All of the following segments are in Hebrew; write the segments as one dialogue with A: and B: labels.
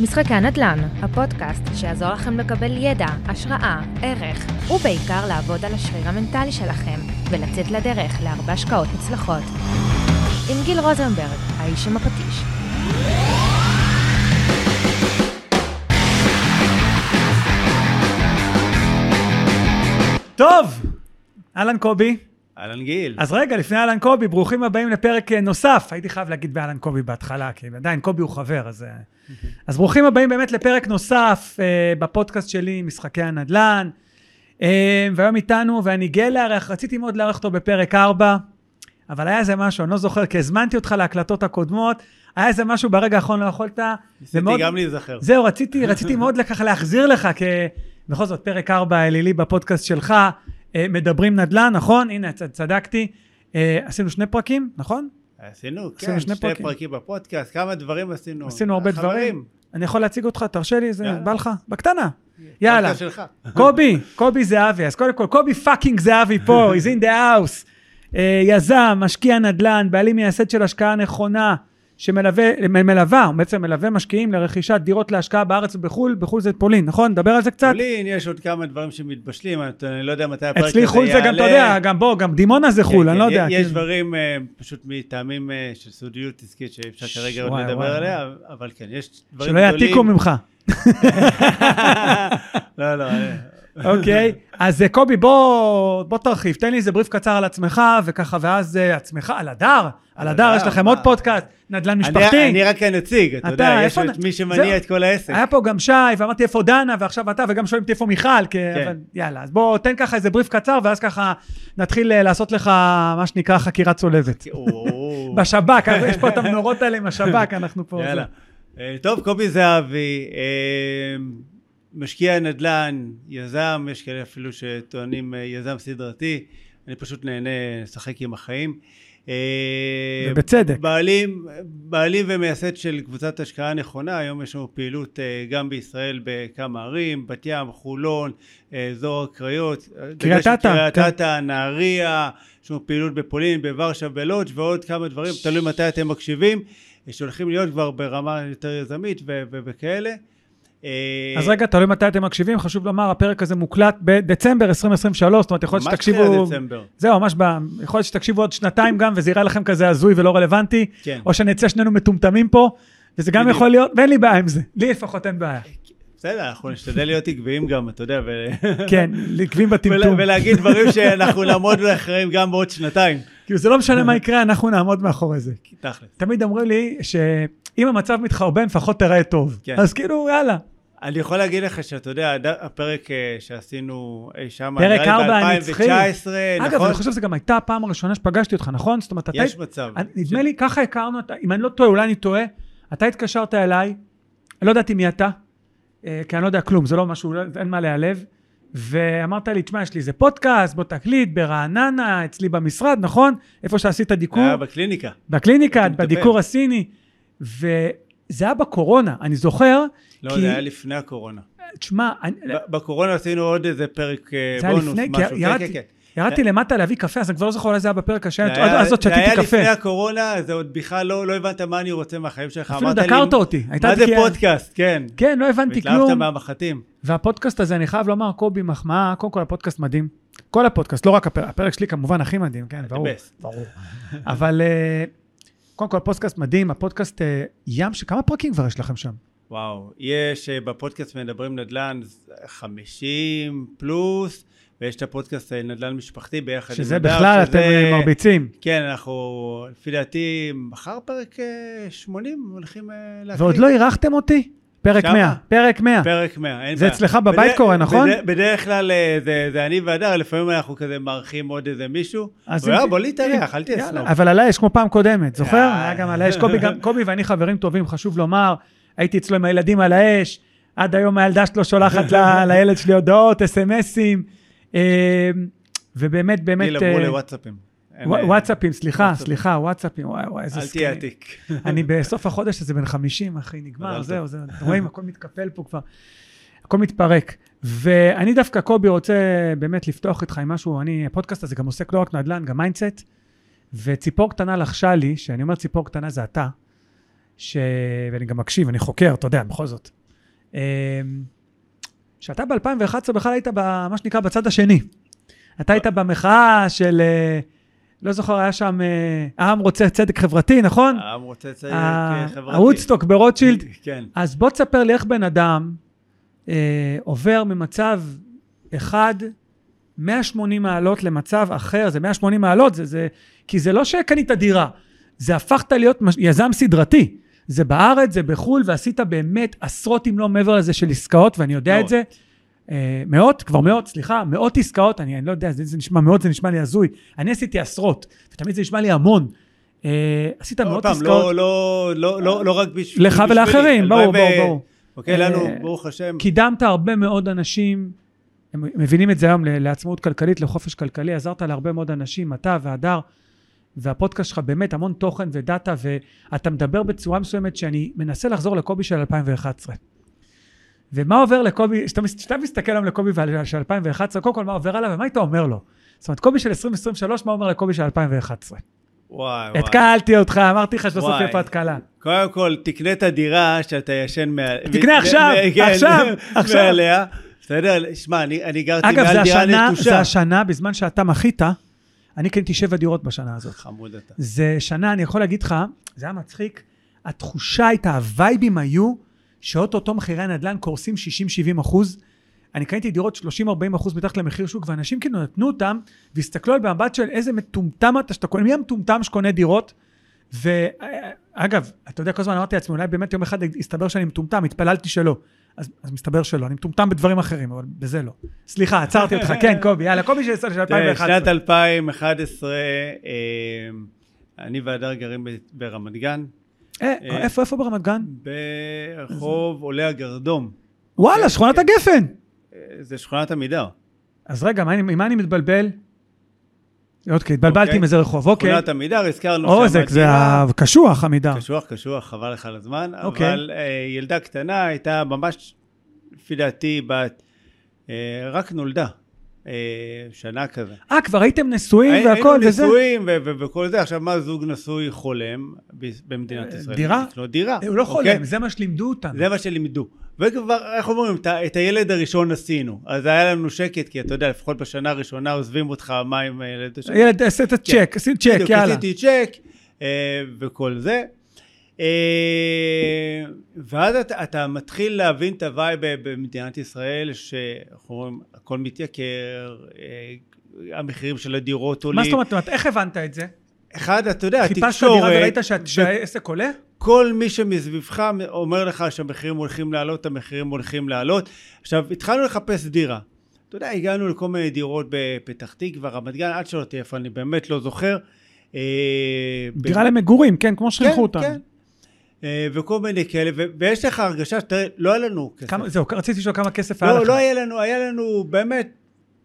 A: משחקי הנדל"ן, הפודקאסט שיעזור לכם לקבל ידע, השראה, ערך, ובעיקר לעבוד על השריר המנטלי שלכם, ולצאת לדרך להרבה השקעות מוצלחות. עם גיל רוזנברג, האיש עם הפטיש.
B: טוב, אהלן קובי.
C: אהלן גיל.
B: אז רגע, לפני אהלן קובי, ברוכים הבאים לפרק אה, נוסף. הייתי חייב להגיד באהלן קובי בהתחלה, כי עדיין קובי הוא חבר, אז... אה, אז ברוכים הבאים באמת לפרק נוסף אה, בפודקאסט שלי, משחקי הנדל"ן. אה, והיום איתנו, ואני גאה לארח, רציתי מאוד לארח אותו בפרק 4, אבל היה איזה משהו, אני לא זוכר, כי הזמנתי אותך להקלטות הקודמות, היה איזה משהו ברגע האחרון לא יכולת.
C: ניסיתי
B: ומאוד-
C: גם להיזכר.
B: זהו, רציתי, רציתי מאוד ככה להחזיר לך, כי בכל זאת, פרק 4 אלילי בפודקאסט שלך, אה, מדברים נדל"ן, נכון? הנה, צ- צדקתי. אה, עשינו שני פרקים, נכון?
C: עשינו,
B: עשינו
C: כן,
B: שני
C: שני
B: פרקים.
C: פרקים בפודקאסט, כמה דברים עשינו.
B: עשינו הרבה דברים.
C: חברים,
B: אני יכול להציג אותך, תרשה לי, זה
C: יאללה.
B: בא לך? בקטנה. יאללה.
C: פודקאסט שלך.
B: קובי, קובי זהבי, אז קודם כל, קובי פאקינג זהבי פה, he's in the house. אה, יזם, משקיע נדל"ן, בעלים מייסד של השקעה נכונה, שמלווה, מ- מלווה, הוא בעצם מלווה משקיעים לרכישת דירות להשקעה בארץ ובחו"ל, בחו"ל זה פולין, נכון? נדבר על זה קצת?
C: פולין, יש עוד כמה דברים שמתבשלים, אני אני לא יודע מתי הפרק הזה יעלה.
B: אצלי חו"ל זה גם, אתה יודע, גם בוא, גם דימונה זה
C: כן,
B: חו"ל,
C: כן,
B: אני לא
C: יש-
B: יודע.
C: יש
B: כאילו.
C: דברים אה, פשוט מטעמים אה, של סודיות עסקית שאי אפשר כרגע עוד
B: וואי,
C: לדבר
B: וואי,
C: עליה, אבל כן, יש דברים
B: שלא
C: גדולים.
B: יעתיקו ממך.
C: לא, לא. אה,
B: אוקיי, אז אה, קובי, בוא בוא תרחיב, תן לי איזה בריף קצר על עצמך, וככה, ואז אה, עצמך, על הדר, על
C: על
B: הדר,
C: הדר,
B: יש לכם
C: מה?
B: עוד פודקאסט, נדל"ן
C: אני-
B: משפחתי.
C: אני רק הנציג, אתה
B: אתה,
C: יודע, יש
B: איפה
C: את
B: נ-
C: מי שמניע
B: זהו.
C: את כל העסק.
B: היה פה גם שי, ואמרתי איפה דנה, ועכשיו אתה, וגם שואלים אותי איפה מיכל, כי-
C: כן.
B: אבל יאללה, אז בוא, תן ככה איזה בריף קצר, ואז ככה נתחיל אה, לעשות לך, מה שנקרא, חקירה צולבת.
C: אוקיי. או.
B: בשב"כ, אה, יש פה את המנורות האלה עם השב"כ, אנחנו פה.
C: יאללה. אה, טוב, קובי זהבי, אה, משקיע נדל"ן, יזם, יש כאלה אפילו שטוענים אה, יזם סדרתי, אני פשוט נהנה לשחק עם החיים. אה,
B: ובצדק.
C: בעלים, בעלים ומייסד של קבוצת השקעה נכונה, היום יש לנו פעילות אה, גם בישראל בכמה ערים, בת ים, חולון, אה, אזור הקריות, אה, דגש על
B: אתא,
C: קריית
B: כן.
C: אתא, נהריה, יש לנו פעילות בפולין, בוורשה, בלודג' ועוד כמה דברים, תלוי מתי אתם מקשיבים, אה, שהולכים להיות כבר ברמה יותר יזמית ו- ו- וכאלה. אה,
B: אז רגע, תלוי מתי אתם מקשיבים, חשוב לומר, הפרק הזה מוקלט בדצמבר 2023, זאת אומרת, יכול להיות
C: ממש
B: שתקשיבו...
C: תחילת דצמבר.
B: זהו, ממש ב... יכול להיות שתקשיבו עוד שנתיים גם, וזה יראה לכם כזה הזוי ולא רלוונטי,
C: כן.
B: או שנצא שנינו מטומטמים פה, וזה גם
C: בדיוק.
B: יכול להיות, ואין לי בעיה עם זה, לי לפחות אין בעיה.
C: בסדר, אנחנו נשתדל להיות עקביים גם, אתה יודע, ו-
B: כן, עקבים
C: ולה-
B: בטמטום.
C: ולהגיד דברים שאנחנו נעמוד אחריהם גם בעוד שנתיים.
B: כאילו, זה לא משנה מה יקרה, אנחנו נעמוד מאחורי זה.
C: תכל'ס.
B: תמיד אמרו לי שאם המצב מתחרבן, לפחות תראה טוב.
C: כן.
B: אז כאילו, יאללה.
C: אני יכול להגיד לך שאתה יודע, הד- הפרק אה, שעשינו אי שם,
B: פרק
C: נראה לי
B: 4 הנצחי.
C: ב-2019,
B: אגב,
C: נכון?
B: אני חושב שזו גם הייתה הפעם הראשונה שפגשתי אותך, נכון? זאת אומרת, אתה...
C: יש מצב.
B: אני- נדמה לי, ככה הכרנו, אתה- אם אני לא טועה, אולי אני טועה, אתה התקשרת אליי, לא ידעתי מי אתה, אה, כי אני לא יודע כלום, זה לא משהו, לא- אין מה להיעלב, ואמרת לי, תשמע, יש לי איזה פודקאסט, בוא תקליט, ברעננה, אצלי במשרד, נכון? איפה שעשית דיקור,
C: היה אה, בקליניקה.
B: בקליניקה,
C: אתה מטפל.
B: בדיקור הסיני, וזה היה בקורונה, אני זוכר,
C: לא,
B: כי-
C: זה היה לפני הקורונה.
B: תשמע, אני-
C: ב- בקורונה עשינו עוד איזה פרק אה,
B: זה היה
C: בונוס,
B: לפני, כי
C: משהו. כן,
B: ירדתי-
C: כן, כן.
B: ירדתי למטה להביא קפה, אז אני כבר לא זוכר אולי זה היה בפרק השני,
C: זה היה-
B: אז עוד
C: זה
B: שתיתי
C: היה
B: קפה.
C: לפני הקורונה, זה עוד בכלל לא לא הבנת מה אני רוצה מהחיים שלך.
B: אפילו
C: אמרת לי,
B: דקרת אותי, הייתה
C: מה זה
B: דקייה.
C: פודקאסט, כן.
B: כן, לא הבנתי
C: והתלהבת
B: כלום.
C: מהמחטים.
B: והפודקאסט הזה, אני חייב לומר, קובי, מחמאה, קודם כל הפודקאסט מדהים. כל הפודקאסט, לא רק הפרק, הפרק שלי כמובן הכי מדהים, כן, ברור.
C: best.
B: ברור. אבל אה, קודם כל הפודקאסט מדהים, הפודקאסט אה, ים, שכמה פרקים כבר יש לכם שם?
C: וואו, יש אה, בפודקאסט מדברים נדל"ן 50 פלוס, ויש את הפודקאסט אה, נדל"ן משפחתי ביחד עם
B: שזה
C: הדר,
B: בכלל, אתם
C: שזה-
B: אה, מרביצים.
C: כן, אנחנו, לפי דעתי, מחר פרק אה, 80 הולכים אה, להקליט.
B: ועוד לא אירחתם אותי? פרק
C: שמה?
B: 100, פרק 100.
C: פרק 100, אין
B: זה
C: בעיה.
B: אצלך בבית
C: בדרך-
B: קורה, נכון?
C: בדרך- בדרך כלל אה, זה- זה אני והדר, לפעמים אנחנו כזה מארחים עוד איזה מישהו.
B: אז
C: אבל
B: אם
C: יאללה,
B: ת-
C: בוא להתארח,
B: אם-
C: אל תהיה
B: יאללה,
C: סנוב.
B: אבל על האש כמו פעם קודמת, זוכר?
C: אה.
B: היה גם על האש. קובי, גם- קובי ואני חברים טובים, חשוב לומר. הייתי אצלו עם הילדים על האש, עד היום הילדה שלו שולחת ל- לילד שלי הודעות, אס.אם.אסים. אה, ובאמת, באמת...
C: גיל עברו
B: אה,
C: לוואטסאפים. אין,
B: ווא-
C: אה,
B: וואטסאפים, סליחה,
C: וואטסאפ.
B: סליחה, וואטסאפים, וואי וואי, איזה
C: אל תהיה
B: זקנים.
C: עתיק.
B: אני בסוף החודש הזה בן 50, אחי, נגמר,
C: מזל
B: זהו,
C: טוב.
B: זהו. אתם רואים, הכל מתקפל פה כבר, הכל מתפרק. ואני דווקא, קובי, רוצה באמת לפתוח איתך עם משהו, אני, הפודקאסט הזה גם עוסק לא רק נדל"ן, גם מיינדסט, וציפור קטנה לחשה לי, שאני אומר ציפור קטנה זה אתה, ש... ואני גם מקשיב, אני חוקר, אתה יודע, בכל זאת. אמ, שאתה ב-2011 בכלל היית, ב- מה שנקרא, בצד השני. אתה היית במחאה של, אה, לא זוכר, היה שם, אה, העם רוצה צדק חברתי, נכון?
C: העם רוצה צדק
B: ה-
C: אה, חברתי.
B: הוודסטוק ברוטשילד.
C: כן.
B: אז בוא תספר לי איך בן אדם אה, עובר ממצב אחד, 180 מעלות למצב אחר, זה 180 מעלות, זה, זה, כי זה לא שקנית דירה, זה הפכת להיות מש, יזם סדרתי. זה בארץ, זה בחו"ל, ועשית באמת עשרות אם לא מעבר לזה של עסקאות, ואני יודע את
C: מאות.
B: זה. אה, מאות, כבר מאות, סליחה, מאות עסקאות, אני, אני לא יודע, זה, זה נשמע, מאות זה נשמע לי הזוי. אני עשיתי עשרות, ותמיד זה נשמע לי המון. אה, עשית
C: עוד
B: מאות
C: פעם,
B: עסקאות.
C: לא, לא, לא, לא, לא רק בשביל...
B: לך
C: בשבילי.
B: ולאחרים, ברור,
C: הלוואי ו-
B: ברור, ברור.
C: אוקיי, לנו,
B: אה,
C: ברוך השם,
B: קידמת הרבה מאוד אנשים, הם מבינים את זה היום ל- לעצמאות כלכלית, לחופש כלכלי, עזרת להרבה מאוד אנשים, אתה והדר, והפודקאסט שלך באמת המון תוכן ודאטה, ואתה מדבר בצורה מסוימת שאני מנסה לחזור לקובי של 2011. ומה עובר לקובי, כשאתה מס- כשאתה מסתכל היום לקובי ועל- של 2011, קודם כל מה עובר עליו ומה היית אומר לו? זאת אומרת, קובי של 2023, מה אומר לקובי של 2011?
C: וואי, וואי.
B: התקלתי אותך, אמרתי לך שסוף
C: וואי.
B: יפה התקלה.
C: קודם כל, תקנה את הדירה שאתה ישן מעליה.
B: תקנה עכשיו, עכשיו, עכשיו.
C: מעליה. בסדר, שמע, אני אני גרתי
B: אגב, זה
C: מעל דירה
B: השנה, זה
C: נטושה.
B: השנה, בזמן שאתה מחית, אני קניתי שבע דירות בשנה הזאת.
C: חמוד אתה.
B: זה שנה, אני יכול להגיד לך, זה היה מצחיק, התחושה הייתה, הווייבים היו, שאו-טו-טו מחירי הנדל"ן קורסים 60-70 אחוז. אני קניתי דירות 30-40 אחוז מתחת למחיר שוק, ואנשים כאילו נתנו אותם, והסתכלו עליי במבט של איזה מטומטם אתה שאתה קונה, מי המטומטם שקונה דירות? ואגב, אתה יודע, כל הזמן אמרתי לעצמי, אולי באמת יום אחד יסתבר שאני מטומטם, התפללתי שלא. אז, אז מסתבר שלא, אני מטומטם בדברים אחרים, אבל בזה לא. סליחה, עצרתי אותך, כן, קובי, יאללה, קובי של של
C: תראה,
B: 2011.
C: שנת 2011, אה, אני והדר גרים ב- ברמת גן,
B: אה, איפה, איפה ברמת גן?
C: ברחוב עולה הגרדום.
B: וואלה, שכונת הגפן.
C: אה, זה שכונת עמידר.
B: אוקיי. אז רגע, מה אני- עם מה אני מתבלבל? אוקיי, התבלבלתי
C: אוקיי.
B: עם איזה רחוב, אוקיי.
C: שכונת עמידר, הזכרנו
B: או, זה
C: שהמדינה-
B: זה הקשוח, עמידר.
C: קשוח, קשוח, חבל לך על הזמן.
B: אה. אוקיי.
C: אבל אה, ילדה קטנה הייתה ממש, לפי דעתי, בת... אה, רק נולדה. אה, שנה כזה.
B: אה, כבר הייתם נשואים והכל
C: היינו
B: וזה?
C: נשואים ו- ו- וכל זה. עכשיו, מה זוג נשוי חולם ב- במדינת
B: אה,
C: ישראל?
B: דירה?
C: לקנות דירה.
B: הוא לא
C: אוקיי?
B: חולם, זה מה שלימדו אותנו.
C: זה מה שלימדו. וכבר, איך אומרים, את, ה- את הילד הראשון עשינו. אז היה לנו שקט, כי אתה יודע, לפחות בשנה הראשונה עוזבים אותך, מה עם הילד השני?
B: ילד, עשה את הצ'ק, עשי צ'ק,
C: כן. בדיוק,
B: כן, יאללה.
C: עשיתי צ'ק אה, וכל זה. אה, ואז אתה, אתה מתחיל להבין את הווייב ב- במדינת ישראל, שאנחנו אומרים, הכל מתייקר, אה, המחירים של הדירות עולים.
B: מה זאת אומרת, זאת אומרת, איך הבנת את זה?
C: אה, אחד, אתה יודע,
B: חיפשת דירה
C: התקשורת,
B: וראית שה- שהעסק עולה?
C: כל מי שמסביבך אומר לך שהמחירים הולכים לעלות, המחירים הולכים לעלות. עכשיו, התחלנו לחפש דירה. אתה יודע, הגענו לכל מיני דירות בפתח תקווה, רמת גן, עד שלא תהיה איפה, אני באמת לא זוכר. אה,
B: דירה למגורים, כן, כמו
C: כן,
B: שחינכו אותנו.
C: כן. אה, וכל מיני כאלה, ו- ויש לך הרגשה שתראה, לא היה לנו כסף.
B: כמה- זהו, רציתי לשאול כמה כסף היה
C: לא,
B: לך.
C: לא היה לנו, היה לנו באמת,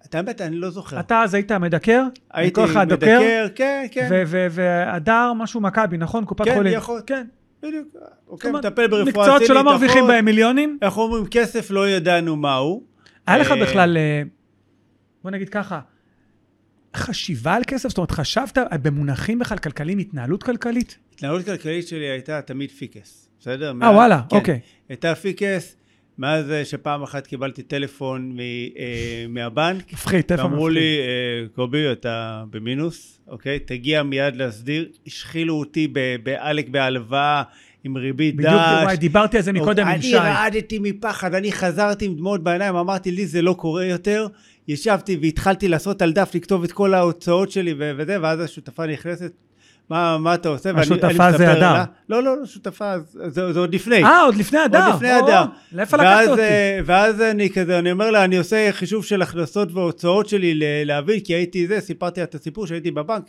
C: את האמת, אני לא זוכר.
B: אתה אז היית מדקר?
C: הייתי
B: כל אחד דוקר,
C: מדקר, כן, כן,
B: ו- ו- והדר משהו מכבי, נכון? קופת
C: כן,
B: חולים.
C: יכול.
B: כן,
C: בדיוק. אוקיי,
B: כלומר,
C: מטפל ברפואה סינית,
B: מקצועות שלא מרוויחים
C: נכון.
B: בהם מיליונים.
C: איך אומרים, כסף לא ידענו מהו.
B: היה לך
C: אה,
B: בכלל, אה, בוא נגיד ככה, חשיבה על כסף? זאת אומרת, חשבת במונחים בכלל כלכליים, התנהלות כלכלית?
C: ההתנהלות הכלכלית שלי הייתה תמיד פיקס, בסדר?
B: אה,
C: מאז-
B: וואלה,
C: כן.
B: אוקיי.
C: הייתה פיקס, מאז אה, שפעם אחת קיבלתי טלפון מ- אה, מהבנק,
B: מפחיד, טלפון מפחיד.
C: אמרו לי, אה, קובי, אתה במינוס, אוקיי? תגיע מיד להסדיר. השחילו אותי ב- בעלק בהלוואה עם ריבית דש. אוקיי?
B: בדיוק, וואי, דיברתי על זה מקודם עם שי.
C: אני רעדתי מפחד, אני חזרתי עם דמעות בעיניים, אמרתי, לי זה לא קורה יותר. ישבתי והתחלתי לעשות על דף, לכתוב את כל ההוצאות שלי ו- וזה, ואז השותפה נכנסת, מה, מה אתה עושה? ואני-
B: השותפה
C: אני
B: זה
C: מספר
B: הדר.
C: לה- לא, לא, לא, שותפה, זה, זה עוד לפני.
B: אה, עוד לפני הדר.
C: עוד לפני
B: או,
C: הדר.
B: לאיפה לקחת
C: ואז,
B: אותי?
C: אה, ואז אני כזה, אני אומר לה, אני עושה חישוב של הכנסות והוצאות שלי ל- להבין, כי הייתי זה, סיפרתי לה את הסיפור שהייתי בבנק,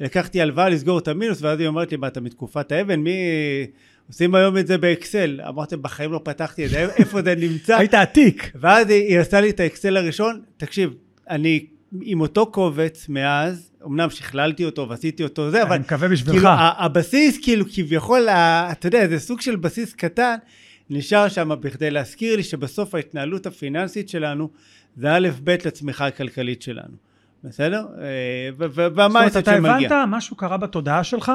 C: לקחתי הלוואה לסגור את המינוס, ואז היא אומרת לי, מה, אתה מתקופת האבן? מי... עושים היום את זה באקסל. אמרתם, בחיים לא פתחתי את זה, איפה זה נמצא?
B: היית עתיק.
C: ואז היא, היא עשתה לי את האקסל הראשון, תקשיב, אני עם אותו קובץ מאז, אמנם שכללתי אותו ועשיתי אותו זה, אבל
B: אני מקווה בשבילך.
C: כאילו, ה- הבסיס, כאילו, כביכול, ה- אתה יודע, זה סוג של בסיס קטן, נשאר שם בכדי להזכיר לי שבסוף ההתנהלות הפיננסית שלנו זה א' ב' לצמיחה הכלכלית שלנו. בסדר? אה, ו- ו-
B: זאת אומרת,
C: והמייסט
B: אתה
C: שמגיע.
B: הבנת, משהו קרה בתודעה שלך,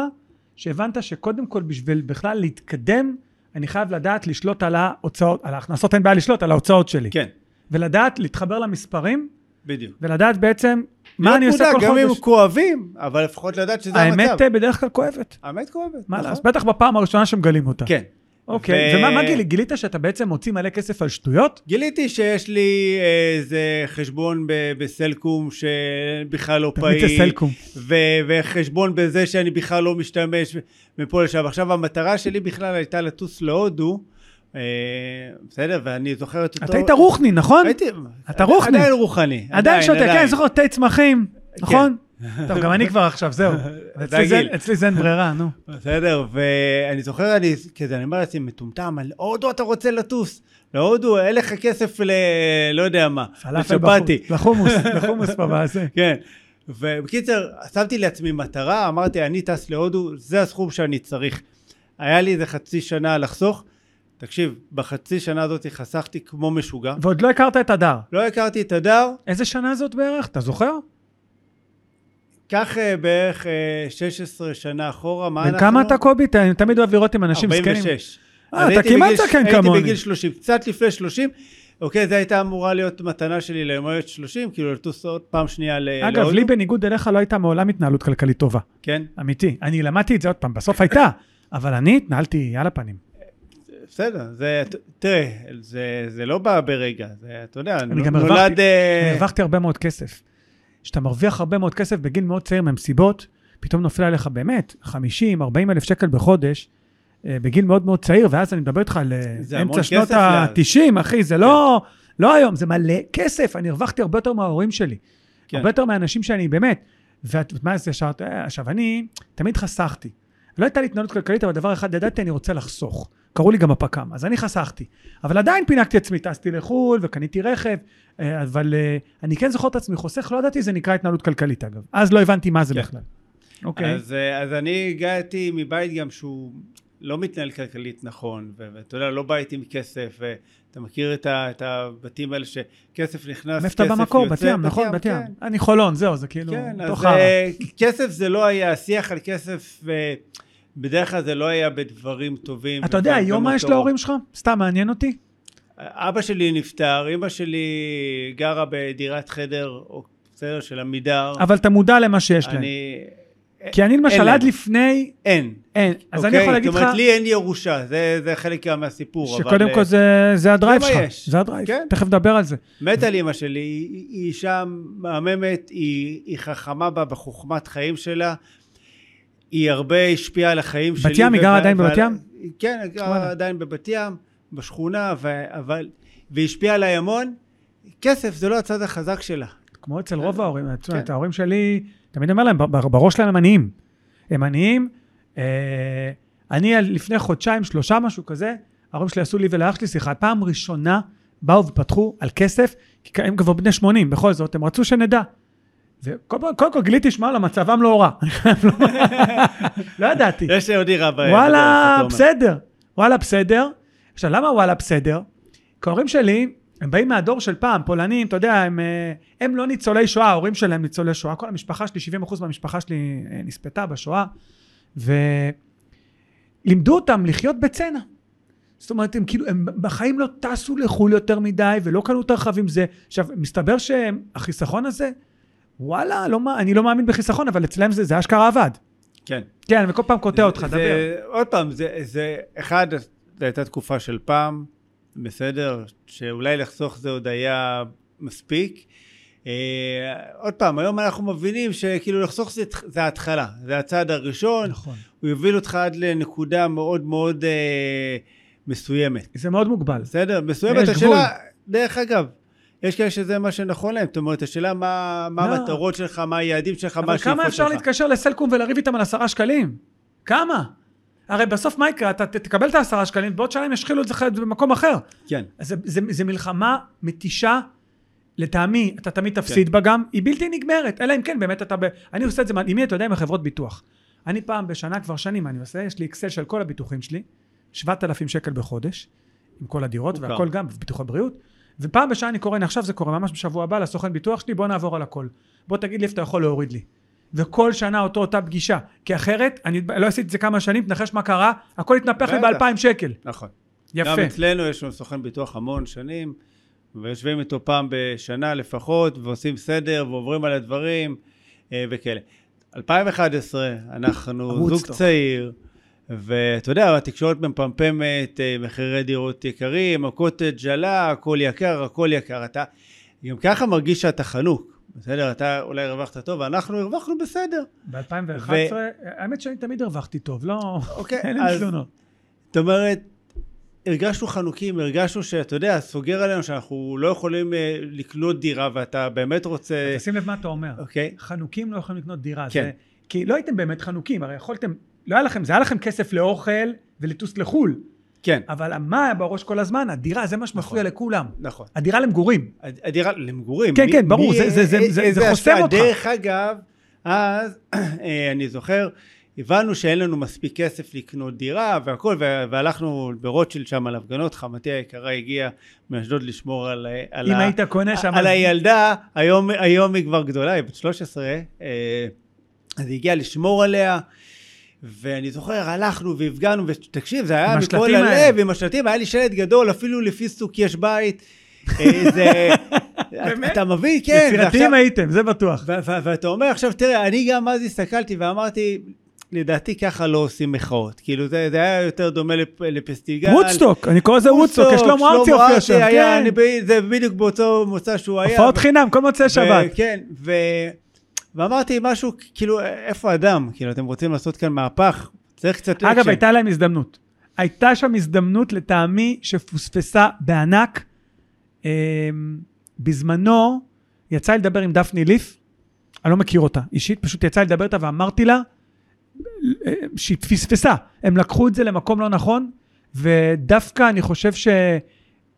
B: שהבנת שקודם כל בשביל בכלל להתקדם, אני חייב לדעת לשלוט על ההוצאות, על ההכנסות אין בעיה לשלוט, על ההוצאות שלי.
C: כן,
B: ולדעת להתחבר למספרים,
C: בדיוק.
B: ולדעת בעצם מה
C: להיות
B: אני עושה
C: מודע,
B: כל
C: גם אם
B: חודש.
C: כואבים, אבל לפחות לדעת שזה המצב.
B: האמת אה, בדרך כלל כואבת.
C: האמת כואבת.
B: מה
C: נכון?
B: לעשות? בטח בפעם הראשונה שמגלים אותה.
C: כן.
B: אוקיי,
C: ו-
B: ומה מה גילי- גילית שאתה בעצם מוציא מלא כסף על שטויות?
C: גיליתי שיש לי איזה חשבון ב- בסלקום שבכלל לא
B: תמיד
C: פעיל.
B: זה סלקום.
C: ו- וחשבון בזה שאני בכלל לא משתמש מפה לשם. עכשיו המטרה שלי בכלל הייתה לטוס להודו, אה, בסדר? ואני זוכר את אותו...
B: אתה היית רוחני, נכון?
C: הייתי...
B: אתה רוחני.
C: עדיין רוחני.
B: עדיין שותה, כן,
C: עדיין. כן.
B: אני זוכר תה צמחים, נכון? טוב, גם אני כבר עכשיו, זהו. אצלי זה-
C: רגיל.
B: אצלי זה אין ברירה, נו.
C: בסדר, ואני זוכר, אני כזה, אני אומר לעצמי, מטומטם, על הודו אתה רוצה לטוס. להודו, אין לך כסף ל... לא יודע מה.
B: פלאפל
C: לצ'פאטי.
B: בחוץ, לחומוס, לחומוס בבעשה.
C: כן. ובקיצר, שמתי לעצמי מטרה, אמרתי, אני טס להודו, זה הסכום שאני צריך. היה לי איזה חצי שנה לחסוך. תקשיב, בחצי שנה הזאת חסכתי כמו משוגע.
B: ועוד לא הכרת את הדר.
C: לא הכרתי את הדר,
B: איזה שנה זאת בערך? אתה זוכר?
C: קח אה, בערך אה, 16 שנה אחורה, מה
B: בן
C: אנחנו?
B: כמה אתה קובי? ת- אני תמיד אוהב לראות עם אנשים זקנים.
C: 46.
B: אה,
C: אז
B: אתה
C: הייתי
B: כמעט
C: בגיל-
B: זקן כמוני.
C: הייתי בגיל 30, קצת לפני 30. אוקיי, זו הייתה אמורה להיות מתנה שלי ליומיות 30, כאילו לטוס עוד פעם שנייה ל- להודו.
B: אגב, לי בניגוד אליך אה, לא הייתה מעולם התנהלות כלכלית טובה.
C: כן,
B: אמיתי. אני למדתי את זה עוד פעם, בסוף הייתה. אבל אני התנהלתי על הפנים.
C: בסדר, זה, ת- תראה, זה, זה לא בא ברגע, זה, אתה יודע,
B: אני גם
C: נולד...
B: הרווחתי-
C: אה,
B: אני הרווחתי הרבה מאוד כסף. כשאתה מרוויח הרבה מאוד כסף בגיל מאוד צעיר מהמסיבות, פתאום נופל עליך באמת 50, 40 אלף שקל בחודש, אה, בגיל מאוד מאוד צעיר, ואז אני מדבר איתך על אה,
C: זה המון
B: אמצע
C: כסף כן.
B: שנות
C: לאז.
B: ה-90, אחי, זה לא, לא היום, זה מלא כסף, אני הרווחתי הרבה יותר מההורים שלי.
C: כן.
B: הרבה יותר מהאנשים שאני באמת. ואת יודעת מה זה ישר? אה, עכשיו, אני תמיד חסכתי. לא הייתה לי התנהלות כלכלית, אבל דבר אחד ידעתי, אני רוצה לחסוך. קראו לי גם הפק"ם, אז אני חסכתי. אבל עדיין פינקתי עצמי, טסתי לחו"ל וקניתי רכב, אה, אבל אה, אני כן זוכר את עצמי חוסך, לא ידעתי שזה נקרא התנהלות כלכלית אגב. אז לא הבנתי מה זה
C: כן.
B: בכלל. אוקיי.
C: אז, אה, אז אני הגעתי מבית גם שהוא לא מתנהל כלכלית נכון, ו- ואתה יודע, לא בית עם כסף, ואתה מכיר את, ה- את הבתים האלה שכסף נכנס,
B: מאיפה
C: כסף
B: אתה
C: יוצא,
B: במקור? בת ים, נכון? בת ים.
C: כן.
B: אני חולון, זהו, זה כאילו,
C: כן,
B: תוך
C: אז
B: הרע.
C: אה, כסף זה לא היה, השיח על כסף אה, בדרך כלל זה לא היה בדברים טובים.
B: אתה יודע,
C: וב-
B: היום מה יש
C: במטרות.
B: להורים שלך? סתם מעניין אותי.
C: אבא שלי נפטר, אמא שלי גרה בדירת חדר, או בסדר, של עמידר.
B: אבל אתה מודע למה שיש להם.
C: אני...
B: כי אני
C: אין
B: למשל
C: להם.
B: עד לפני,
C: אין.
B: אין. אז אני
C: אוקיי?
B: יכול להגיד
C: זאת אומרת,
B: לך,
C: לי אין ירושה, זה, זה חלק מהסיפור.
B: שקודם
C: אבל,
B: כל
C: אה,
B: זה- זה הדרייב
C: זה מה
B: שלך.
C: יש.
B: זה הדרייב.
C: כן.
B: תכף נדבר על זה.
C: מת על אימא שלי, היא, היא אישה מהממת, היא, היא חכמה בה בחוכמת חיים שלה. היא הרבה השפיעה על החיים שלי.
B: ים, היא גרה
C: וב-
B: עדיין
C: ועל-
B: בבת ים?
C: כן, היא
B: וואלה.
C: גרה עדיין בבת ים, בשכונה, ו- אבל... והיא השפיעה עליי המון. כסף זה לא הצד החזק שלה.
B: כמו אצל רוב ההורים, את
C: כן.
B: יודעת, ההורים שלי, תמיד אומר להם, ב- ב- בראש שלהם הם עניים. הם עניים. אה, אני על- לפני חודשיים, שלושה, משהו כזה, ההורים שלי עשו לי ולאח שלי שיחה. פעם ראשונה באו ופתחו על כסף, כי כ- הם כבר בני 80, בכל זאת, הם רצו שנדע. וקודם כל- קודם כל גיליתי, שמע, לה, מצבם לא רע. אני חייב לומר. לא ידעתי.
C: יש לי עוד עירה בדרך,
B: וואלה,
C: לא אתה אומר.
B: בסדר. וואלה, בסדר. עכשיו, למה וואלה, בסדר? כי ההורים שלי, הם באים מהדור של פעם, פולנים, אתה יודע, הם, אה, הם לא ניצולי שואה, ההורים שלהם ניצולי שואה. כל המשפחה שלי, 70% מהמשפחה שלי אה, נספתה בשואה, ולימדו אותם לחיות בצנע. זאת אומרת, הם כאילו, הם בחיים לא טסו לחו"ל יותר מדי, ולא קנו את הרכבים זה. עכשיו, מסתבר שהחיסכון הזה, וואלה, לא, מא- אני לא מאמין בחיסכון, אבל אצלם זה, זה אשכרה עבד.
C: כן.
B: כן, וכל פעם קוטע אותך,
C: זה-
B: דבר.
C: עוד פעם, זה, זה אחד, זו הייתה תקופה של פעם, בסדר, שאולי לחסוך זה עוד היה מספיק. אה, עוד פעם, היום אנחנו מבינים שכאילו לחסוך זה, זה ההתחלה, זה הצעד הראשון,
B: נכון.
C: הוא יוביל אותך עד לנקודה מאוד מאוד אה, מסוימת.
B: זה מאוד מוגבל.
C: בסדר, מסוימת.
B: יש
C: השאלה, דרך אגב, יש כאלה שזה מה שנכון להם, זאת אומרת, השאלה מה, מה
B: לא.
C: המטרות שלך, מה היעדים שלך, מה
B: אבל
C: השאיפות שלך.
B: כמה אפשר להתקשר לסלקום ולריב איתם על עשרה שקלים? כמה? הרי בסוף מה יקרה? אתה ת- תקבל את העשרה שקלים, בעוד שנה הם ישחילו את זה ח- במקום אחר.
C: כן.
B: אז זה, זה, זה מלחמה מתישה, לטעמי, אתה תמיד
C: כן.
B: תפסיד בה גם, היא בלתי נגמרת, אלא אם כן באמת אתה ב... אני עושה את זה, מה- עם מי אתה יודע? עם החברות ביטוח. אני פעם בשנה, כבר שנים אני עושה, יש לי אקסל של כל הביטוחים שלי, 7,000 שקל בחודש, עם כל הדירות
C: מוכר.
B: והכל גם, ביטוחי בריאות, ופעם בשנה אני קורא, הנה עכשיו זה קורה, ממש בשבוע הבא, לסוכן ביטוח שלי, בוא נעבור על הכל. בוא תגיד לי איפה אתה יכול להוריד לי. וכל שנה אותו אותה פגישה. כי אחרת, אני לא עשיתי את זה כמה שנים, תנחש מה קרה, הכל התנפח לי
C: בטח.
B: ב-2,000 שקל.
C: נכון. גם
B: יפה.
C: אצלנו יש לנו סוכן ביטוח המון שנים, ויושבים איתו פעם בשנה לפחות, ועושים סדר, ועוברים על הדברים, אה, וכאלה. 2011, אנחנו זוג
B: וודסטוק.
C: צעיר, ואתה יודע, התקשורת מפמפמת, אה, מחירי דירות יקרים, הקוטג' עלה, הכל יקר, הכל יקר. אתה גם ככה מרגיש שאתה חנוק, בסדר? אתה אולי הרווחת טוב, ואנחנו הרווחנו בסדר.
B: כן, ב-2011,
C: ו-
B: האמת שאני תמיד הרווחתי טוב, לא...
C: אוקיי,
B: אין לי
C: אז
B: תלונות.
C: זאת אומרת, הרגשנו חנוקים, הרגשנו שאתה יודע, סוגר עלינו שאנחנו לא יכולים אה, לקנות דירה ואתה באמת רוצה...
B: תשים לב מה אתה אומר.
C: אה, אוקיי?
B: חנוקים לא יכולים לקנות דירה.
C: כן.
B: זה, כי לא הייתם באמת חנוקים, הרי יכולתם, לא היה לכם, זה היה לכם כסף לאוכל ולטוס לחו"ל,
C: כן,
B: אבל מה היה בראש כל הזמן? הדירה, זה מה שמפריע לכולם.
C: נכון.
B: הדירה למגורים.
C: הד- הדירה למגורים.
B: כן,
C: מי-
B: כן, ברור,
C: מי-
B: זה- זה- זה-
C: אה,
B: זה-
C: איזה
B: זה חוסם
C: השקעה.
B: אותך.
C: דרך אגב, אז אה, אני זוכר, הבנו שאין לנו מספיק כסף לקנות דירה והכל, וה- והלכנו ברוטשילד שם על הפגנות, חמתי היקרה הגיעה מאשדוד לשמור על ה- על
B: אם
C: ה-
B: היית קונה שם...
C: על הילדה, היום, היום היא כבר גדולה, היא בת 13, אה, אז היא הגיעה לשמור עליה, ואני זוכר, הלכנו והפגנו, ותקשיב, זה היה
B: עם
C: מכל
B: השלטים האלה.
C: הלב, עם השלטים, היה לי שלט גדול, אפילו לפי סוג יש בית. אה, זה...
B: באמת?
C: אתה מבין? כן. ועכשיו-
B: יצירתיים הייתם, זה בטוח.
C: ו- ו- ואתה אומר עכשיו, תראה, אני גם אז הסתכלתי ואמרתי, לדעתי ככה לא עושים מחאות. כאילו, זה, זה היה יותר דומה לפ- לפסטיגל.
B: וודסטוק, אני קורא לזה וודסטוק, יש שלמה ארצי הופיע שם,
C: היה,
B: כן.
C: אני ב- זה בדיוק באותו מוצא שהוא היה.
B: הופעות
C: ו-
B: חינם, כל מוצאי שבת.
C: ו- כן, ו... ואמרתי משהו, כאילו, איפה אדם? כאילו, אתם רוצים לעשות כאן מהפך? צריך קצת
B: אגב, הייתה להם הזדמנות. הייתה שם הזדמנות לטעמי שפוספסה בענק. אמ, בזמנו יצא לי לדבר עם דפני ליף, אני לא מכיר אותה אישית, פשוט יצא לי לדבר איתה ואמרתי לה אה, שהיא פספסה. הם לקחו את זה למקום לא נכון, ודווקא אני חושב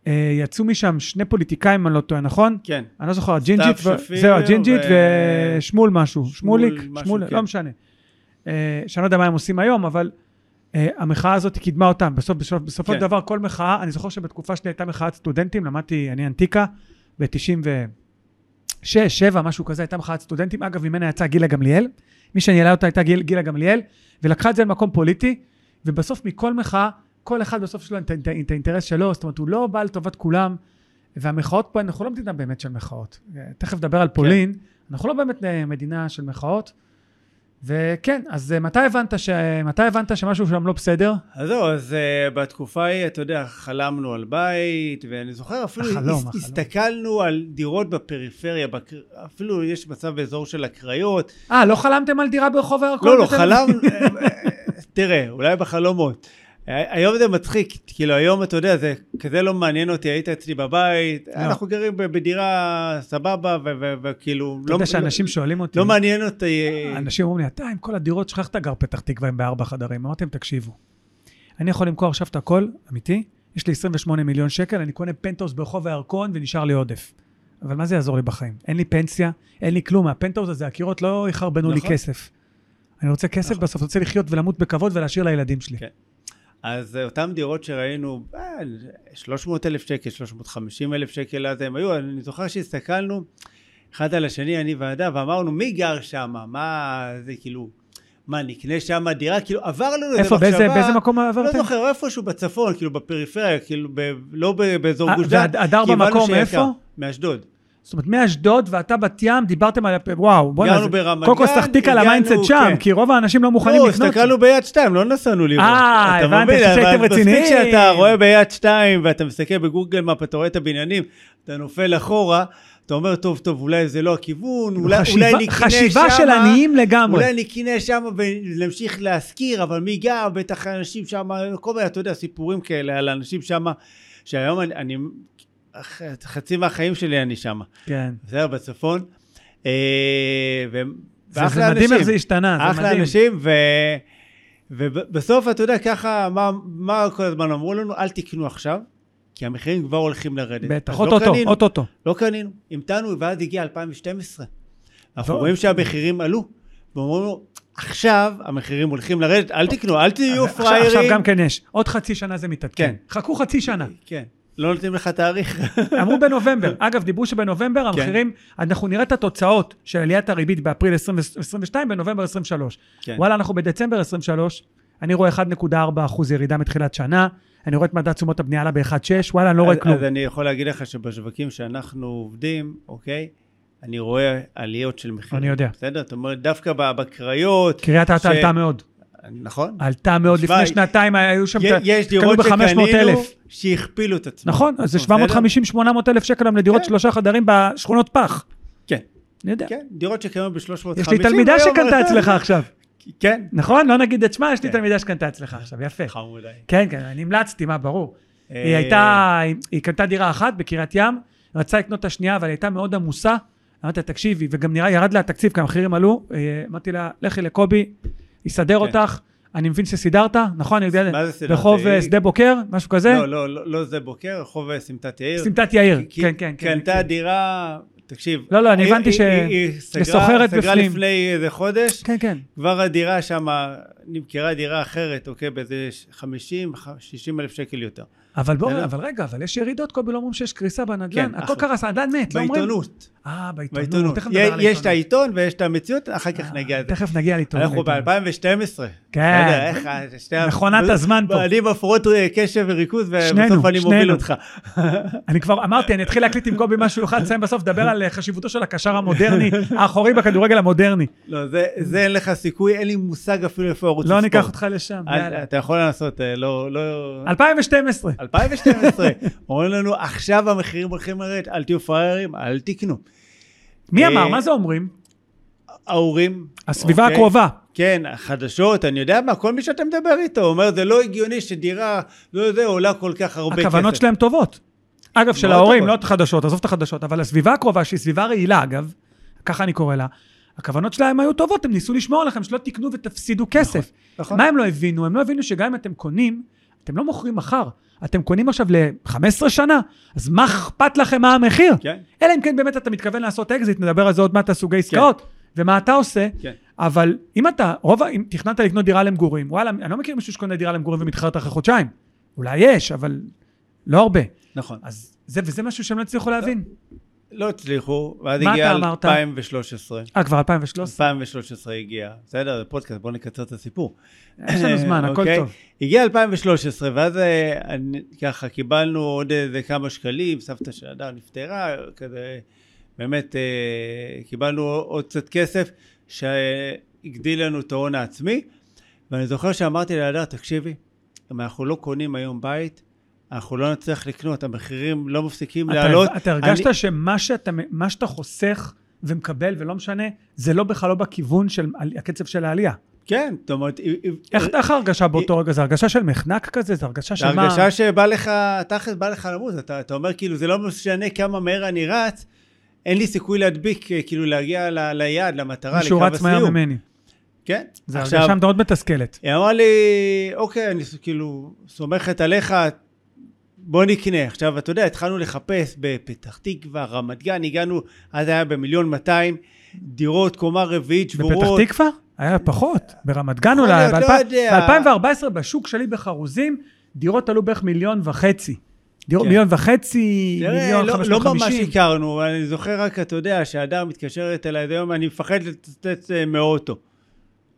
B: שיצאו משם שני פוליטיקאים, אני לא טועה, נכון?
C: כן.
B: אני לא זוכר, הג'ינג'ית, ו-
C: שפיר
B: זהו, הג'ינג'ית
C: ו-
B: ושמול משהו,
C: שמול
B: שמוליק,
C: משהו,
B: שמול,
C: כן.
B: לא משנה. אה, שאני לא יודע מה הם עושים היום, אבל אה, המחאה הזאת קידמה אותם. בסוף, בסוף, בסופו
C: כן.
B: של דבר, כל מחאה, אני זוכר שבתקופה שלי הייתה מחאת סטודנטים, למדתי, אני אנטיקה, ב-96, 7, משהו כזה, הייתה מחאת סטודנטים. אגב, ממנה יצאה גילה גמליאל. מי שניהלה אותה הייתה גיל, גילה גמליאל, ולקחה את זה למקום פוליטי, ובסוף מכל מחאה, כל אחד בסוף שלו את האינט- את האינטרס שלו, זאת אומרת, הוא לא בא לטובת כולם, והמחאות פה, אנחנו לא מדינה באמת של מחאות. אה, תכף נדבר
C: כן.
B: על פולין, אנחנו לא באמת אה, מדינה של מחאות, וכן, אז אה, מתי הבנת, ש... מתי הבנת שמשהו שם לא בסדר?
C: אז זהו, אז uh, בתקופה ההיא, אתה יודע, חלמנו על בית, ואני זוכר אפילו,
B: החלום,
C: הס-
B: החלום.
C: הסתכלנו על דירות בפריפריה, בקר... אפילו יש מצב באזור של הקריות.
B: אה, לא חלמתם על דירה ברחוב הירקון?
C: לא, לא,
B: בתל אביב?
C: חלמנו, אה, אה, תראה, אולי בחלומות. אה, היום זה מצחיק, כאילו היום אתה יודע, זה כזה לא מעניין אותי, היית אצלי בבית,
B: לא.
C: אנחנו גרים ב- בדירה סבבה, ו- ו- וכאילו,
B: אתה יודע שאנשים שואלים אותי,
C: לא מעניין אותי, אה,
B: אנשים אומרים לי, אתה עם כל הדירות שלך, איך אתה גר פתח תקווה עם בארבע חדרים? אמרתי להם, תקשיבו, אני יכול למכור עכשיו את הכל, אמיתי, יש לי 28 מיליון שקל, אני קונה פנטהאוס ברחוב הירקון ונשאר לי עודף. אבל מה זה יעזור לי בחיים? אין לי פנסיה, אין לי כלום, מהפנטהאוס הזה הקירות לא יחרבנו לי
C: נכון.
B: כסף. אני רוצה כסף
C: נכון.
B: בסוף, רוצה לחיות ולמות בכבוד ולהשאיר לילדים שלי.
C: כן. אז אה, אותם דירות שראינו, אה, 300 אלף שקל, 350 אלף שקל, אז הם היו, אני זוכר שהסתכלנו אחד על השני, אני ואדם, ואמרנו, מי גר שם? מה זה כאילו, מה, נקנה שם דירה? כאילו, עבר לנו איזה
B: איפה,
C: מחשבה.
B: באיזה באיזה מקום
C: לא
B: עברתם?
C: זוכר, איפשהו בצפון, כאילו בפריפריה, כאילו ב, לא ב, באזור
B: אה,
C: גוש דן.
B: והד- הדר
C: כי הבנו
B: במקום
C: שיקר.
B: מאיפה?
C: מאשדוד.
B: זאת אומרת, מאשדוד ואתה בת ים, דיברתם על... הפ- וואו, בוא'נה,
C: גרנו
B: זה-
C: ברמת
B: קודם כל
C: גן,
B: סחטיק על
C: הגענו,
B: המיינדסט שם,
C: כן.
B: כי רוב האנשים לא מוכנים
C: לא,
B: לקנות.
C: הסתכלנו ביד שתיים, לא נסענו לראות.
B: אה,
C: אתה
B: הבנתי,
C: מבין?
B: חשבתי
C: אבל
B: שהייתם רציניים.
C: מספיק שאתה רואה ביד שתיים ואתה מסתכל בגוגל מפ, אתה רואה את הבניינים, אתה נופל אחורה, אתה אומר, טוב, טוב, אולי זה לא הכיוון, אולי,
B: חשיבה-
C: אולי נקנה
B: חשיבה
C: שמה,
B: של עניים לגמרי.
C: אולי נקנה שם ונמשיך להשכיר, אבל מי גר? בטח אנשים שם, כל מיני, אתה יודע, סיפורים כאלה על אנשים שם, שהיום אני, אני ח- חצי מהחיים שלי אני שם.
B: כן.
C: בסדר, בצפון. אה, ו-
B: זה, זה
C: ואחלה
B: מדהים איך
C: אנשים.
B: זה השתנה, זה
C: אחלה
B: מדהים.
C: אנשים, ו... ובסוף, אתה יודע, ככה, מה, מה כל הזמן אמרו לנו? אל תקנו עכשיו, כי המחירים כבר הולכים לרדת.
B: בטח,
C: אז לא
B: אוטוטו,
C: קנינו,
B: אוטוטו.
C: לא קנינו, המתנו, ואז הגיע 2012. אנחנו
B: טוב.
C: רואים שהמחירים עלו, ואומרים לו, עכשיו המחירים הולכים לרדת, אל תקנו, אל תהיו
B: עכשיו- עכשיו
C: פראיירים.
B: גם כן יש. עוד חצי שנה זה מתעדכן.
C: כן.
B: חכו חצי שנה.
C: כן. לא נותנים לך תאריך.
B: אמרו בנובמבר. אגב, דיברו
C: כן.
B: שבנובמבר המחירים, אנחנו נראה את התוצאות של עליית הריבית באפריל 2022, בנובמבר 23.
C: כן.
B: וואלה, אנחנו בדצמבר 23, אני רואה 1.4 אחוז ירידה מתחילת שנה, אני רואה את מדד תשומות הבנייה עלה ב-1.6, וואלה, אני לא רואה
C: אז-
B: כלום.
C: אז אני יכול להגיד לך שבשווקים שאנחנו עובדים, אוקיי, אני רואה עליות של מחירים.
B: אני יודע.
C: בסדר? זאת אומרת, דווקא ב- בקריות...
B: קריית
C: ש-
B: אתא עלתה מאוד.
C: נכון.
B: עלתה מאוד,
C: תשמע,
B: לפני שנתיים היו שם,
C: י- יש
B: קנו
C: דירות
B: ב- 500,000.
C: שקנינו שהכפילו את עצמם.
B: נכון, אז זה
C: בסדר?
B: 750-800 אלף שקל היום לדירות
C: כן.
B: שלושה חדרים בשכונות פח.
C: כן,
B: אני יודע.
C: כן, דירות שקנינו ב-350.
B: יש לי תלמידה שקנתה אצלך עכשיו.
C: כן.
B: נכון? לא נגיד את שמה, יש לי
C: כן.
B: תלמידה שקנתה אצלך עכשיו, יפה.
C: חמור מדי.
B: כן, כן, אני המלצתי, מה, ברור. היא
C: אה,
B: הייתה, היא- היא קנתה דירה אחת בקריית ים, רצה לקנות את השנייה, אבל היא הייתה מאוד עמוסה. אמרתי לה, תקשיבי, וגם נראה, ירד לה התקציב, כי המחירים עלו. אה, אמרתי לה, לכי לקובי, יסדר
C: כן.
B: אותך. אני מבין שסידרת, נכון? אני יודע,
C: מה זה סידרת?
B: ברחוב אה,
C: היא-
B: שדה בוקר, משהו כזה?
C: לא, לא, לא, לא זה בוקר, רחוב סמטת יאיר.
B: סמטת יאיר,
C: כי-
B: כן, כן, כן.
C: קנתה דירה, תקשיב.
B: לא, לא, אני
C: היא-
B: הבנתי
C: היא-
B: ש-
C: היא- היא סגרה-
B: סוחרת
C: סגרה
B: בפנים.
C: לפני איזה חודש,
B: כן, כן.
C: כבר הדירה שם, נמכרה דירה אחרת, אוקיי, באיזה 50, 60 אלף שקל יותר.
B: אבל בואו,
C: בסדר?
B: אבל רגע, אבל יש ירידות, קובי, לא אומרים שיש קריסה בנדל"ן.
C: כן,
B: הכל
C: אחלה.
B: קרס, הנדל"ן מת, לא אומרים?
C: בעיתונות,
B: אה, בעיתונות.
C: בעיתונות.
B: תכף נדבר על
C: יש
B: העיתונות. אה,
C: את העיתון ויש את המציאות, אחר כך נגיע לזה.
B: תכף נגיע לעיתונות.
C: אנחנו ב-2012.
B: כן. מכונת הזמן פה.
C: אני בהפרעות קשב וריכוז,
B: שנינו,
C: ובסוף אני
B: שנינו.
C: מוביל אותך.
B: אני כבר אמרתי, אני אתחיל להקליט עם קובי משהו אחד, נסיים בסוף, דבר על אה, חשיבותו של הקשר המודרני, האחורי בכדורגל המודרני.
C: לא, זה- זה אין לך סיכוי, אין לי מושג אפילו איפה ערוץ הספורט.
B: לא ניקח אותך לשם,
C: אל-
B: יאללה.
C: אתה יכול לנסות, אה, לא... לא-
B: 2012.
C: 2012, אומרים לנו, עכשיו המחירים הולכים לרדת, אל תהיו פראיירים, אל תקנו.
B: מי
C: אה,
B: אמר? מה זה אומרים?
C: ההורים...
B: הסביבה
C: אוקיי,
B: הקרובה.
C: כן, החדשות, אני יודע מה, כל מי שאתה מדבר איתו אומר, זה לא הגיוני שדירה, לא יודע, עולה כל כך הרבה כסף.
B: הכוונות שלהם טובות. אגב, של
C: מאוד
B: ההורים, לא
C: טובות.
B: את החדשות, עזוב את החדשות, אבל הסביבה הקרובה, שהיא סביבה רעילה אגב, ככה אני קורא לה, הכוונות שלהם היו טובות, הם ניסו לשמור עליכם שלא תקנו ותפסידו כסף.
C: נכון.
B: מה הם לא הבינו? הם לא הבינו שגם אם אתם קונים, אתם לא מוכרים מחר. אתם קונים עכשיו ל-15 שנה, אז מה אכפת לכם מה המחיר?
C: כן.
B: אלא אם כן באמת אתה מתכוון לעשות אקזיט, נדבר על זה עוד מעט, הסוגי עסקאות, ומה אתה עושה.
C: כן.
B: אבל אם אתה, רוב, ה- אם תכננת לקנות דירה למגורים, וואלה, אני לא מכיר מישהו שקונה דירה למגורים ומתחרט אחרי חודשיים. אולי יש, אבל לא הרבה.
C: נכון.
B: אז זה, וזה משהו שהם לא הצליחו להבין.
C: לא הצליחו, ואז
B: מה
C: הגיע
B: אתה אמרת?
C: 2013.
B: אה, כבר 2013?
C: 2013 הגיע, בסדר, זה פודקאסט, בואו נקצר את הסיפור.
B: יש לנו זמן, הכל
C: אוקיי?
B: טוב.
C: הגיע 2013, ואז אה, אני- ככה קיבלנו עוד איזה כמה שקלים, סבתא של אדם נפטרה, כזה, באמת אה, קיבלנו עוד קצת כסף שהגדיל לנו את ההון העצמי, ואני זוכר שאמרתי לאדר, תקשיבי, אם אנחנו לא קונים היום בית, אנחנו לא נצליח לקנות, המחירים לא מפסיקים
B: אתה-
C: לעלות.
B: אתה הרגשת
C: אני-
B: שמה שאתה, מה שאתה חוסך ומקבל, ולא משנה, זה לא בכלל לא בכיוון של הקצב של העלייה.
C: כן, זאת אומרת...
B: איך איך ההרגשה באותו רגע? זה הרגשה של מחנק כזה? זה הרגשה
C: אה, זה
B: של מה?
C: הרגשה שבא לך, תכל'ס בא לך למות, אתה, אתה אומר כאילו זה לא משנה כמה מהר אני רץ, אין לי סיכוי להדביק, אה, כאילו להגיע ל, ליעד, למטרה, לקו
B: מישהו
C: הסיום.
B: רץ מהר ממני.
C: כן.
B: זה
C: עכשיו,
B: הרגשה מאוד מתסכלת.
C: היא אמרה לי, אוקיי, אני ס- כאילו סומכת עליך, בוא נקנה. עכשיו, אתה יודע, התחלנו לחפש בפתח תקווה, רמת גן, הגענו, אז היה במיליון 200 דירות, קומה רביעית, שבורות.
B: בפתח תקווה? היה פחות, ברמת גן
C: יכול
B: אולי.
C: להיות, לא יודע.
B: ב-2014 בשוק שלי בחרוזים, דירות עלו בערך מיליון וחצי. דירות
C: כן.
B: מיליון וחצי,
C: תראה,
B: מיליון
C: לא,
B: חמש
C: לא
B: מאות
C: ממש
B: חמישים.
C: הכרנו, אבל אני זוכר רק, אתה יודע, שהדר מתקשרת אליי עד היום, אני מפחד לצאת אה, מהאוטו.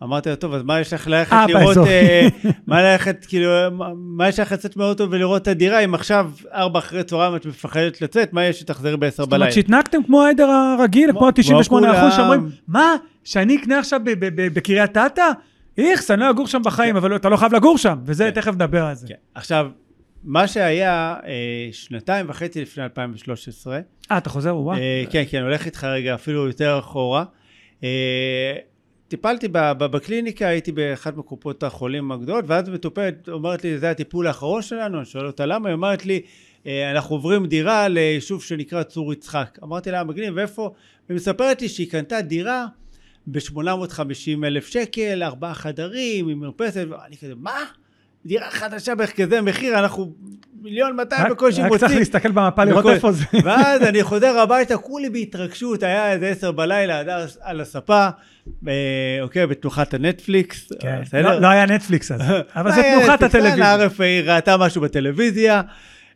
C: אמרתי לו, טוב, אז מה יש לך ללכת
B: אה,
C: לראות,
B: באזור."
C: אה, מה ללכת, כאילו, מה- מה יש לך לצאת מהאוטו ולראות את הדירה, אם עכשיו, ארבע אחרי צהריים את מפחדת לצאת, מה יש שתחזרי בעשר
B: זאת אומרת
C: בלילה?
B: שהתנהגתם כמו העדר הרגיל, כמו
C: כמו
B: ה-98 אחוז
C: כולם.
B: שאומרים, מה, שאני אקנה עכשיו ב- ב- ב- בקריית אתא? איכס, אני לא אגור שם בחיים, אבל לא- אתה לא חייב לגור שם, וזה,
C: כן.
B: תכף נדבר על זה.
C: כן. עכשיו, מה שהיה אה, שנתיים וחצי לפני 2013,
B: אה, אתה חוזר, וואו.
C: אה, כן, כן, הולך איתך רגע אפילו יותר אחורה. אה, טיפלתי ב- ב- בקליניקה, הייתי באחת מקופות החולים הגדולות, ואז מטופלת אומרת לי, זה הטיפול האחרון שלנו, אני שואל אותה למה, היא אומרת לי, "אה, אנחנו עוברים דירה ליישוב שנקרא צור יצחק. אמרתי לה, מגניב, ואיפה? והיא מספרת לי שהיא קנתה דירה ב-850 אלף שקל, ארבעה חדרים, עם מרפסת, ואני כזה, מה? דירה חדשה בכזה מחיר, אנחנו מיליון 200
B: רק
C: בקושי
B: רק צריך
C: מוצאים.
B: להסתכל במפה לראות
C: בכל-
B: איפה זה.
C: ואז אני חוזר הביתה, כולי בהתרגשות, היה איזה עשר בלילה, הדר על הספה, אה, אוקיי, בתנוחת הנטפליקס,
B: כן.
C: בסדר?
B: לא- לא היה נטפליקס אז, אבל
C: לא
B: זה
C: היה
B: תנוחת
C: נטפליקס,
B: הטלוויזיה.
C: אנא RFA ראתה משהו בטלוויזיה, אה,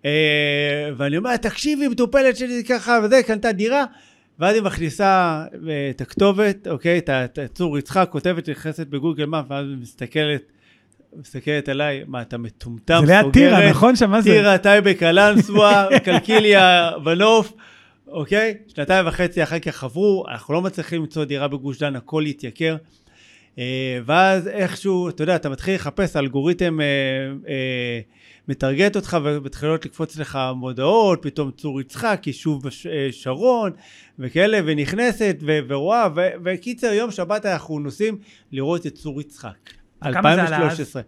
C: אה, ואני אומר, תקשיבי, מטופלת שלי ככה וזה, קנתה דירה, ואז היא מכניסה אה, את הכתובת, אוקיי, את ה- את הצור יצחק, כותבת, נכנסת בגוגל מאפ, ואז היא מסתכלת, מסתכלת עליי, מה, אתה מטומטם,
B: זה ליד טירה,
C: סוגרת,
B: נכון? שם מה זה?
C: טירה, טייבה, קלנסווה, קלקיליה, בנוף, אוקיי? שנתיים וחצי אחר כך עברו, אנחנו לא מצליחים למצוא דירה בגוש דן, הכל התייקר. אה, ואז איכשהו, אתה יודע, אתה מתחיל לחפש, האלגוריתם אה, אה, מטרגט אותך ומתחילות לקפוץ לך מודעות, פתאום צור יצחק, יישוב בש- אה, שרון וכאלה, ונכנסת ו- ורואה, ו- וקיצר, יום שבת אנחנו נוסעים לראות את צור יצחק.
B: כמה זה עלה אז?
C: 2013.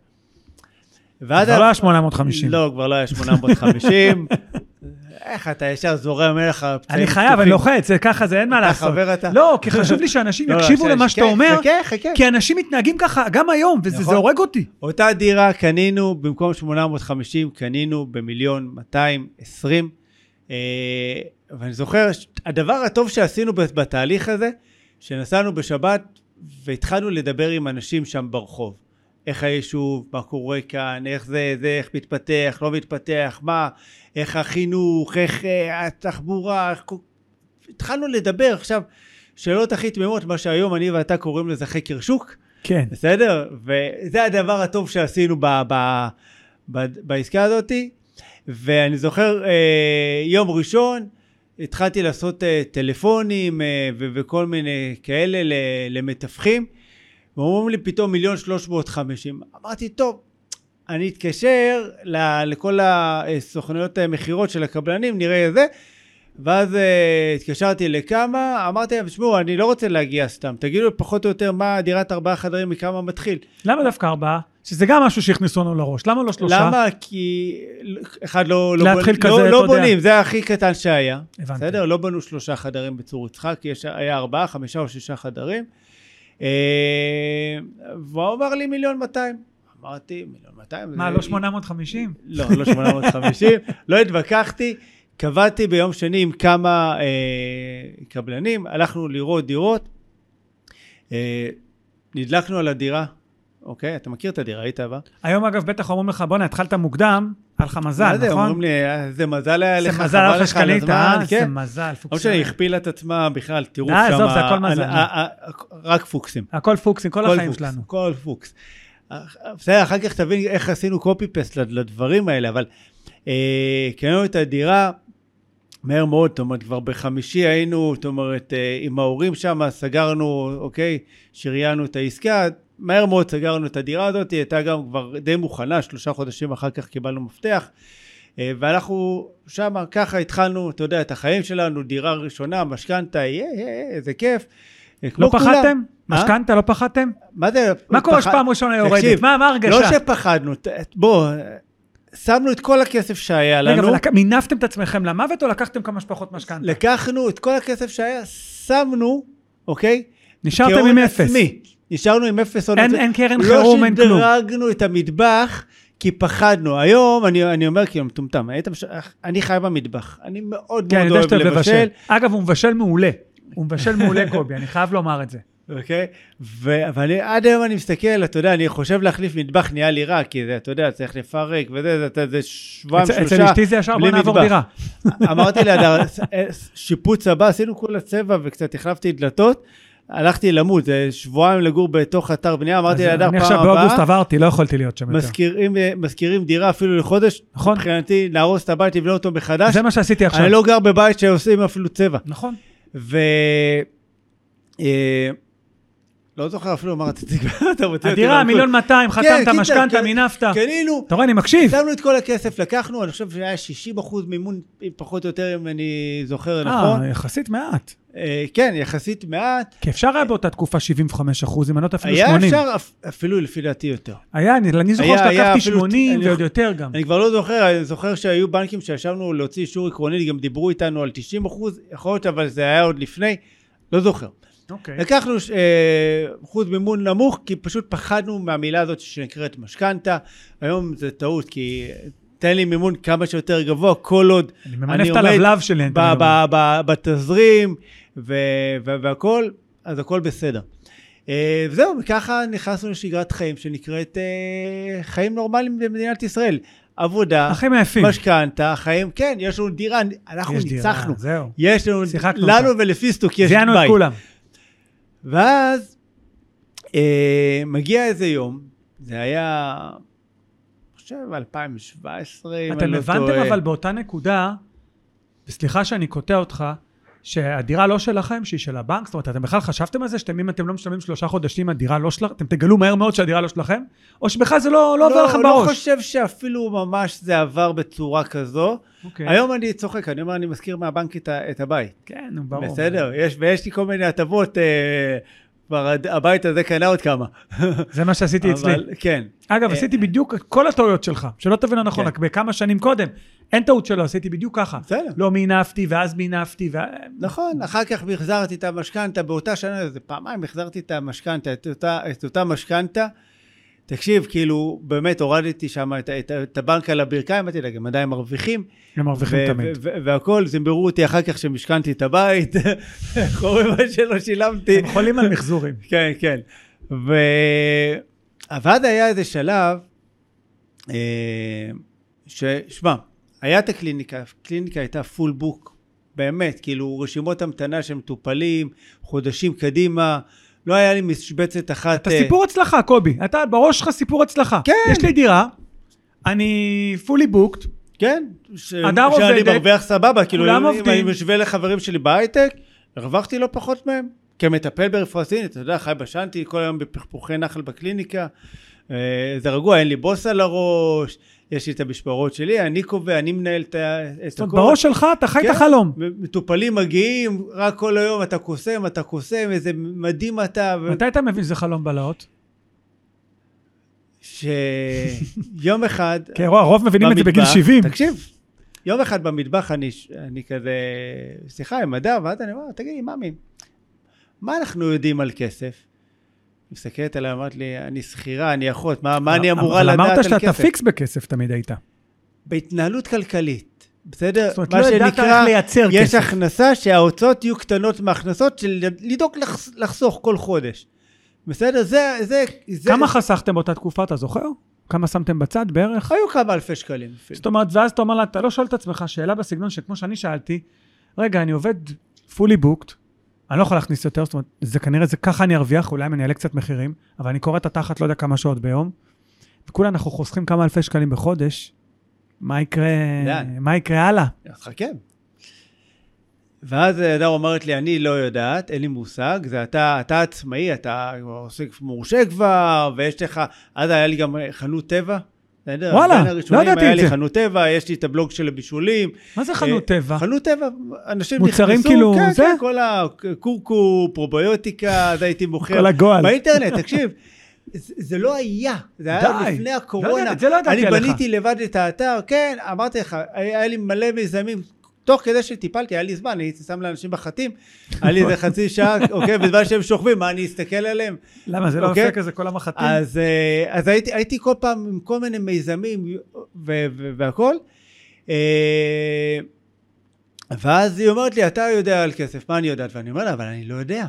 C: ואז
B: זה לא היה 850.
C: לא, כבר לא היה 850. איך אתה ישר זורם, אין לך פצעים
B: אני חייב, אני
C: פתוחים.
B: לוחץ, זה ככה זה, אין מה
C: אתה
B: לעשות.
C: חבר אתה.
B: לא, כי חשוב לי שאנשים
C: לא, לא,
B: יקשיבו
C: ש-
B: למה שאתה
C: חכה,
B: אומר,
C: חכה, חכה.
B: כי אנשים מתנהגים ככה גם היום, וזה
C: נכון.
B: זה הורג אותי.
C: אותה דירה קנינו, במקום 850 קנינו במיליון 220. אה, ואני זוכר, ש- הדבר הטוב שעשינו בת- בתהליך הזה, שנסענו בשבת והתחלנו לדבר עם אנשים שם ברחוב. איך היישוב, מה קורה כאן, איך זה, זה, איך מתפתח, לא מתפתח, מה, איך החינוך, איך אה, התחבורה, איך... כל- התחלנו לדבר עכשיו שאלות הכי תמימות, מה שהיום אני ואתה קוראים לזה חקר שוק.
B: כן.
C: בסדר? וזה הדבר הטוב שעשינו ב, ב, ב, בעסקה הזאתי. ואני זוכר אה, יום ראשון התחלתי לעשות אה, טלפונים אה, ו- וכל מיני כאלה ל- למתווכים. ואומרים לי פתאום מיליון שלוש מאות חמישים. אמרתי, טוב, אני אתקשר ל- לכל הסוכנויות המכירות של הקבלנים, נראה זה. ואז אה, התקשרתי לכמה, אמרתי להם, תשמעו, אני לא רוצה להגיע סתם, תגידו פחות או יותר מה דירת ארבעה חדרים מכמה מתחיל.
B: למה דווקא ארבעה? שזה גם משהו שהכניסו לנו לראש, למה לא שלושה?
C: למה? כי אחד לא, לא,
B: להתחיל
C: בונ-
B: כזה,
C: לא,
B: אתה
C: לא
B: יודע.
C: בונים, זה הכי קטן שהיה.
B: הבנתי.
C: בסדר? לא בנו שלושה חדרים בצור יצחק, יש, היה ארבעה, חמישה או שישה חדרים. אה, והוא אמר לי מיליון מאתיים. אמרתי, מיליון מאתיים.
B: מה,
C: זה-
B: לא 850?
C: לא, לא 850. לא התווכחתי, קבעתי ביום שני עם כמה אה, קבלנים, הלכנו לראות דירות, אה, נדלקנו על הדירה, אוקיי? אתה מכיר את הדירה, היית בה?
B: היום אגב בטח אומרים לך, בואנה, התחלת מוקדם, היה לך מזל,
C: מה זה, אומרים
B: נכון?
C: לי, "אה, זה מזל היה לך,
B: זה מזל על
C: חבל לך על
B: החשקלית,
C: הזמן,
B: אה? זה
C: כן.
B: מזל,
C: לא משנה, היא
B: פוקסים.
C: הכפילה את עצמה בכלל, תראו
B: די,
C: שם...
B: עזוב, זה הכל מזל.
C: רק פוקסים.
B: הכל פוקסים, כל
C: כל
B: החיים
C: פוקס,
B: שלנו.
C: כל פוקס. בסדר, אחר כך תבין איך עשינו קופי פסט לדברים האלה, אבל אה, קנינו את הדירה מהר מאוד, זאת אומרת, כבר בחמישי היינו, זאת אומרת, אה, עם ההורים שם, סגרנו, אוקיי, שריינו את העסקה, מהר מאוד סגרנו את הדירה הזאת, היא הייתה גם כבר די מוכנה, שלושה חודשים אחר כך קיבלנו מפתח. אה, ואנחנו שם ככה התחלנו, אתה יודע, את החיים שלנו, דירה ראשונה, משכנתה, יהיה, יהיה, איזה כיף. אה,
B: לא
C: כמו כולם.
B: פחדתם?
C: אה?
B: משכנתה, לא פחדתם?
C: מה זה?
B: מה קורה
C: פחד-
B: שפעם ראשונה יורדת?
C: תקשיב,
B: מה מה
C: לא
B: ההרגשה?
C: שפחדנו, ת- בוא, שמנו את כל הכסף שהיה
B: רגע,
C: לנו,
B: אבל לק- מינפתם את עצמכם למוות או לקחתם כמה שפחות משכנתה?
C: לקחנו את כל הכסף שהיה, שמנו, אוקיי?
B: נשארתם
C: כהון
B: עם אפס.
C: עצמי. נשארנו עם אפס הון
B: אין-
C: עצמי.
B: אין קרן חירום, אין כלום.
C: לא שדרגנו את המטבח, כי פחדנו. היום, אני, אני אומר כאילו, מטומטם, היית מש... אני חי במטבח. אני מאוד
B: כן, אני
C: מאוד
B: יודע שאתה
C: אוהב
B: אוהב
C: לבשל.
B: לבשל. אגב, הוא מבשל מעולה. הוא מבשל מעולה, קובי, אני חייב לומר את זה.
C: אוקיי? ו- ואני עד היום אני מסתכל, אתה יודע, אני חושב להחליף מטבח נהיה לי רע, כי זה, אתה יודע, צריך לפרק וזה, זה, זה, זה שבועיים,
B: אצל-
C: שלושה,
B: אצל אשתי זה ישר, בוא
C: בלי
B: נעבור
C: מטבח."
B: דירה.
C: אמרתי להדר, "ס- אה, שיפוץ הבא, עשינו כולה צבע וקצת החלפתי דלתות, הלכתי למות, זה שבועיים לגור בתוך אתר בנייה, אמרתי
B: אז
C: להדר
B: אני
C: פעם
B: עכשיו באוגוסט
C: הבאה,
B: עברתי, לא יכולתי להיות שם יותר.
C: מזכירים, אה, מזכירים דירה אפילו לחודש,
B: נכון.
C: מבחינתי להרוס את הבית, לבנות אותו מחדש,
B: זה מה שעשיתי עכשיו.
C: אני לא גר בבית שעושים אפילו צבע.
B: נכון.
C: ו... אה, לא זוכר אפילו מה רציתי, אתה מוצא אותי
B: הדירה,
C: מהמקום.
B: מיליון 200,
C: כן,
B: חתמת,
C: קיצר,
B: משכנתה,
C: כן,
B: מינפת.
C: קנינו,
B: אתה רואה, אני מקשיב.
C: שמנו את כל הכסף, לקחנו, אני חושב שהיה 60 אחוז מימון, פחות או יותר, אם אני זוכר נכון.
B: אה, יחסית מעט.
C: אה, כן, יחסית מעט.
B: כי אפשר היה באותה תקופה 75 אחוז, אם אני לא טועה אפילו
C: היה
B: 80.
C: אפשר אפ- אפילו לפי דעתי יותר.
B: היה, אני אני זוכר
C: היה- היה
B: שלקחתי
C: אפילו-
B: 80
C: אני-
B: ועוד יותר גם.
C: אני כבר לא זוכר, אני זוכר שהיו בנקים שישבנו להוציא אישור עקרוני, גם דיברו איתנו על 90 אחוז, יכול להיות, אבל זה היה עוד לפני, לא זוכר.
B: אוקיי.
C: לקחנו אה, אחוז מימון נמוך, כי פשוט פחדנו מהמילה הזאת שנקראת משכנתה. היום זה טעות, כי תן לי מימון כמה שיותר גבוה, כל עוד
B: אני ממנף את
C: עומד
B: הלבלב שלי. אני
C: ב-
B: תמיד אומר.
C: ב- ב- בתזרים ו- ו- והכל, אז הכל בסדר. אה, וזהו, וככה נכנסנו לשגרת חיים שנקראת אה, חיים נורמליים במדינת ישראל. עבודה,
B: הכי מעייפים.
C: משכנתה, חיים, כן, יש לנו דירה, אנחנו
B: יש דירה,
C: ניצחנו.
B: זהו.
C: יש לנו,
B: שיחקנו
C: לנו
B: אותה.
C: ולפיסטוק יש
B: זיינו את
C: בית.
B: כולם.
C: ואז אה, מגיע איזה יום, זה היה, אני חושב, 2017, אם אני
B: אתם
C: לא טועה.
B: הבנתם אבל באותה נקודה, וסליחה שאני קוטע אותך, שהדירה לא שלכם, שהיא של הבנק, זאת אומרת, אתם בכלל חשבתם על זה שאתם, אם אתם לא משלמים שלושה חודשים, הדירה לא שלכם, אתם תגלו מהר מאוד שהדירה לא שלכם, או שבכלל זה לא, לא עובר לכם
C: לא
B: בראש.
C: חושב שאפילו ממש זה עבר בצורה כזו.
B: אוקיי.
C: היום אני צוחק, אני אומר, אני מזכיר מהבנק את ה- את הבית.
B: כן, נו, ברור.
C: בסדר, יש, ויש לי כל מיני הטבות, אה, כבר הד- הבית הזה קנה עוד כמה.
B: זה מה שעשיתי אצלי.
C: אבל- כן.
B: אגב,
C: אה,
B: עשיתי בדיוק את כל הטעויות שלך, שלא תבין נכון,
C: כן.
B: רק בכמה שנים קודם. אין טעות שלא, עשיתי בדיוק ככה.
C: בסדר.
B: לא מינפתי, ואז מינפתי, וה-
C: נכון, אחר כך החזרתי את המשכנתה, באותה שנה, איזה פעמיים החזרתי את המשכנתה, את אותה, את אותה משכנתה. תקשיב, כאילו, באמת הורדתי שם את, את, את הבנק על הברכיים, אמרתי לה, גם עדיין מרוויחים.
B: הם מרוויחים
C: ו-
B: תמיד.
C: ו- ו- והכל, זמברו אותי אחר כך שמשכנתי את הבית, איך אומרים מה שלא שילמתי.
B: הם חולים על מחזורים.
C: כן, כן. ו... אבל אז היה איזה שלב, אה, ש... שמע, היה את הקליניקה, הקליניקה הייתה פול בוק, באמת, כאילו רשימות המתנה של מטופלים, חודשים קדימה, לא היה לי משבצת אחת...
B: אתה
C: אה,
B: סיפור הצלחה, קובי. אתה, בראש שלך סיפור הצלחה.
C: כן.
B: יש לי דירה, אני fully booked,
C: כן, ש...
B: הדר
C: שאני
B: עובדת,
C: מרוויח סבבה, כאילו
B: כולם
C: אם אם
B: עובדים.
C: אני משווה לחברים שלי בהייטק, הרווחתי לא פחות מהם. כמטפל ברפואה סינית, אתה יודע, חי בשנתי כל היום בפכפוכי נחל בקליניקה, אה, זה רגוע, אין לי בוס על הראש, יש לי את המשמרות שלי, אני קובע, אני מנהל את ה- את
B: זאת אומרת,
C: הכל. כן.
B: בראש שלך אתה חי את החלום.
C: מטופלים מגיעים, רק כל היום אתה קוסם, אתה קוסם, איזה מדהים אתה. ו- כן.
B: מתי אתה מבין שזה חלום בלהות?
C: שיום אחד...
B: כי הרוב- הרוב מבינים את זה בגיל
C: במטבח,
B: 70.
C: תקשיב, יום אחד במטבח אני, אני כזה, שיחה עם הדר, ואז אני אומר, תגידי, ממי, מה אנחנו יודעים על כסף? היא מסתכלת עליי, אמרת לי, אני שכירה, אני אחות, מה, מה אני אמורה
B: אבל
C: לדעת על כסף?
B: אמרת שאתה פיקס בכסף תמיד היית.
C: בהתנהלות כלכלית, בסדר?
B: זאת אומרת,
C: מה
B: לא ידעת
C: שנקרא,
B: איך לייצר
C: יש
B: כסף.
C: הכנסה שההוצאות יהיו קטנות מההכנסות, של לדאוג לחס- לחסוך כל חודש. בסדר? זה, זה, זה...
B: כמה חסכתם באותה תקופה, אתה זוכר? כמה שמתם בצד בערך?
C: היו כמה אלפי שקלים אפילו.
B: זאת אומרת, ואז אתה אומר לה, אתה לא שואל את עצמך שאלה בסגנון שכמו שאני שאלתי, רגע, אני עובד fully booked, אני לא יכול להכניס יותר, זאת אומרת, זה כנראה, זה ככה אני ארוויח, אולי אם אני אעלה קצת מחירים, אבל אני קורא את התחת לא יודע כמה שעות ביום, וכולה אנחנו חוסכים כמה אלפי שקלים בחודש, מה יקרה,
C: לאן?
B: מה יקרה הלאה?
C: אז חכה. ואז הדר אומרת לי, אני לא יודעת, אין לי מושג, זה אתה, אתה עצמאי, אתה עוסק מורשה כבר, ויש לך, אז היה לי גם אה, חנות טבע. בסדר?
B: וואלה,
C: בין
B: לא
C: הראשונים
B: ידעתי
C: היה
B: את
C: לי
B: זה.
C: חנות טבע, יש לי את הבלוג של הבישולים.
B: מה זה חנות
C: אה,
B: טבע?
C: חנות טבע, אנשים נכנסו,
B: מוצרים כאילו,
C: כן,
B: זה?
C: כן, כל הקורקו, פרוביוטיקה, אז הייתי מוכר.
B: כל הגועל.
C: באינטרנט, תקשיב. זה זה לא היה, זה היה
B: די.
C: לפני
B: לא
C: הקורונה.
B: יודע, את זה לא ידעתי
C: אני
B: עליך.
C: בניתי לבד את האתר, כן, אמרתי לך, היה היה לי מלא מיזמים. תוך כדי שטיפלתי, היה לי זמן, הייתי שם לאנשים בחטים, היה לי איזה חצי שעה, אוקיי, בזמן שהם שוכבים, מה, אני אסתכל עליהם?
B: למה, זה לא
C: אוקיי.
B: עושה כזה כל המחטים?
C: אז, אה, אז הייתי, הייתי כל פעם עם כל מיני מיזמים ו- ו- והכל. אה, ואז היא אומרת לי, אתה יודע על כסף, מה אני יודעת? ואני אומר לה, אבל אני לא יודע.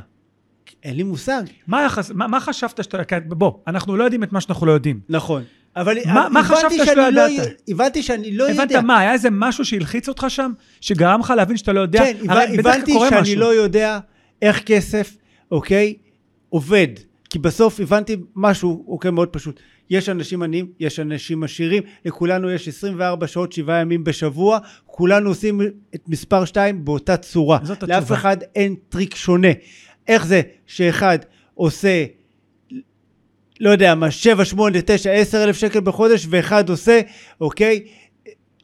C: אין לי מושג.
B: מה יחס- מה מה חשבת שאתה... כן, בוא, אנחנו לא יודעים את מה שאנחנו לא יודעים.
C: נכון. אבל
B: מה- מה
C: הבנתי
B: חשבת
C: שאני
B: שלא
C: לא
B: ידעת?
C: יודע- הבנתי שאני לא
B: הבנת
C: יודע.
B: מה, היה איזה משהו שהלחיץ אותך שם? שגרם לך להבין שאתה לא יודע?
C: כן,
B: הרי
C: הבנ-
B: בדרך כלל
C: הבנתי
B: קורה
C: שאני
B: משהו.
C: לא יודע איך כסף, אוקיי, עובד. כי בסוף הבנתי משהו, אוקיי, מאוד פשוט. יש אנשים עניים, יש אנשים עשירים, לכולנו יש 24 שעות, 7 ימים בשבוע, כולנו עושים את מספר 2 באותה צורה.
B: זאת
C: לאף
B: התשובה.
C: אחד אין טריק שונה. איך זה שאחד עושה, לא יודע מה, 7, 8, 9, 10 אלף שקל בחודש, ואחד עושה, אוקיי,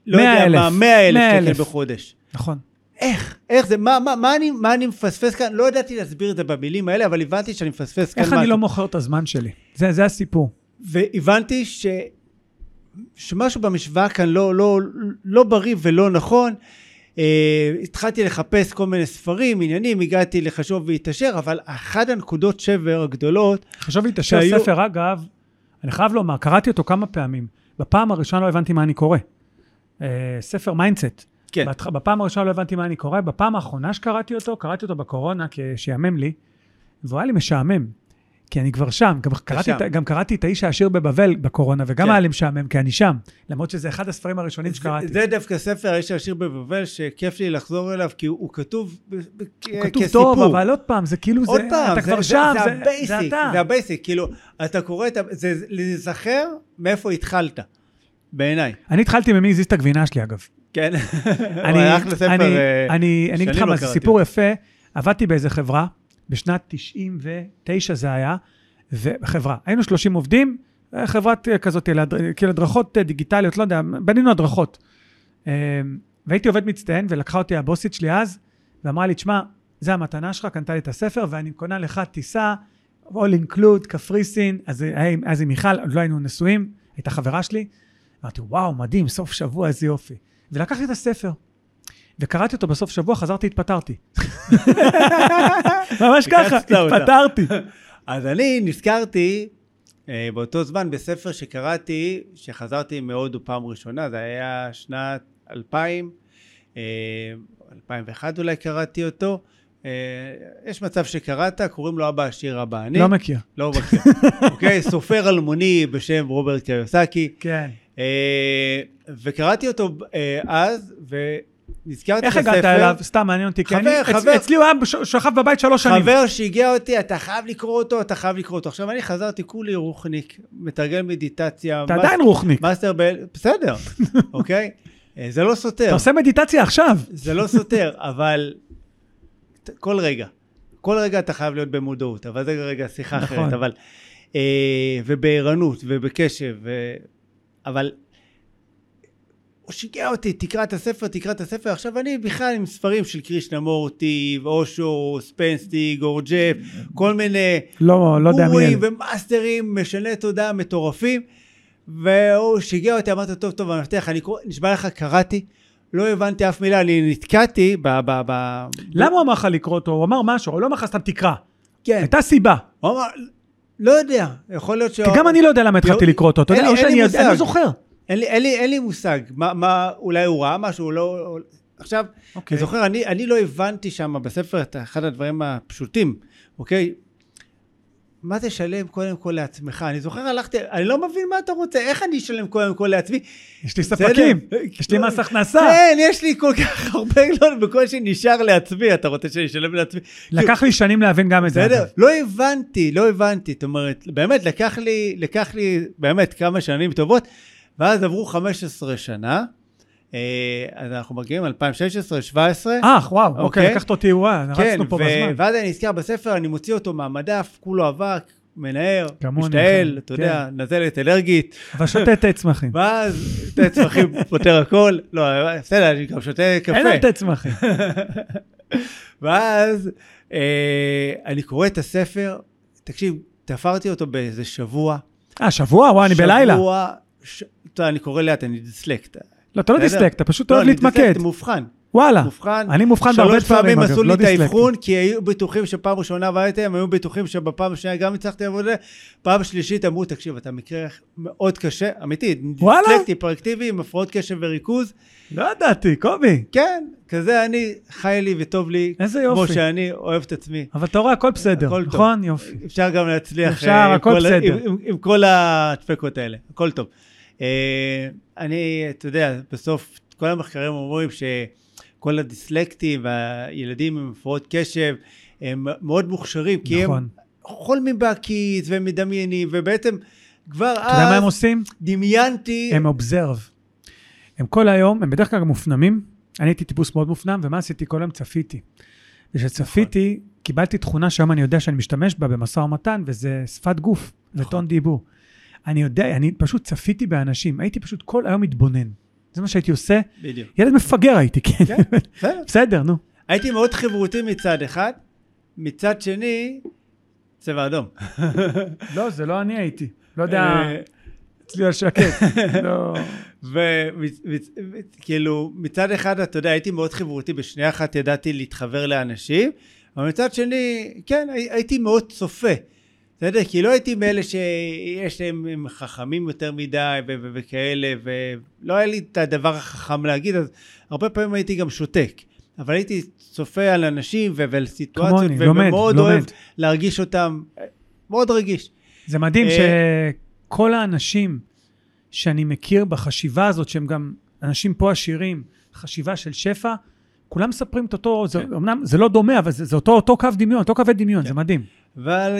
C: לא
B: מאה
C: יודע מה,
B: אלף.
C: 100 אלף
B: מאה אלף.
C: שקל בחודש.
B: נכון.
C: איך? איך זה? מה, מה, מה, אני, מה אני מפספס כאן? לא ידעתי להסביר את זה במילים האלה, אבל הבנתי שאני מפספס כאן
B: איך
C: משהו.
B: אני לא מוכר את הזמן שלי? זה זה הסיפור.
C: והבנתי ש... שמשהו במשוואה כאן לא, לא, לא בריא ולא נכון. אה, התחלתי לחפש כל מיני ספרים, עניינים, הגעתי לחשוב והתעשר, אבל אחת הנקודות שבר הגדולות,
B: חשוב לי את השיר
C: שהיו-
B: הספר, אגב, אני חייב לומר, קראתי אותו כמה פעמים. בפעם הראשונה לא הבנתי מה אני קורא. אה, ספר מיינדסט.
C: כן,
B: בהתח... בפעם הראשונה לא הבנתי מה אני קורא, בפעם האחרונה שקראתי אותו, קראתי אותו בקורונה, כי שיאמם לי, והוא היה לי משעמם. כי אני כבר שם. גם קראתי,
C: שם.
B: את- גם קראתי את האיש העשיר בבבל בקורונה, וגם
C: כן.
B: היה לי משעמם, כי אני שם. למרות שזה אחד הספרים הראשונים
C: זה-
B: שקראתי.
C: זה דווקא ספר, יש השיר בבבל, שכיף לי לחזור אליו, כי הוא הוא כתוב ב- ב-
B: הוא
C: כ-
B: כתוב
C: כסיפור.
B: טוב, אבל עוד פעם, זה כאילו,
C: עוד
B: זה,
C: פעם,
B: אתה
C: זה-
B: כבר
C: זה-
B: שם,
C: זה
B: זה- זה
C: הבייסיק,
B: אתה.
C: זה הבייסיק, כאילו, אתה קורא את ה... זה זה להיזכר מאיפה התחלת, בעיניי,
B: אני התחלתי ממי הזיז את הגבינה שלי, אגב.
C: כן?
B: אני,
C: הוא הלך לספר,
B: אני,
C: אה,
B: אני, אני אגיד לך
C: שנים
B: מה,
C: לא
B: זה
C: קראתי
B: סיפור יפה. עבדתי באיזה חברה, בשנת 99 זה היה, וחברה, היינו 30 עובדים, אה, חברת אה, כזאת, אה, להד- כאילו הדרכות אה, דיגיטליות, לא יודע, בנינו הדרכות. אה, והייתי עובד מצטיין, ולקחה אותי הבוסית שלי אז, ואמרה לי, תשמע, זה המתנה שלך, קנתה לי את הספר, ואני קונה לך טיסה, all include, קפריסין, אז, זה היה עם- אז עם מיכל, עוד לא היינו נשואים, הייתה חברה שלי. אמרתי, וואו, מדהים, סוף שבוע, איזה יופי. ולקחתי את הספר, וקראתי אותו בסוף שבוע, חזרתי, התפטרתי. ממש ככה,
C: הקצת אותה.
B: התפטרתי.
C: אז אני נזכרתי אה, באותו זמן בספר שקראתי, שחזרתי מהודו פעם ראשונה, זה היה שנת 2000, אה, 2001 אולי קראתי אותו. אה, יש מצב שקראת, קוראים לו אבא עשיר אבא עני.
B: לא מכיר.
C: לא מכיר. אוקיי, סופר אלמוני בשם רוברט קיוסקי.
B: כן.
C: אה, וקראתי אותו אה, אז, ונזכרתי
B: איך
C: בספר.
B: הגעת אליו? סתם מעניין אותי. כי
C: חבר,
B: אני- אצ-
C: חבר.
B: אצלי הוא היה בש- שכב בבית שלוש שנים.
C: חבר שהגיע אותי, אתה חייב לקרוא אותו, אתה חייב לקרוא אותו. עכשיו, אני חזרתי כולי רוחניק, מתרגל מדיטציה.
B: אתה
C: מס-
B: עדיין רוחניק.
C: מאסטר בל... בסדר, אוקיי? אה, זה לא
B: אתה
C: סותר.
B: עושה מדיטציה עכשיו.
C: זה לא סותר, אבל ת- כל רגע. כל רגע אתה חייב להיות במודעות, אבל זה רגע שיחה
B: נכון.
C: אחרת, אבל... אה, ובערנות, ובקשב, ו... אבל... הוא שיגע אותי, תקרא את הספר, תקרא את הספר. עכשיו אני בכלל עם ספרים של קרישנמורטי, ואושו, ספנסטי, גורג'ף, כל מיני
B: לא, לא יודע מי
C: גורואים
B: אלה.
C: ומאסטרים, משני תודעה מטורפים. והוא שיגע אותי, אמרת, טוב, טוב, המפתח, אני קורא, נשבע לך, קראתי, לא הבנתי אף מילה, אני נתקעתי ב... ב, ב...
B: למה הוא אמר לך לקרוא אותו? הוא אמר משהו, הוא לא אמר לך סתם תקרא.
C: כן.
B: הייתה סיבה.
C: הוא אמר, לא יודע, יכול להיות ש...
B: כי גם אני לא יודע למה התחלתי
C: לא-
B: לקרוא אותו. אתה
C: אין
B: יודע,
C: לי-
B: או
C: אין לי
B: שאני יודע- אני לא
C: מושג.
B: זוכר.
C: אין לי, אין לי, אין לי מושג, מה, מה, אולי הוא ראה משהו, לא... עכשיו,
B: אוקיי.
C: אני זוכר, אני, אני לא הבנתי שם בספר את אחד הדברים הפשוטים, אוקיי? מה זה שלם קודם כל לעצמך? אני זוכר, הלכתי, אני לא מבין מה אתה רוצה, איך אני אשלם קודם כל לעצמי?
B: יש לי
C: בסדר. אה,
B: ספקים, יש לי מס הכנסה.
C: כן, יש לי כל כך הרבה, לא, בקושי נשאר לעצמי, אתה רוצה שאני אשלם לעצמי?
B: לקח לי שנים להבין גם את זה.
C: בסדר,
B: אגב.
C: לא הבנתי, לא הבנתי, זאת אומרת, באמת לקח לי, לקח לי באמת כמה שנים טובות, ואז עברו 15 שנה, אה, אז אנחנו מגיעים 2016-2017.
B: אה, וואו, אוקיי,
C: אוקיי.
B: לקחת אותי, וואי, רצנו פה
C: כן, ו-
B: בזמן.
C: ואז אני נזכר בספר, אני מוציא אותו מהמדף, כולו אבק, מנער,
B: כמוני,
C: משתעל,
B: כן.
C: אתה יודע, נזלת אלרגית,
B: אבל שותה תה צמחים.
C: ואז תה צמחים פותר הכל, לא, בסדר, אני גם שותה קפה.
B: אין על תה צמחים.
C: ואז אה, אני קורא את הספר, תקשיב, תפרתי אותו באיזה שבוע.
B: אה, שבוע? וואו, אני בלילה.
C: שבוע, ש... אתה, אני קורא לאט, אני דיסלקט.
B: לא, אתה לא
C: בסדר?
B: דיסלקט, אתה פשוט
C: לא,
B: אוהב
C: אני דיסלקט,
B: להתמקד.
C: מובחן.
B: וואלה.
C: מובחן.
B: אני מובחן בהרבה
C: שלוש
B: דברים,
C: פעמים
B: אגב,
C: עשו לי
B: לא
C: את
B: דיסלקט.
C: האבחון, כי היו בטוחים שפעם ראשונה עבדתי, הם היו בטוחים שבפעם השנייה גם הצלחתי לעבוד, פעם שלישית אמרו, תקשיב, אתה מקרה מאוד קשה, אמיתי,
B: וואלה?
C: דיסלקט היפראקטיבי עם הפרעות קשב וריכוז,
B: לא ידעתי, קובי.
C: כן, כזה אני, חי לי וטוב לי,
B: איזה
C: כמו
B: יופי.
C: שאני אוהב את עצמי.
B: אבל אתה רואה, הכל בסדר,
C: הכל טוב.
B: נכון? יופי.
C: אפשר גם להצליח.
B: אפשר,
C: אה, עם
B: הכל
C: כל ה-
B: בסדר.
C: עם- עם- עם כל הדפקות האלה, הכל טוב. אה, אני, אתה יודע, בסוף כל המחקרים אומרים שכל הדיסלקטים והילדים עם הפרעות קשב הם מאוד מוכשרים, כי הם
B: נכון.
C: חולמים בהקיץ ומדמיינים, ובעצם כבר
B: אתה יודע מה הם
C: אז
B: עושים?
C: דמיינתי...
B: הם אובזרב. הם כל היום, הם בדרך כלל גם מופנמים. אני הייתי טיפוס מאוד מופנם, ומה עשיתי? כל היום צפיתי. וכשצפיתי, קיבלתי תכונה שהיום אני יודע שאני משתמש בה במשא ומתן, וזה שפת גוף, זה
C: נכון.
B: טון דיבור. אני יודע, אני פשוט צפיתי באנשים, הייתי פשוט כל היום מתבונן. זה מה שהייתי עושה.
C: בדיוק.
B: ילד מפגר הייתי, כן.
C: כן, בסדר.
B: בסדר, נו.
C: הייתי מאוד חברותי מצד אחד, מצד שני, צבע אדום.
B: לא, זה לא אני הייתי. לא
C: אה,
B: אצלי על שקט. לא...
C: וכאילו, מצד אחד, אתה יודע, הייתי מאוד חברותי, בשנייה אחת ידעתי להתחבר לאנשים, אבל מצד שני, כן, הי- הייתי מאוד צופה. אתה יודע, כי לא הייתי מאלה שיש להם, הם חכמים יותר מדי ו- ו- וכאלה, ולא היה לי את הדבר החכם להגיד, אז הרבה פעמים הייתי גם שותק. אבל הייתי צופה על אנשים ו- ועל סיטואציות,
B: כמוני, לומד,
C: ומאוד
B: לומד.
C: אוהב להרגיש אותם. מאוד רגיש.
B: זה מדהים
C: אה,
B: שכל האנשים שאני מכיר בחשיבה הזאת, שהם גם אנשים פה עשירים, חשיבה של שפע, כולם מספרים את אותו, זה,
C: כן.
B: אמנם זה לא דומה, אבל זה, זה אותו, אותו קו דמיון, אותו קווי דמיון, זה מדהים.
C: אבל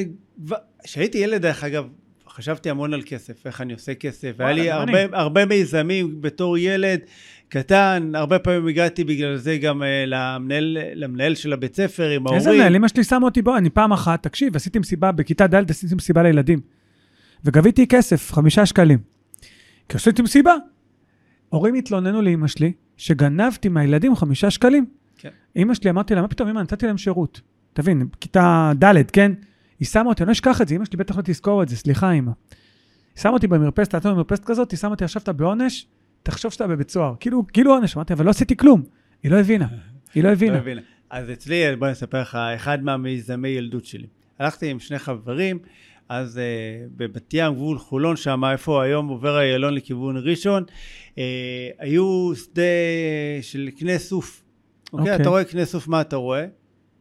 C: כשהייתי ילד, דרך אגב, חשבתי המון על כסף, איך אני עושה כסף, והיה לי
B: גם
C: הרבה, הרבה מיזמים בתור ילד קטן, הרבה פעמים הגעתי בגלל זה גם אה, למנהל, למנהל של הבית ספר עם ההורים.
B: איזה מנהל, אמא שלי שמה אותי בו, אני פעם אחת, תקשיב, עשיתי מסיבה, בכיתה ד' עשיתי מסיבה לילדים, וגביתי כסף, חמישה שקלים. כי עשיתי מסיבה. הורים התלוננו לאמא שלי, שגנבתי מהילדים חמישה שקלים.
C: כן.
B: אמא שלי, אמרתי לה, מה פתאום, אמא, נתתי להם שירות. תבין, כיתה ד', כן? היא שמה אותי, אני לא אשכח את זה, אמא שלי בטח לא תזכור את זה, סליחה, אמא. היא שמה אותי במרפסת, נתנו במרפסת כזאת, היא שמה אותי, ישבת בעונש, תחשוב שאתה בבית סוהר. כאילו, כאילו עונש, אמרתי, אבל לא עשיתי כלום. היא לא הבינה, היא לא
C: לא
B: הבינה.
C: הבינה. אז אצלי, אה, בוא אני אספר לך, אחד מהמיזמי ילדות שלי. הלכתי עם שני חברים, אז uh, בבת ים, גבול חולון שם, איפה היום עובר איילון לכיוון ראשון, uh, היו שדה של קנה סוף. אוקיי?
B: אוקיי.
C: אתה רואה קנה סוף, מה אתה רואה?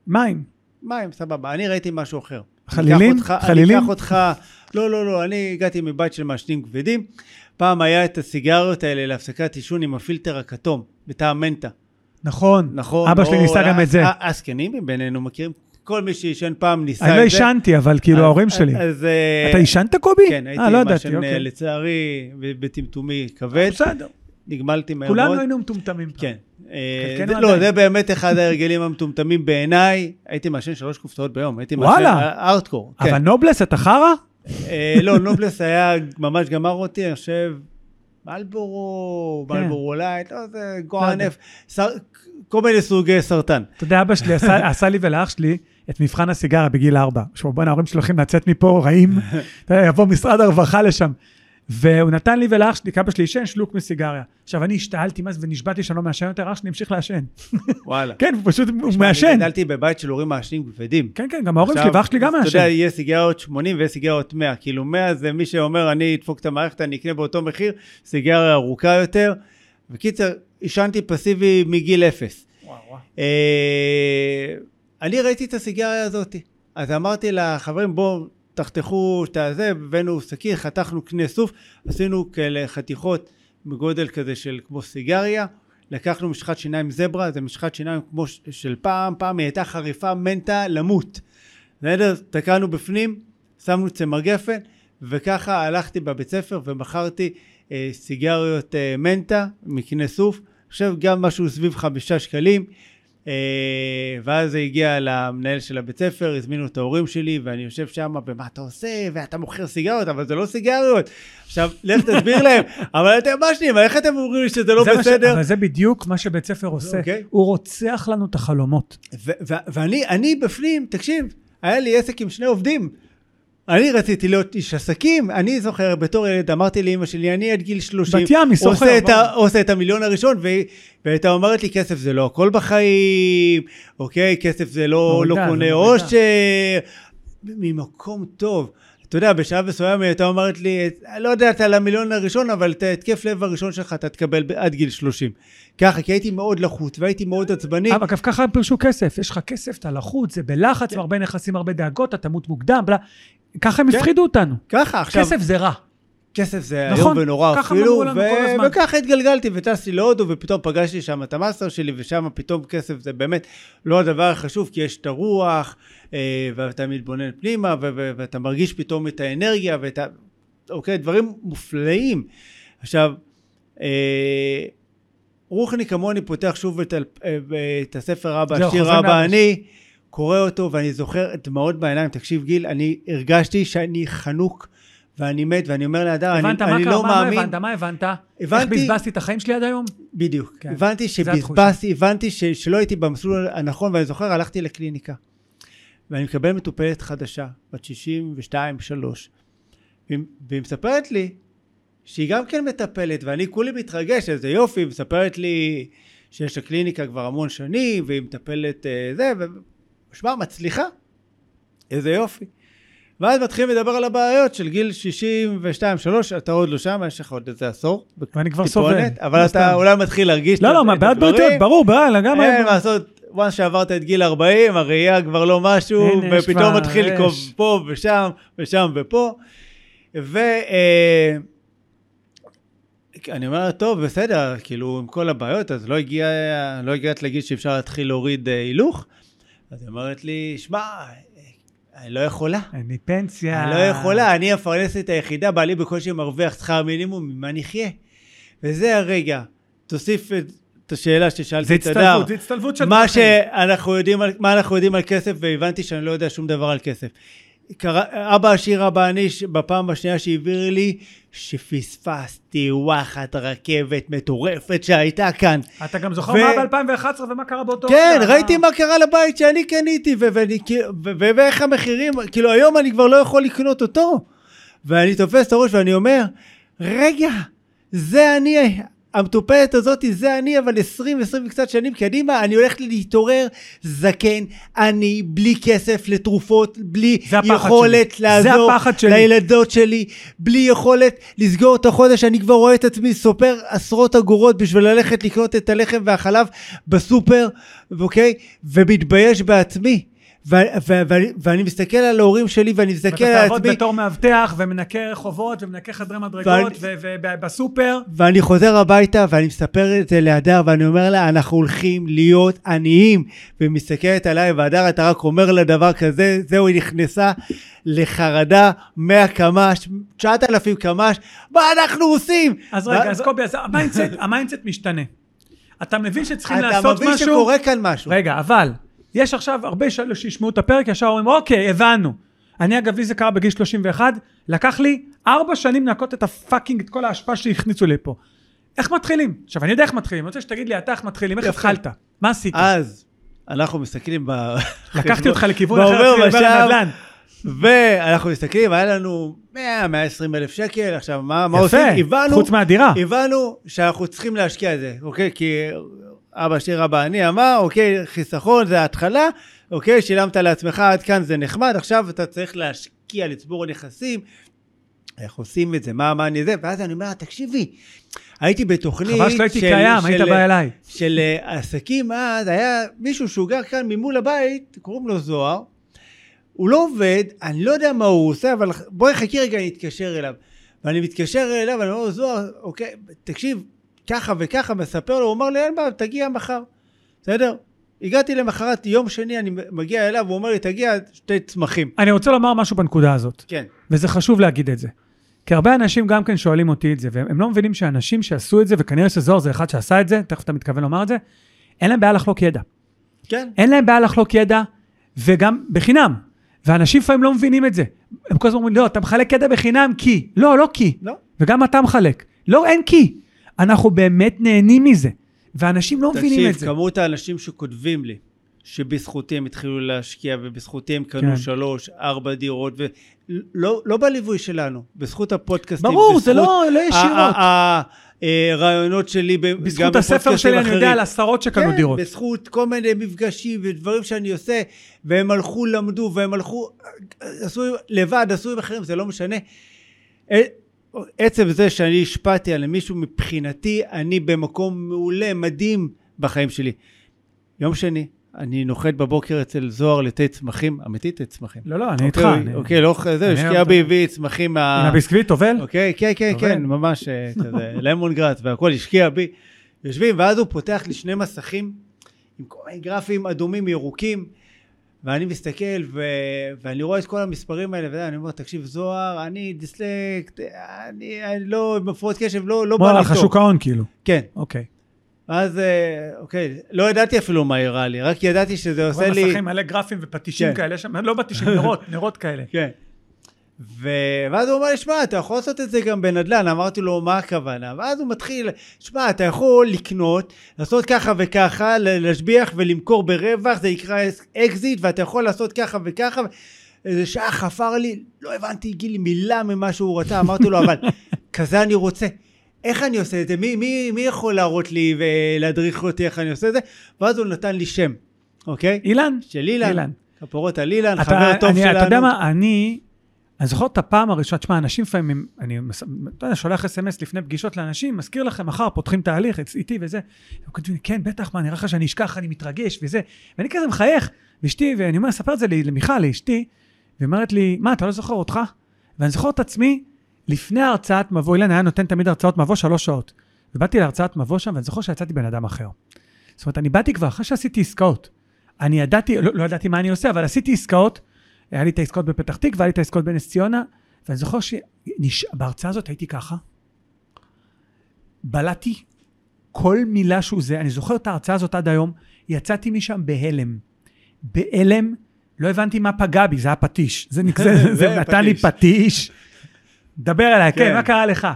B: מים.
C: מים, סבבה. אני ראיתי משהו אחר.
B: חלילים?
C: אני אקח אותך,
B: חלילים?
C: אני אקח אותך... לא, לא, לא, אני הגעתי מבית של מעשנים כבדים. פעם היה את הסיגריות האלה להפסקת עישון עם הפילטר הכתום, בטעם מנטה.
B: נכון.
C: נכון.
B: אבא שלי
C: או-
B: ניסה גם את זה.
C: ה- הזקנים בינינו מכירים, כל מי שעישן פעם ניסה את
B: אני
C: זה.
B: לא עישנתי, אבל כאילו
C: אז-
B: ההורים שלי.
C: אז... אה,
B: אתה עישנת קובי?
C: כן, הייתי
B: אה, לא ידעתי,
C: מעשן אה,
B: אוקיי. אה,
C: לצערי ב- בטמטומי כבד.
B: בסדר,
C: נגמלתי מהר מאוד.
B: כולנו היינו מטומטמים. פעם.
C: כן. אה,
B: חלקנו
C: זה- לא,
B: עדיין.
C: זה באמת אחד ההרגלים המטומטמים בעיניי. הייתי מעשן שלוש קופסאות ביום, הייתי מעשן
B: וואלה.
C: אה, ארטקור. כן.
B: אבל נובלס, אתה חרא?
C: אה, לא, נובלס היה ממש גמר אותי, אני חושב, מלבורו,
B: כן.
C: מלבורו לייט, לא, זה
B: לא יודע.
C: גוענף, שר- כל מיני סוגי סרטן.
B: אתה יודע, אבא שלי עשה- עשה לי ולאח שלי את מבחן הסיגריה בגיל ארבע. שהוא בואנה, ההורים שלי הולכים לצאת מפה רעים, אתה יודע, יבוא משרד הרווחה לשם. והוא נתן לי ולאח שלי, כי אבא שלי עישן שלוק מסיגריה. עכשיו, אני השתעלתי מה זה ונשבעתי שאני לא מעשן יותר, אח שלי המשיך לעשן.
C: וואלה.
B: כן, הוא פשוט, הוא מעשן.
C: אני גדלתי בבית של הורים מעשנים כבדים.
B: כן, כן, גם ההורים
C: עכשיו,
B: שלי ואח שלי גם
C: אז אתה יודע,
B: מעשן.
C: יהיה סיגריות 80 ויהיה סיגריות 100. כאילו 100 זה מי שאומר, אני אדפוק את המערכת, אני אקנה באותו מחיר, סיגריה ארוכה יותר. בקיצר, עישנתי פסיבי מגיל אפס. אה, אני ראיתי את הסיגריה הזאת. אז אמרתי לחברים, בואו תחתכו את הזה, הבאנו שקית, חתכנו קנה סוף, עשינו כאלה חתיכות בגודל כזה של כמו סיגריה. לקחנו משחת שיניים זברה, זה משחת שיניים כמו ש- של פעם, פעם היא הייתה חריפה מנטה למות. בסדר? תקענו בפנים, שמנו צמר גפן, וככה הלכתי בבית ספר ומכרתי אה, סיגריות אה, מנטה מקנה סוף, אני חושב גם משהו סביב חמישה שקלים, אה, ואז זה הגיע למנהל של הבית ספר, הזמינו את ההורים שלי, ואני יושב שם, ומה אתה עושה, ואתה מוכר סיגריות, אבל זה לא סיגריות. עכשיו, לך תסביר להם, אבל אתם משנים, איך אתם אומרים לי שזה לא
B: זה מה ש-
C: בסדר?
B: אבל זה בדיוק מה שבית ספר עושה.
C: אוקיי.
B: הוא רוצח לנו את החלומות.
C: ו- ו- ואני אני בפנים, תקשיב, היה לי עסק עם שני עובדים. אני רציתי להיות איש עסקים, אני זוכר בתור ילד, אמרתי לאימא שלי, אני עד גיל 30,
B: בת ים, היא סוחר,
C: עושה, את ה-
B: ברור.
C: עושה את המיליון הראשון, והיא- והייתה אומרת לי, כסף זה לא הכל בחיים, אוקיי, כסף זה לא, לא
B: מורידה,
C: קונה
B: מורידה.
C: אושר, ממקום טוב. אתה יודע, בשלב מסוים היא הייתה אומרת לי, "את- לא יודעת על המיליון הראשון, אבל את ההתקף לב הראשון שלך אתה תקבל ב- עד גיל 30. ככה, כי הייתי מאוד לחוץ והייתי מאוד עצבני.
B: אבל גם ככה הם פירשו כסף. יש לך כסף, אתה לחוץ, זה בלחץ, הרבה נכסים, הרבה דאגות, אתה תמות מוקדם, בלה. ככה הם
C: כן.
B: הפחידו אותנו.
C: ככה, עכשיו...
B: כסף זה רע.
C: כסף זה
B: נכון,
C: איום ונורא
B: ככה
C: אפילו,
B: אמרו לנו כל הזמן.
C: וככה התגלגלתי וטסתי להודו ופתאום פגשתי שם את המאסטר שלי ושם פתאום כסף זה באמת לא הדבר החשוב כי יש את הרוח אה, ואתה מתבונן פנימה ו- ו- ואתה מרגיש פתאום את האנרגיה ואת ה... אוקיי, דברים מופלאים. עכשיו, אה, רוחני כמוני פותח שוב את, ה- אה, את הספר אבא,
B: זהו,
C: השיר
B: חוזרים לאבא.
C: אבא אני, קורא אותו ואני זוכר דמעות בעיניים, תקשיב גיל, אני הרגשתי שאני חנוק ואני מת ואני אומר לאדם, אני,
B: הבנת מה
C: אני
B: קרה?
C: לא
B: מה
C: מאמין,
B: הבנת? מה הבנת? איך
C: הבנתי-
B: בזבזתי את החיים שלי עד היום?
C: בדיוק,
B: כן.
C: כן. הבנתי
B: זה
C: שבזבזתי, הבנתי ש, שלא הייתי במסלול הנכון ואני זוכר הלכתי לקליניקה ואני מקבל מטופלת חדשה, בת 62-3 והיא, והיא מספרת לי שהיא גם כן מטפלת ואני כולי מתרגש, איזה יופי, היא מספרת לי שיש לה קליניקה כבר המון שנים והיא מטפלת אה, זה, ושמע מצליחה, איזה יופי. ואז מתחילים לדבר על הבעיות של גיל 62-3, אתה עוד לא שם, יש לך עוד איזה עשור.
B: ואני כבר
C: טיפונת,
B: סובל.
C: אבל
B: לא
C: אתה
B: סתם.
C: אולי מתחיל להרגיש
B: לא,
C: את-
B: לא, מה,
C: את
B: בעד
C: הדברים.
B: בריאותיות, ברור, ברור, לגמרי.
C: אין מה לעשות, once שעברת את גיל 40, הראייה כבר לא משהו,
B: הנה, יש
C: ופתאום
B: כבר
C: מתחיל
B: רעש.
C: לקרוב פה ושם, ושם ופה. ו... אה, אני אומר לה, טוב, בסדר, כאילו, עם כל הבעיות, אז לא, הגיע, לא הגעת להגיד שאפשר להתחיל להוריד אה, הילוך? אז היא אומרת לי, שמע, אה, אני לא יכולה.
B: אין לי פנסיה.
C: אני לא יכולה, אני המפרנסת היחידה, בעלי בקושי מרוויח שכר מינימום, ממה נחיה? וזה הרגע. תוסיף את, את השאלה
B: זה
C: ששאלתי את הדר.
B: הצטלבות, זה הצטלבות של...
C: מה
B: דרכים.
C: שאנחנו יודעים, על- מה אנחנו יודעים על כסף, והבנתי שאני לא יודע שום דבר על כסף. קרא, אבא עשיר אבא עני, ש- בפעם השנייה שהעביר לי, שפספסתי וואחת רכבת מטורפת שהייתה כאן.
B: אתה גם זוכר
C: ו-
B: מה ב-2011 ומה קרה באותו...
C: כן,
B: רגע,
C: ראיתי מה קרה לבית שאני קניתי, ו- ואני כאילו- ו- ו- ואיך המחירים, כאילו היום אני כבר לא יכול לקנות אותו. ואני תופס את הראש ואני אומר, רגע, זה אני, המטופלת הזאת, זה אני, אבל 20, 20 וקצת שנים קדימה, אני הולך להתעורר זקן, אני, בלי כסף לתרופות, בלי
B: זה הפחד
C: יכולת
B: שלי. זה
C: לעזור
B: הפחד שלי.
C: לילדות שלי, בלי יכולת לסגור את החודש, אני כבר רואה את עצמי סופר עשרות אגורות בשביל ללכת לקנות את הלחם והחלב בסופר, אוקיי? ומתבייש בעצמי. ו- ו- ו- ואני מסתכל על ההורים שלי ואני מסתכל
B: ואתה
C: על
B: תעבוד
C: עצמי
B: בתור מאבטח ומנקה רחובות ומנקה חדרי מדרגות
C: ואני-
B: ובסופר.
C: ואני חוזר הביתה ואני מספר את זה להדר ואני אומר לה אנחנו הולכים להיות עניים והיא מסתכלת עליי והדר אתה רק אומר לה דבר כזה זהו היא נכנסה לחרדה 100 קמ"ש 9,000 קמ"ש מה אנחנו עושים?
B: אז רגע,
C: ו-
B: אז קובי, אז המיינדסט, המיינדסט משתנה. אתה מבין שצריכים
C: אתה
B: לעשות
C: מבין
B: משהו,
C: שקורה כאן משהו
B: רגע, אבל, יש עכשיו הרבה שאלו שישמעו את הפרק, ישר אומרים, אוקיי, הבנו. אני אגב, לי זה קרה בגיל 31, לקח לי ארבע שנים לנקות את הפאקינג, את כל האשפה שהכניסו לי פה. איך מתחילים? עכשיו, אני יודע איך מתחילים, אני רוצה שתגיד לי אתה איך מתחילים, איך
C: יפה. אה,
B: התחלת? מה עשית?
C: אז אנחנו מסתכלים ב...
B: לקחתי אותך לכיוון
C: בעובר
B: אחר, רציתי לדבר על
C: ושב.
B: נדל"ן.
C: ואנחנו מסתכלים היה לנו 100-120 אלף שקל עכשיו מה מה עושים?
B: יפה,
C: הבנו
B: חוץ מהדירה.
C: הבנו שאנחנו צריכים להשקיע את זה, אוקיי? כי אבא שיר אבא אני אמר, אוקיי, חיסכון זה ההתחלה, אוקיי, שילמת לעצמך עד כאן זה נחמד, עכשיו אתה צריך להשקיע, לצבור נכסים, איך עושים את זה, מה, מה אני זה, ואז אני אומר, תקשיבי, הייתי בתוכנית
B: חבל שלא הייתי קיים, היית בא אליי.
C: של אה, עסקים אז, היה מישהו שהוא גר כאן ממול הבית, קוראים לו זוהר, הוא לא עובד, אני לא יודע מה הוא עושה, אבל בואי חכי רגע, אני אתקשר אליו. ואני מתקשר אליו, אני אומר לו, זוהר, אוקיי, תקשיב, ככה וככה, מספר לו, הוא אומר לי, אין בעיה, תגיע מחר, בסדר? הגעתי למחרת, יום שני אני מגיע אליו, הוא אומר לי, תגיע שתי צמחים.
B: אני רוצה לומר משהו בנקודה הזאת.
C: כן.
B: וזה חשוב להגיד את זה. כי הרבה אנשים גם כן שואלים אותי את זה, והם לא מבינים שאנשים שעשו את זה, וכנראה שזוהר זה אחד שעשה את זה, תכף אתה מתכוון לומר את זה, אין להם בעיה לחלוק ידע.
C: כן.
B: אין להם בעיה לחלוק ידע, וגם בחינם. ואנשים לפעמים לא מבינים את זה. הם כל הזמן אומרים, לא, אתה מחלק ידע בחינם כי. לא, לא כי.
C: לא.
B: וגם אתה מחלק. לא, אין כי. אנחנו באמת נהנים מזה. ואנשים לא מבינים את
C: תקשיב,
B: זה.
C: כמות האנשים שכותבים לי, שבזכותי הם התחילו להשקיע, ובזכותי הם קנו
B: כן.
C: כן. שלוש, ארבע דירות, ולא לא בליווי שלנו, בזכות הפודקאסטים.
B: ברור,
C: בזכות
B: זה לא לא ישירות.
C: הרעיונות אה, שלי, ב- גם
B: בזכות הספר
C: בפודקאסטים
B: שלי אני יודע
C: אחרים.
B: על עשרות שקנו
C: כן,
B: דירות.
C: בזכות כל מיני מפגשים ודברים שאני עושה, והם הלכו, למדו, והם הלכו, עשו לבד, עשו עם אחרים, זה לא משנה. אה, עצם זה שאני השפעתי על מישהו, מבחינתי, אני במקום מעולה, מדהים בחיים שלי. יום שני, אני נוחת בבוקר אצל זוהר לתה צמחים, אמיתי תה צמחים.
B: לא, לא, אני איתך.
C: אוקיי,
B: אני-
C: אוקיי, לא, זה,
B: אני
C: השקיעה
B: אוהב
C: בי
B: אותו.
C: הביא צמחים מה...
B: עם הביסקוויט, טובל?
C: אוקיי, כן, כן,
B: טוב,
C: כן,
B: אין.
C: ממש אה, כזה, למון גראס והכל השקיע בי. יושבים, ואז הוא פותח לי שני מסכים עם כל מיני גרפים אדומים, ירוקים, ואני מסתכל ו... ואני רואה את כל המספרים האלה, ואני אומר, תקשיב, זוהר, אני דיסלקט, אני, אני לא, מפרוץ קשב, לא, לא
B: כמו
C: בא
B: על
C: לי טוב.
B: שוק ההון, כאילו.
C: כן,
B: אוקיי.
C: ואז, אה, אוקיי, לא ידעתי אפילו מה הראה לי, רק ידעתי שזה עושה לי...
B: מסכים מלא גרפים ופטישים
C: כן.
B: כאלה, שם, לא פטישים, נרות, נרות כאלה.
C: כן. ו- ואז הוא אומר לי, שמע, אתה יכול לעשות את זה גם בנדל"ן. אמרתי לו, מה הכוונה? ואז הוא מתחיל, שמע, אתה יכול לקנות, לעשות ככה וככה, ל- להשביח ולמכור ברווח, זה יקרא אס- אקזיט, ואתה יכול לעשות ככה וככה. איזה שעה חפר לי, לא הבנתי, גילי, מילה ממה שהוא רצה. אמרתי לו, אבל כזה אני רוצה. איך אני עושה את זה? מי, מי, מי יכול להראות לי ולהדריך אותי איך אני עושה את זה? ואז הוא נתן לי שם, אוקיי?
B: אילן.
C: של אילן.
B: אילן.
C: כפרות על אילן,
B: אתה-
C: חבר טוב
B: אני-
C: שלנו.
B: אתה יודע מה, אני, אני זוכר את הפעם הראשונה, תשמע, אנשים לפעמים, הם- אני מס- אתה יודע, שולח אס.אם.אס לפני פגישות לאנשים, מזכיר לכם, מחר פותחים תהליך אצ- איתי וזה. הם כותבים לי, כן, בטח, מה, נראה לך שאני אשכח, אני מתרגש וזה. ואני כזה מחייך, ואשתי, ואני אומר, ספר את זה לי- למיכל, לאשתי, והיא אומרת לי, מה, אתה לא זוכר אותך? ואני זוכר את עצמי, לפני הרצאת מבוא, אילן היה נותן תמיד הרצאות מבוא שלוש שעות. ובאתי להרצאת מבוא שם, ואני זוכר שיצאתי בן אדם אחר. זאת אומרת, אני באתי כבר אחרי שעשיתי עסקאות. אני ידעתי, לא, לא ידעתי מה אני עושה, אבל עשיתי עסקאות, היה לי את העסקאות בפתח תקווה, היה לי את העסקאות בנס ציונה, ואני זוכר שבהרצאה הזאת הייתי ככה, בלעתי כל מילה שהוא זה, אני זוכר את ההרצאה הזאת עד היום, יצאתי משם בהלם. בהלם, לא הבנתי מה פגע בי, זה היה פטיש. זה, נק- זה, זה,
C: זה
B: זה נתן לי
C: פטיש.
B: פטיש. דבר אליי, כן,
C: כן.
B: מה קרה לך?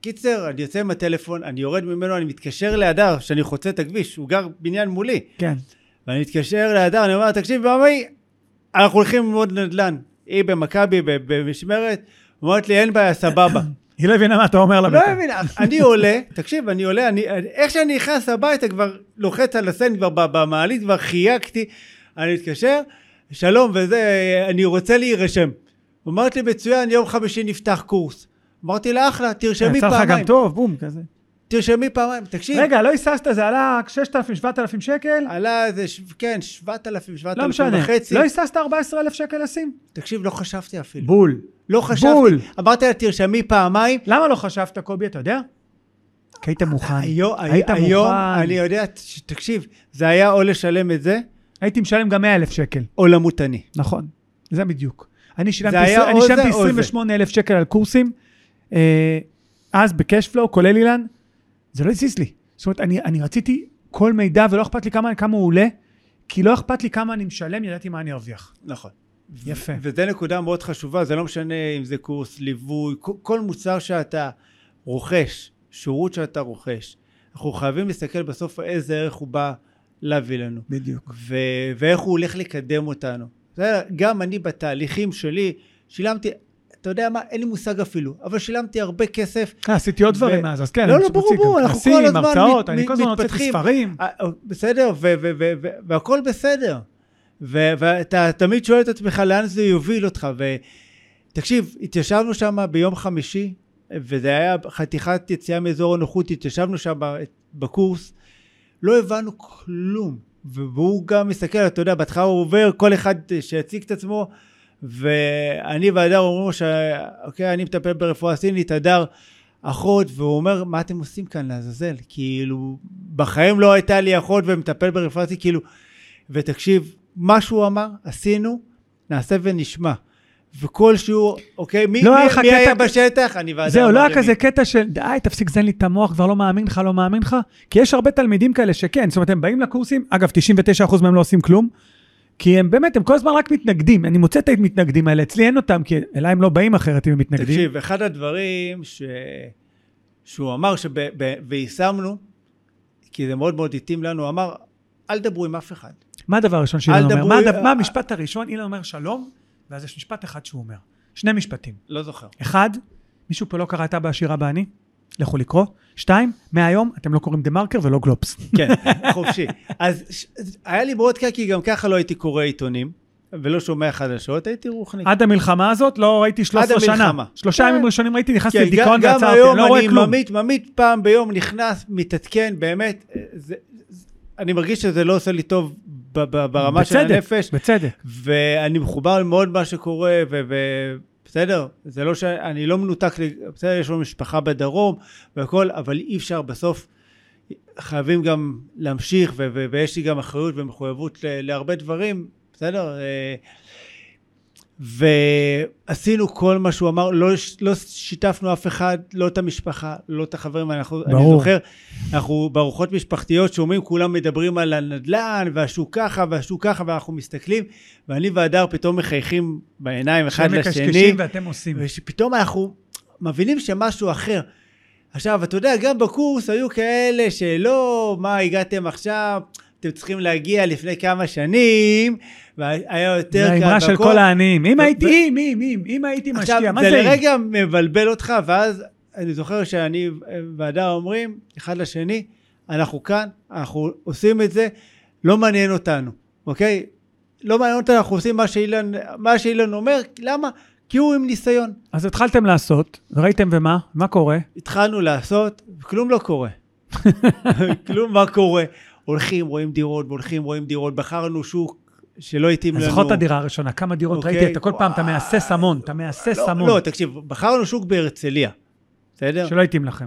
C: וקיצר, אני יוצא עם הטלפון, אני יורד ממנו, אני מתקשר להדר, שאני חוצה את הכביש, הוא גר בניין מולי.
B: כן.
C: ואני מתקשר להדר, אני אומר, לה, תקשיב, במאי, אנחנו הולכים ללמוד נדל"ן. היא במכבי, ב- במשמרת, אומרת לי, אין בעיה, סבבה.
B: היא לא הבינה מה אתה אומר לה.
C: לא
B: בטח.
C: מבין, אני עולה, תקשיב, אני עולה, אני, אני- איך שאני נכנס הביתה כבר לוחץ על הסן, כבר ב- במעלית, כבר חייגתי, אני מתקשר, שלום וזה, אני רוצה להירשם. אמרת לי, מצוין, יום חמישי נפתח קורס. אמרתי לה, אחלה, תרשמי
B: כן, יצא לך גם
C: פעמיים,
B: טוב, בום, כזה.
C: תרשמי פעמיים, תקשיב.
B: רגע, לא היססת, זה עלה 6,000, 7,000 שקל?
C: עלה איזה, ש- כן, 7,000,
B: לא
C: 7,000
B: משנה.
C: וחצי.
B: לא היססת 14,000 שקל לשים?
C: תקשיב, לא חשבתי אפילו.
B: בול.
C: לא
B: בול.
C: חשבתי. אמרתי לה, תרשמי פעמיים.
B: למה לא חשבת, קובי, אתה יודע? כי היית מוכן.
C: היום,
B: היית
C: היום,
B: מוכן.
C: אני יודע, ש- תקשיב, זה היה או לשלם את זה,
B: הייתי משלם גם 100,000 שקל.
C: או למות אני.
B: נכון. זה בדיוק. אני שילמתי
C: היה
B: עשר- אני
C: או זה
B: שילמתי
C: או זה.
B: 28,000 שקל על קורסים, אה, אז בקשפלואו, כולל אילן, זה לא הזיז לי. זאת אומרת, אני אני רציתי כל מידע ולא אכפת לי כמה כמה הוא עולה, כי לא אכפת לי כמה אני משלם, ידעתי מה אני ארוויח.
C: נכון.
B: יפה.
C: וזו נקודה מאוד חשובה, זה לא משנה אם זה קורס ליווי, כל- כל מוצר שאתה רוכש, שירות שאתה רוכש, אנחנו חייבים להסתכל בסוף איזה ערך הוא בא להביא לנו,
B: בדיוק.
C: ו- ואיך הוא הולך לקדם אותנו. זה, גם אני בתהליכים שלי, שילמתי, אתה יודע מה, אין לי מושג אפילו, אבל שילמתי הרבה כסף.
B: אה, עשיתי עוד דברים
C: ו-
B: מאז, אז כן.
C: לא,
B: אני
C: לא,
B: מוציא
C: ברור,
B: גם
C: ברור, אנחנו
B: כנסים,
C: כל הזמן
B: הרצאות,
C: מת-
B: אני כל הזמן הוצאתי
C: מתפתחים.
B: ספרים.
C: אה, בסדר, ו- ו- ו- ו- והכל בסדר. ו- ואתה תמיד שואל את עצמך לאן זה יוביל אותך. ותקשיב, התיישבנו שם ביום חמישי, וזה היה חתיכת יציאה מאזור הנוחות, התיישבנו שם בקורס, לא הבנו כלום. והוא גם מסתכל, אתה יודע, בהתחלה הוא עובר, כל אחד שיציג את עצמו, ואני והדר אומרים ש... אוקיי, אני מטפל ברפואה סינית, הדר אחות, והוא אומר, מה אתם עושים כאן לעזאזל? כאילו, בחיים לא הייתה לי אחות ומטפל ברפואה סינית, כאילו... ותקשיב, מה שהוא אמר, עשינו, נעשה ונשמע. וכל שיעור, אוקיי, מי,
B: לא
C: מי,
B: היה לך
C: מי
B: קטע-
C: היה בשטח? אני והדר.
B: זהו, לא היה
C: אמרנו,
B: כזה קטע של די, תפסיק לזיין לי את המוח, כבר לא מאמין לך, לא מאמין לך, כי יש הרבה תלמידים כאלה שכן, זאת אומרת, הם באים לקורסים, אגב, 99% מהם לא עושים כלום, כי הם באמת, הם כל הזמן רק מתנגדים, אני מוצא את המתנגדים האלה, אצלי אין אותם, כי אליי הם לא באים אחרת אם הם מתנגדים.
C: תקשיב, אחד הדברים ש... שהוא אמר, שב- ב- ויישמנו, כי זה מאוד מאוד התאים לנו, הוא אמר, אל דברו עם אף אחד.
B: מה הדבר הראשון שאילן
C: אל
B: אומר?
C: דברו-
B: מה הדבר-
C: אה,
B: מה
C: אה.
B: המשפט הראשון? אילן אומר שלום, ואז יש משפט אחד שהוא אומר. שני משפטים.
C: לא זוכר.
B: אחד, מישהו פה לא קרא את אבא עשירה בעני? לכו לקרוא. שתיים, מהיום אתם לא קוראים דה מרקר ולא גלובס.
C: כן, חופשי. אז ש... היה לי מאוד קל, כי גם ככה לא הייתי קורא עיתונים, ולא שומע חדשות, הייתי רוחניק.
B: עד המלחמה הזאת לא ראיתי 13
C: עד
B: שנה.
C: המלחמה.
B: שלושה
C: כן.
B: ימים ראשונים ראיתי, נכנסתי
C: כן, גם,
B: לדיכאון
C: גם
B: ועצרתי,
C: היום
B: לא רואה
C: אני
B: כלום.
C: ממית, ממית פעם ביום נכנס, מתעדכן, באמת, אה, זה, זה, אני מרגיש שזה לא עושה לי טוב ב, ב, ברמה של
B: בצדק,
C: הנפש.
B: בצדק.
C: ואני מחובר מאוד למה שקורה, ובסדר, זה לא שאני לא מנותק, לג- בסדר, יש לנו משפחה בדרום והכל, אבל אי אפשר בסוף, חייבים גם להמשיך, ו- ו- ויש לי גם אחריות ומחויבות ל- להרבה דברים, בסדר? אה, ועשינו כל מה שהוא אמר, לא, ש- לא שיתפנו אף אחד, לא את המשפחה, לא את החברים, אנחנו, אני
B: ברור.
C: זוכר, אנחנו בארוחות משפחתיות שומעים, כולם מדברים על הנדל"ן, והשוק ככה, והשוק ככה, ואנחנו מסתכלים, ואני והדר פתאום מחייכים בעיניים אחד
B: שהם
C: לשני,
B: מקשקשים ואתם עושים.
C: ושפתאום אנחנו מבינים שמשהו אחר. עכשיו, אתה יודע, גם בקורס היו כאלה שלא, מה הגעתם עכשיו, אתם צריכים להגיע לפני כמה שנים, והיה יותר
B: זה
C: קל.
B: האמרה של
C: והכל.
B: כל העניים. אם
C: ו-
B: הייתי, אם, אם, אם, אם הייתי משקיע,
C: עכשיו,
B: מה
C: זה
B: זה אם?
C: לרגע מבלבל אותך, ואז אני זוכר שאני והדר אומרים, אחד לשני, אנחנו כאן, אנחנו עושים את זה, לא מעניין אותנו, אוקיי? לא מעניין אותנו, אנחנו עושים מה שאילן, מה שאילן אומר, למה? כי הוא עם ניסיון.
B: אז התחלתם לעשות, וראיתם ומה? מה קורה?
C: התחלנו לעשות, וכלום לא קורה. כלום מה קורה. הולכים, רואים דירות, והולכים, רואים דירות, בחרנו שוק שלא התאים
B: אני
C: לנו.
B: זוכר את הדירה הראשונה, כמה דירות
C: אוקיי,
B: ראיתי, אתה כל פעם, אתה
C: וואי.
B: מהסס המון, אתה מהסס
C: לא,
B: המון,
C: לא, תקשיב, בחרנו שוק בהרצליה, בסדר?
B: שלא התאים לכם.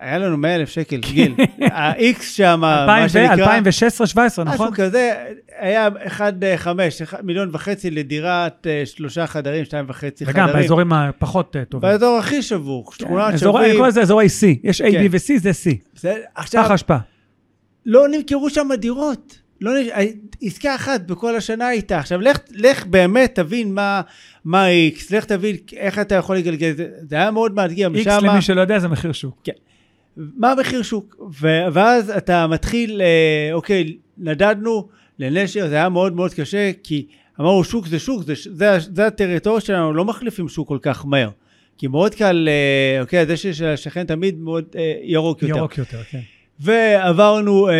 C: היה לנו 100 אלף שקל, גיל.
B: כן.
C: ה-X שם, אה, מה שנקרא. אה, אוקיי,
B: 2016-2017, נכון?
C: משהו כזה, היה 1.5, מיליון וחצי לדירת אה, שלושה חדרים, שתיים וחצי חדרים.
B: וגם באזורים הפחות אה, טובים.
C: באזור הכי שבור, שכונת
B: כן, אזור- אני
C: שווים.
B: קורא לזה אזור A-C, יש A,
C: כן.
B: B ו-C, זה C,
C: בסדר? עכשיו,
B: פח אשפה.
C: לא נמכרו שם דירות. לא נ... עסקה אחת בכל השנה הייתה. עכשיו, לך, לך באמת תבין מה, מה ה-X, לך תבין איך אתה יכול לגלגל את זה. זה היה מאוד מאתגר
B: X
C: משם.
B: למי שלא יודע זה מחיר שוק.
C: מה המחיר שוק? ו- ואז אתה מתחיל, אה, אוקיי, נדדנו לנשר, זה היה מאוד מאוד קשה, כי אמרנו שוק זה שוק, זה, ש- זה, ה- זה הטריטוריה שלנו, לא מחליפים שוק כל כך מהר. כי מאוד קל, אה, אוקיי, זה שיש השכן תמיד מאוד אה, ירוק יותר.
B: ירוק יותר, כן.
C: ועברנו אה,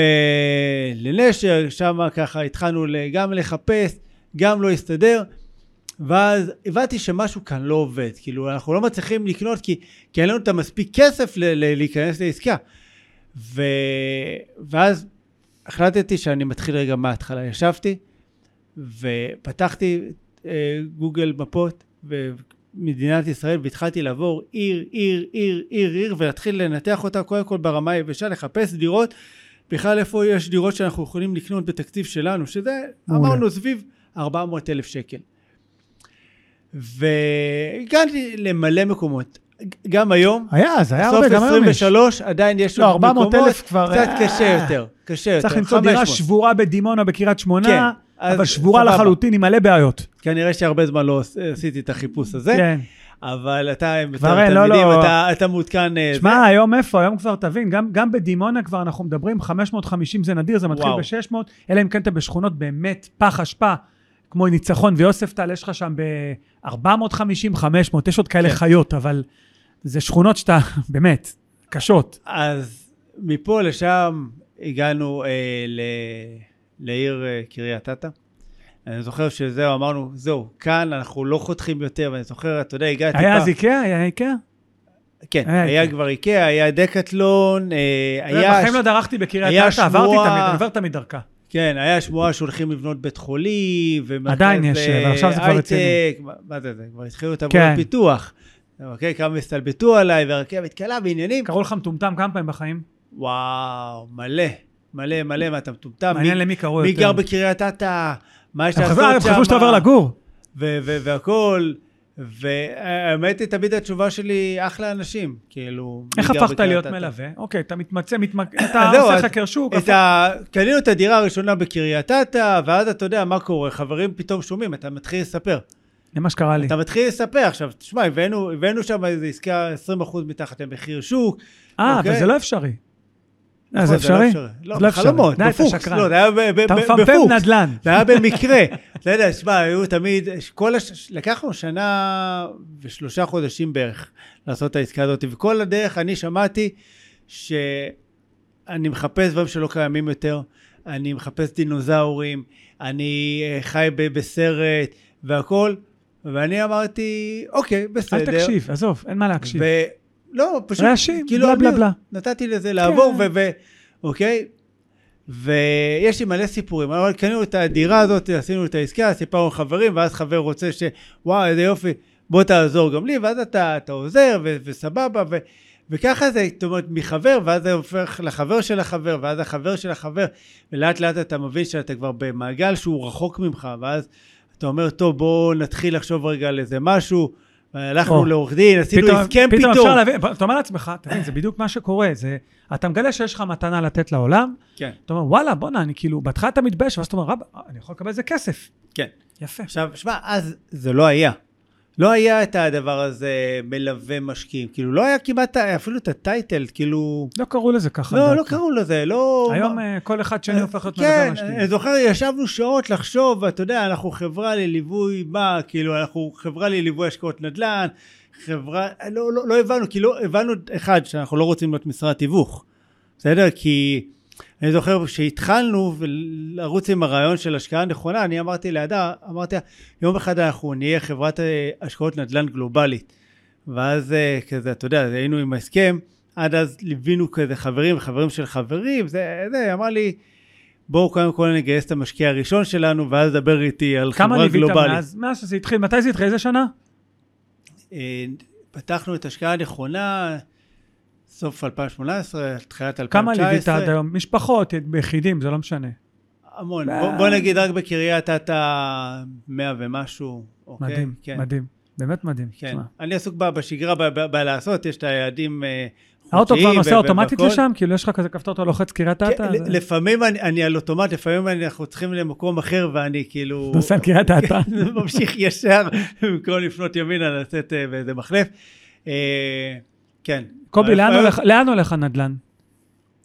C: לנשר, שם ככה התחלנו ל- גם לחפש, גם לא הסתדר, ואז הבנתי שמשהו כאן לא עובד, כאילו אנחנו לא מצליחים לקנות כי, כי אין לנו את המספיק כסף ל- ל- להיכנס לעסקה. ו... ואז החלטתי שאני מתחיל רגע מההתחלה, ישבתי ופתחתי אה, גוגל מפות במדינת ישראל והתחלתי לעבור עיר, עיר, עיר, עיר, עיר ולהתחיל לנתח אותה קודם כל ברמה היבשה, לחפש דירות, בכלל איפה יש דירות שאנחנו יכולים לקנות בתקציב שלנו, שזה
B: מעולה.
C: אמרנו סביב 400 אלף שקל. והגעתי למלא מקומות, ג- גם היום,
B: היה, זה היה הרבה,
C: סוף
B: גם היום יש.
C: 23 עדיין יש
B: לא,
C: עוד
B: 400,000
C: מקומות,
B: כבר,
C: קצת
B: אה,
C: קשה יותר, קשה יותר,
B: צריך למצוא דירה
C: 500.
B: שבורה בדימונה, בקריית שמונה,
C: כן, אז
B: אבל שבורה
C: סבבה.
B: לחלוטין עם מלא בעיות.
C: כנראה שהרבה זמן לא עש- עשיתי את החיפוש הזה,
B: כן.
C: אבל אתה, עם
B: כבר אין, לא,
C: תלמידים,
B: לא.
C: אתה- אתה מעודכן, אה,
B: שמע,
C: זה-
B: היום איפה? היום כבר תבין, גם, גם בדימונה כבר אנחנו מדברים, 550 זה נדיר, זה מתחיל
C: וואו.
B: ב-600, אלא אם כן אתה בשכונות באמת פח אשפה, כמו ניצחון ויוספטל, יש לך שם ב-450, 500, יש עוד כאלה
C: כן.
B: חיות, אבל זה שכונות שאתה, באמת, קשות.
C: אז מפה לשם הגענו אה, ל- לעיר אה, קריית אתא. אני זוכר שזהו, אמרנו, זהו, כאן אנחנו לא חותכים יותר, ואני זוכר, אתה יודע, הגעתי
B: היה אז איקאה? היה איקאה?
C: כן,
B: היה
C: היה
B: איקאה.
C: כבר איקאה, היה דקטלון, אה, היה...
B: בחיים לא דרכתי
C: היה
B: בקריית אתא, עברתי
C: שמועה-
B: תמיד, אני עובר תמיד דרכה.
C: כן, היה שמועה שהולכים לבנות בית חולי, ומרכז
B: עדיין יש,
C: אה,
B: אבל עכשיו זה כבר רציני.
C: הייטק, מה- מה זה, זה כבר התחילו את
B: כן.
C: עבודת פיתוח. אוקיי, כמה הסתלבטו עליי, והרכבת קלה ועניינים.
B: קראו לך מטומטם כמה פעמים בחיים?
C: וואו, מלא, מלא, מלא, מה אתה מטומטם?
B: מעניין
C: מי-
B: למי קראו יותר.
C: מי גר בקריית אתא? מה יש
B: הם
C: לעשות
B: חשבו-
C: שם?
B: הם חשבו שאתה עובר לגור.
C: ו- ו- והכול. והאמת היא, תמיד התשובה שלי, אחלה אנשים, כאילו... מי
B: איך
C: גר
B: הפכת
C: בקריית
B: להיות
C: אתא?
B: מלווה? אוקיי, אתה מתמצא, מתמק- אתה
C: אז זהו,
B: עושה
C: אז
B: חקר שוק,
C: את ה... קנינו את הדירה הראשונה בקריית אתא, ואז אתה יודע מה קורה, חברים פתאום שומעים, אתה מתחיל לספר.
B: זה מה שקרה לי.
C: אתה מתחיל לספר עכשיו, תשמע, הבאנו, הבאנו שם איזו עסקה 20% מתחת למחיר שוק.
B: אה,
C: אוקיי.
B: אבל זה לא אפשרי. אה,
C: נכון,
B: זה אפשרי?
C: לא,
B: זה לא
C: בחלומות,
B: אפשרי. די, אתה
C: בפוקס.
B: שקרן.
C: לא, זה היה ב- ב-
B: אתה
C: ב-
B: מפמפם
C: בפוקס.
B: נדל"ן.
C: זה היה במקרה. אתה יודע, שמע, היו תמיד, כל הש... לקחנו שנה ושלושה חודשים בערך לעשות את העסקה הזאת, וכל הדרך אני שמעתי שאני מחפש דברים שלא קיימים יותר, אני מחפש דינוזאורים, אני אה, חי ב- בסרט והכל, ואני אמרתי, אוקיי, בסדר.
B: אל תקשיב, עזוב, אין מה להקשיב.
C: ו... לא, פשוט,
B: רעשים, בלה, בלה,
C: אני
B: בלה. כן.
C: נתתי לזה לעבור, ו... ו... אוקיי? ויש לי מלא סיפורים, אבל קנינו את הדירה הזאת, עשינו את העסקה, סיפרנו לחברים, ואז חבר רוצה ש... וואו, איזה יופי, בוא תעזור גם לי, ואז אתה, אתה עוזר, ו... וסבבה, ו... וככה זה, זאת אומרת, מחבר, ואז זה הופך לחבר של החבר, ואז החבר של החבר, ולאט לאט אתה מבין שאתה כבר במעגל שהוא רחוק ממך, ואז אתה אומר, טוב, בואו נתחיל לחשוב רגע על איזה משהו, הלכנו
B: או.
C: לעורך דין, עשינו
B: פתאום-
C: הסכם
B: פתאום
C: כאילו, כן, פתאום.
B: אפשר להבין, אתה אומר לעצמך, תבין, זה בדיוק מה שקורה. זה- אתה מגלה שיש לך מתנה לתת לעולם,
C: כן,
B: אתה אומר, וואלה, בואנה, אני כאילו, בהתחלה אתה מתבייש, ואז אתה אומר, רבא, אני יכול לקבל איזה כסף.
C: כן.
B: יפה.
C: עכשיו, שמע, אז זה לא היה. לא היה את הדבר הזה מלווה משקיעים. כאילו, לא היה כמעט אפילו את הטייטל, כאילו...
B: לא קראו לזה ככה.
C: לא,
B: לדעתי.
C: לא קראו לזה, לא...
B: היום
C: מה-
B: אה, כל אחד שני הופך להיות מלווה
C: כן,
B: משקיעים.
C: אני זוכר, ישבנו שעות לחשוב, אתה יודע, אנחנו חברה לליווי מה, כאילו, אנחנו חברה לליווי השקעות נדל"ן, חברה... לא, לא, לא הבנו, כאילו, הבנו, אחד, שאנחנו לא רוצים להיות משרד תיווך. בסדר? כי אני זוכר שהתחלנו ול- לרוץ עם הרעיון של השקעה נכונה, אני אמרתי להדר, אמרתי לה, יום אחד אנחנו נהיה חברת אה, השקעות נדל"ן גלובלית. ואז אה, כזה, אתה יודע, היינו עם ההסכם, עד אז ליווינו כזה חברים, חברים של חברים, זה, זה, אמר לי, בואו קודם כל נגייס את המשקיע הראשון שלנו, ואז דבר איתי על
B: כמה
C: חברה
B: ליווית
C: גלובלית.
B: מאז? מאז שזה התחיל, מתי זה התחיל? איזה שנה?
C: אה, פתחנו את ההשקעה הנכונה, סוף 2018, תחילת 2019.
B: כמה ליווית עד היום? משפחות, יחידים, זה לא משנה.
C: אוקיי, המון.
B: ב-
C: בוא, בוא נגיד רק בקריית אתא 100 ומשהו. אוקיי?
B: מדהים,
C: כן,
B: מדהים. באמת מדהים.
C: כן.
B: תשמע.
C: אני עסוק ב- בשגרה, ב- ב- בלעשות, יש את היעדים אה, חודשיים.
B: האוטו כבר
C: ו-
B: נוסע
C: ו-
B: אוטומטית
C: והכל.
B: לשם? כאילו יש לך כזה כפתור, אתה לוחץ קריית
C: כן,
B: אתא?
C: ל-
B: זה-
C: לפעמים אני, אני על אוטומט, לפעמים אני- אנחנו צריכים למקום אחר ואני כאילו...
B: אתה נוסע על קריית אתא.
C: ממשיך ישר, במקום לפנות ימינה לצאת אה, באיזה מחלף. אה, כן.
B: קובי,
C: אבל
B: לאן
C: לפעמים-
B: הולך- לאן הולך הנדל"ן?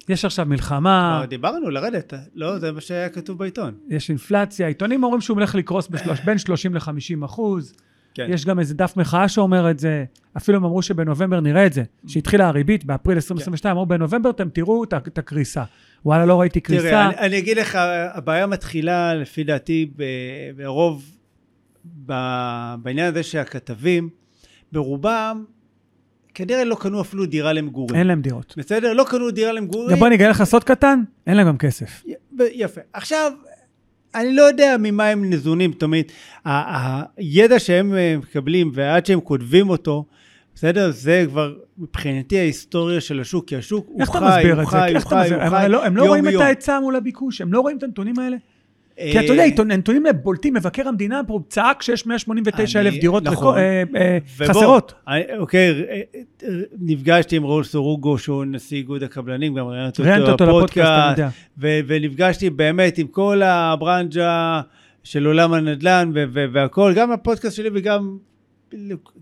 B: יש עכשיו מלחמה,
C: כבר אה, דיברנו, לרדת. לא, זה מה שהיה כתוב בעיתון.
B: יש אינפלציה, עיתונים אומרים שהוא הולך לקרוס בשלוש- בין 30 ל-50 אחוז,
C: כן.
B: יש גם איזה דף מחאה שאומר את זה, אפילו הם אמרו שבנובמבר נראה את זה, שהתחילה הריבית באפריל
C: כן.
B: 2022, אמרו בנובמבר אתם תראו את ה- את הקריסה. וואלה, לא ראיתי
C: תראה,
B: קריסה,
C: אני, אני אגיד לך, הבעיה מתחילה לפי דעתי ב- ברוב, ב, בעניין הזה שהכתבים, ברובם כנראה לא קנו אפילו דירה למגורים.
B: אין להם דירות.
C: בסדר? לא קנו דירה למגורים.
B: גם בוא אני אגלה לך סוד קטן, אין להם גם כסף.
C: י- ב- יפה. עכשיו, אני לא יודע ממה הם ניזונים, זאת אומרת, ה- הידע שהם אה, מקבלים ועד שהם כותבים אותו, בסדר? זה כבר מבחינתי ההיסטוריה של השוק, כי השוק הוא
B: איך
C: חי,
B: אתה
C: הוא
B: מסביר את זה?
C: חי, הוא
B: איך אתה
C: חי,
B: מסביר?
C: הוא
B: הם
C: חי,
B: לא- הם לא
C: יום
B: רואים את
C: יום.
B: ההיצע מול הביקוש, הם לא רואים את הנתונים האלה. כי
C: אה,
B: אתה יודע, עיתון- הנתונים בולטים, מבקר המדינה פה צעק שיש 189 אלף
C: אני-
B: דירות
C: נכון.
B: לכו- אה, אה,
C: ובוא,
B: חסרות.
C: אני- אוקיי, ר- אה, אה, נפגשתי עם ראול סורוגו, שהוא נשיא איגוד הקבלנים, גם ראיינתי
B: ראיינת
C: אותו
B: אותו לפודקאסט, אני
C: לפודקאסט,
B: יודע.
C: ו- ונפגשתי באמת עם כל הברנג'ה של עולם הנדל"ן ו- ו- והכל, גם הפודקאסט שלי וגם,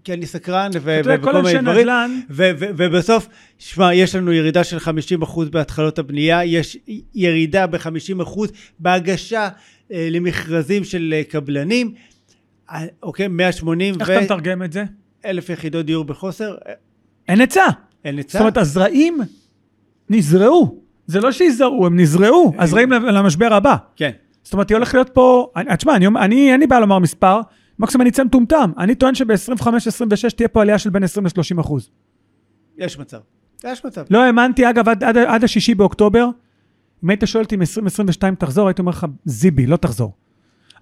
C: כי אני סקרן ו-
B: אתה
C: ו-
B: יודע, כל
C: וכל
B: אנשי
C: מיני דברים.
B: נדל"ן,
C: ו- ו- ובסוף, שמע, יש לנו ירידה של 50% בהתחלות הבנייה, יש ירידה ב-50% בהגשה אה, למכרזים של אה, קבלנים. אה, אוקיי, 180
B: איך
C: ו-
B: אתה מתרגם את זה?
C: אלף יחידות דיור בחוסר, אה,
B: אין היצע.
C: אין היצע.
B: זאת אומרת, הזרעים נזרעו. זה לא שיזרעו, הם נזרעו.
C: אה,
B: הזרעים למשבר הבא.
C: כן.
B: זאת אומרת, היא הולכת להיות פה... אני- אה, תשמע, אני, אני, אין לי בעיה לומר מספר, מקסימום אני אצא מטומטם. אני טוען שב-25-26 תהיה פה עלייה של בין 20 ל-30 אחוז.
C: יש מצב. יש מצב.
B: לא האמנתי, אגב, עד, עד, עד השישי באוקטובר, אם היית שואל אותי אם 2022 תחזור, הייתי אומר לך, זיבי, לא תחזור.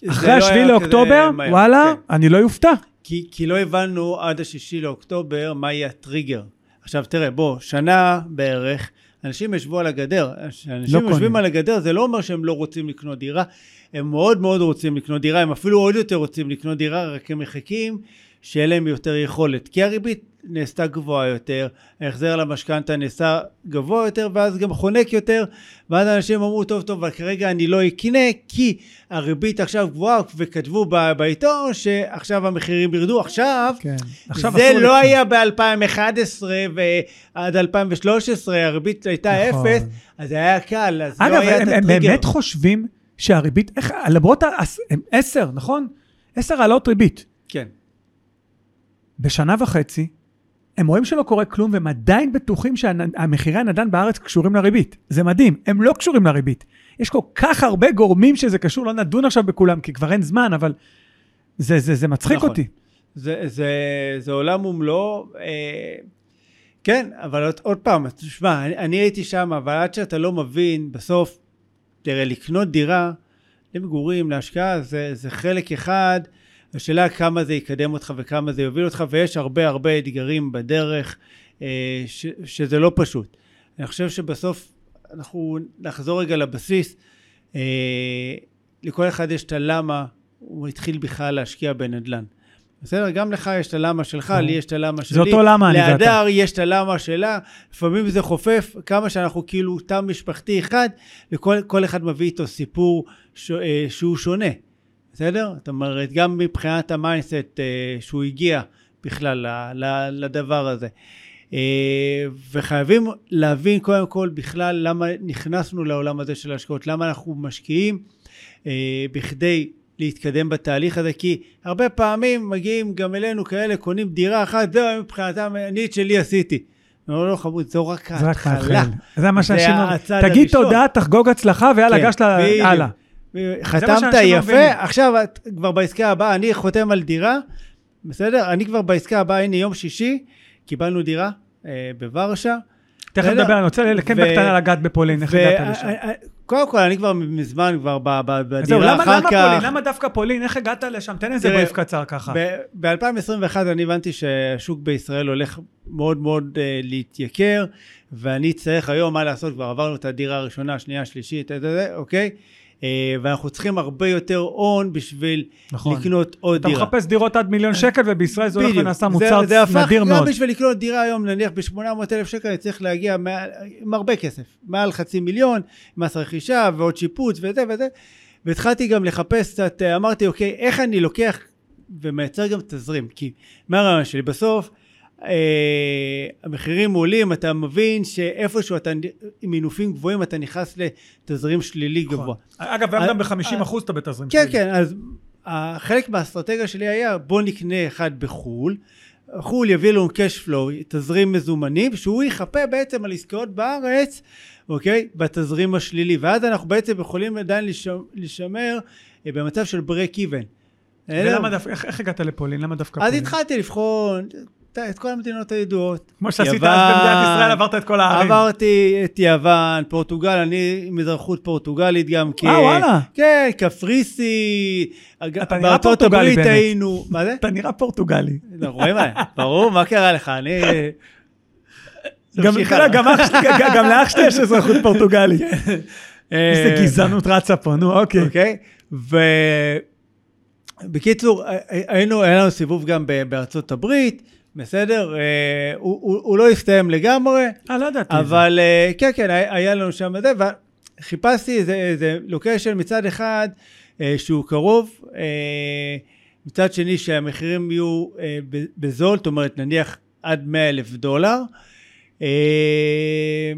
C: זה
B: אחרי
C: לא היה
B: השביעי
C: כזה
B: לאוקטובר,
C: מהר,
B: וואלה,
C: כן.
B: אני לא יופתע.
C: כי, כי לא הבנו עד השישי לאוקטובר מה יהיה הטריגר. עכשיו תראה, בוא, שנה בערך, אנשים ישבו על הגדר.
B: לא
C: אנשים
B: קונים.
C: יושבים על הגדר, זה לא אומר שהם לא רוצים לקנות דירה, הם מאוד מאוד רוצים לקנות דירה, הם אפילו עוד יותר רוצים לקנות דירה, רק הם מחכים שיהיה להם יותר יכולת. כי הריבית נעשתה גבוהה יותר, ההחזר למשכנתה נעשה גבוה יותר, ואז גם חונק יותר, ואז אנשים אמרו, טוב, טוב, אבל כרגע אני לא אקנה, כי הריבית עכשיו גבוהה, וכתבו ב- בעיתון שעכשיו המחירים ירדו. עכשיו,
B: כן.
C: זה לא היה ב-2011 ועד 2013, הריבית הייתה
B: נכון.
C: אפס, אז היה קל, אז לא
B: אגב,
C: היה את
B: הם, הם
C: הטריגר.
B: באמת חושבים שהריבית, איך, למרות, ה- הס- הם עשר, נכון? עשר העלות ריבית.
C: כן.
B: בשנה וחצי, הם רואים שלא קורה כלום, והם עדיין בטוחים שהמחירי הנדל"ן בארץ קשורים לריבית. זה מדהים, הם לא קשורים לריבית. יש כל כך הרבה גורמים שזה קשור, לא נדון עכשיו בכולם, כי כבר אין זמן, אבל זה, זה, זה מצחיק
C: נכון.
B: אותי.
C: זה, זה, זה עולם ומלואו. אה, כן, אבל עוד, עוד פעם, תשמע, אני, אני הייתי שם, אבל עד שאתה לא מבין, בסוף, תראה, לקנות דירה למגורים, להשקעה, זה, זה חלק אחד. השאלה כמה זה יקדם אותך וכמה זה יוביל אותך, ויש הרבה הרבה אתגרים בדרך, אה, ש, שזה לא פשוט. אני חושב שבסוף אנחנו נחזור רגע לבסיס. אה, לכל אחד יש את הלמה הוא התחיל בכלל להשקיע בנדל"ן. בסדר? גם לך יש את הלמה שלך, לי יש את הלמה שלי.
B: כן. זה אותו למה, אני ואתה.
C: להדר יש את הלמה שלה, לפעמים זה חופף, כמה שאנחנו כאילו תא משפחתי אחד, לכל כל אחד מביא איתו סיפור ש, אה, שהוא שונה. בסדר? זאת אומרת, גם מבחינת המיינדסט אה, שהוא הגיע בכלל ל- ל- לדבר הזה. אה, וחייבים להבין קודם כל בכלל למה נכנסנו לעולם הזה של ההשקעות, למה אנחנו משקיעים אה, בכדי להתקדם בתהליך הזה, כי הרבה פעמים מגיעים גם אלינו כאלה, קונים דירה אחת, זהו מבחינתם, אני את שלי עשיתי. לא, לא, חמוד, זו רק
B: זה רק
C: ההתחלה.
B: ההתחלה. זה מה
C: זה
B: שעשינו.
C: הצעד
B: תגיד
C: הראשון.
B: תודה, תחגוג הצלחה, ויאללה,
C: כן,
B: גש לה-
C: בדיוק.
B: הלאה.
C: חתמת
B: שאנשים לא מבינים.
C: יפה, עכשיו את כבר בעסקה הבאה, אני חותם על דירה, בסדר? אני כבר בעסקה הבאה, הנה יום שישי, קיבלנו דירה אה, בוורשה.
B: תכף
C: בסדר.
B: נדבר, אני רוצה כן
C: ו-
B: בקטנה לגעת בפולין, איך
C: ו-
B: הגעת לשם.
C: אה, אה, קודם כל, אני כבר מזמן כבר ב- ב-
B: אז זהו,
C: בדירה,
B: למה
C: אחר
B: למה פולין?
C: כך...
B: למה דווקא פולין? איך הגעת לשם? תן איזה
C: תראה,
B: בריף קצר ככה.
C: ב-2021 אני הבנתי שהשוק בישראל הולך מאוד מאוד אה, להתייקר, ואני צריך היום מה לעשות, כבר עברנו את הדירה הראשונה, השנייה, השלישית, אה, אה, אה, אוקיי? אה, ואנחנו צריכים הרבה יותר הון בשביל
B: נכון.
C: לקנות עוד
B: אתה
C: דירה.
B: מחפש דירות עד מיליון שקל, ובישראל זה הולך
C: בדיוק.
B: ונעשה מוצר
C: זה, זה הפך
B: נדיר
C: גם
B: מאוד.
C: בשביל לקנות דירה היום, נניח ב-800,000 שקל, אני צריך להגיע מעל, עם הרבה כסף, מעל חצי מיליון, מס רכישה ועוד שיפוץ וזה וזה. והתחלתי גם לחפש קצת, אה, אמרתי, אוקיי, איך אני לוקח ומייצר גם תזרים? כי מה הרעיון שלי? בסוף אה, המחירים עולים, אתה מבין שאיפשהו אתה, נ- עם מינופים גבוהים אתה נכנס לתזרים שלילי
B: נכון.
C: גבוה.
B: אגב, היום
C: אה,
B: גם ב-50% אתה בתזרים
C: כן,
B: שלילי.
C: כן, אז אה, חלק מהאסטרטגיה שלי היה בוא נקנה אחד בחו"ל, חו"ל יביא לנו cash flow, תזרים מזומנים, שהוא יחפה בעצם על עסקאות בארץ, אוקיי? בתזרים השלילי, ואז אנחנו בעצם יכולים עדיין לשמ- לשמר אה, במצב של break even.
B: ולמה דווקא, איך איך הגעת לפולין? למה דווקא
C: לא- אז
B: פולין?
C: התחלתי לבחון את- את כל המדינות הידועות.
B: כמו שעשית אז
C: יוון,
B: במדינת ישראל, עברת את כל הערים.
C: עברתי את יוון, פורטוגל, אני עם אזרחות פורטוגלית גם כ...
B: אה, וואלה.
C: כן, קפריסי, אג-
B: אתה נראה
C: בארצות
B: פורטוגלי
C: הברית
B: באמת. לא,
C: היינו, מה זה?
B: אתה נראה פורטוגלי.
C: אנחנו רואים עליי, ברור, מה קרה לך? אני...
B: גם-
C: תמשיך
B: תראה,
C: הלאה. כן.
B: גם אח שלי- גם- גם לאח שלי יש אזרחות פורטוגלית. איזה
C: אה,
B: גזענות רצה פה, נו, אוקיי.
C: אוקיי? ובקיצור, אה, היינו, היה לנו סיבוב גם ב- בארצות הברית, בסדר? אה, הוא- הוא הוא לא הסתיים לגמרי,
B: אה, לא ידעתי. את זה.
C: אבל אה, כן, כן, היה- היה לנו שם זה, וחיפשתי איזה- איזה לוקיישן מצד אחד אה, שהוא קרוב, אה, מצד שני שהמחירים יהיו אה, ב- בזול, זאת אומרת נניח עד 100 אלף דולר. אה,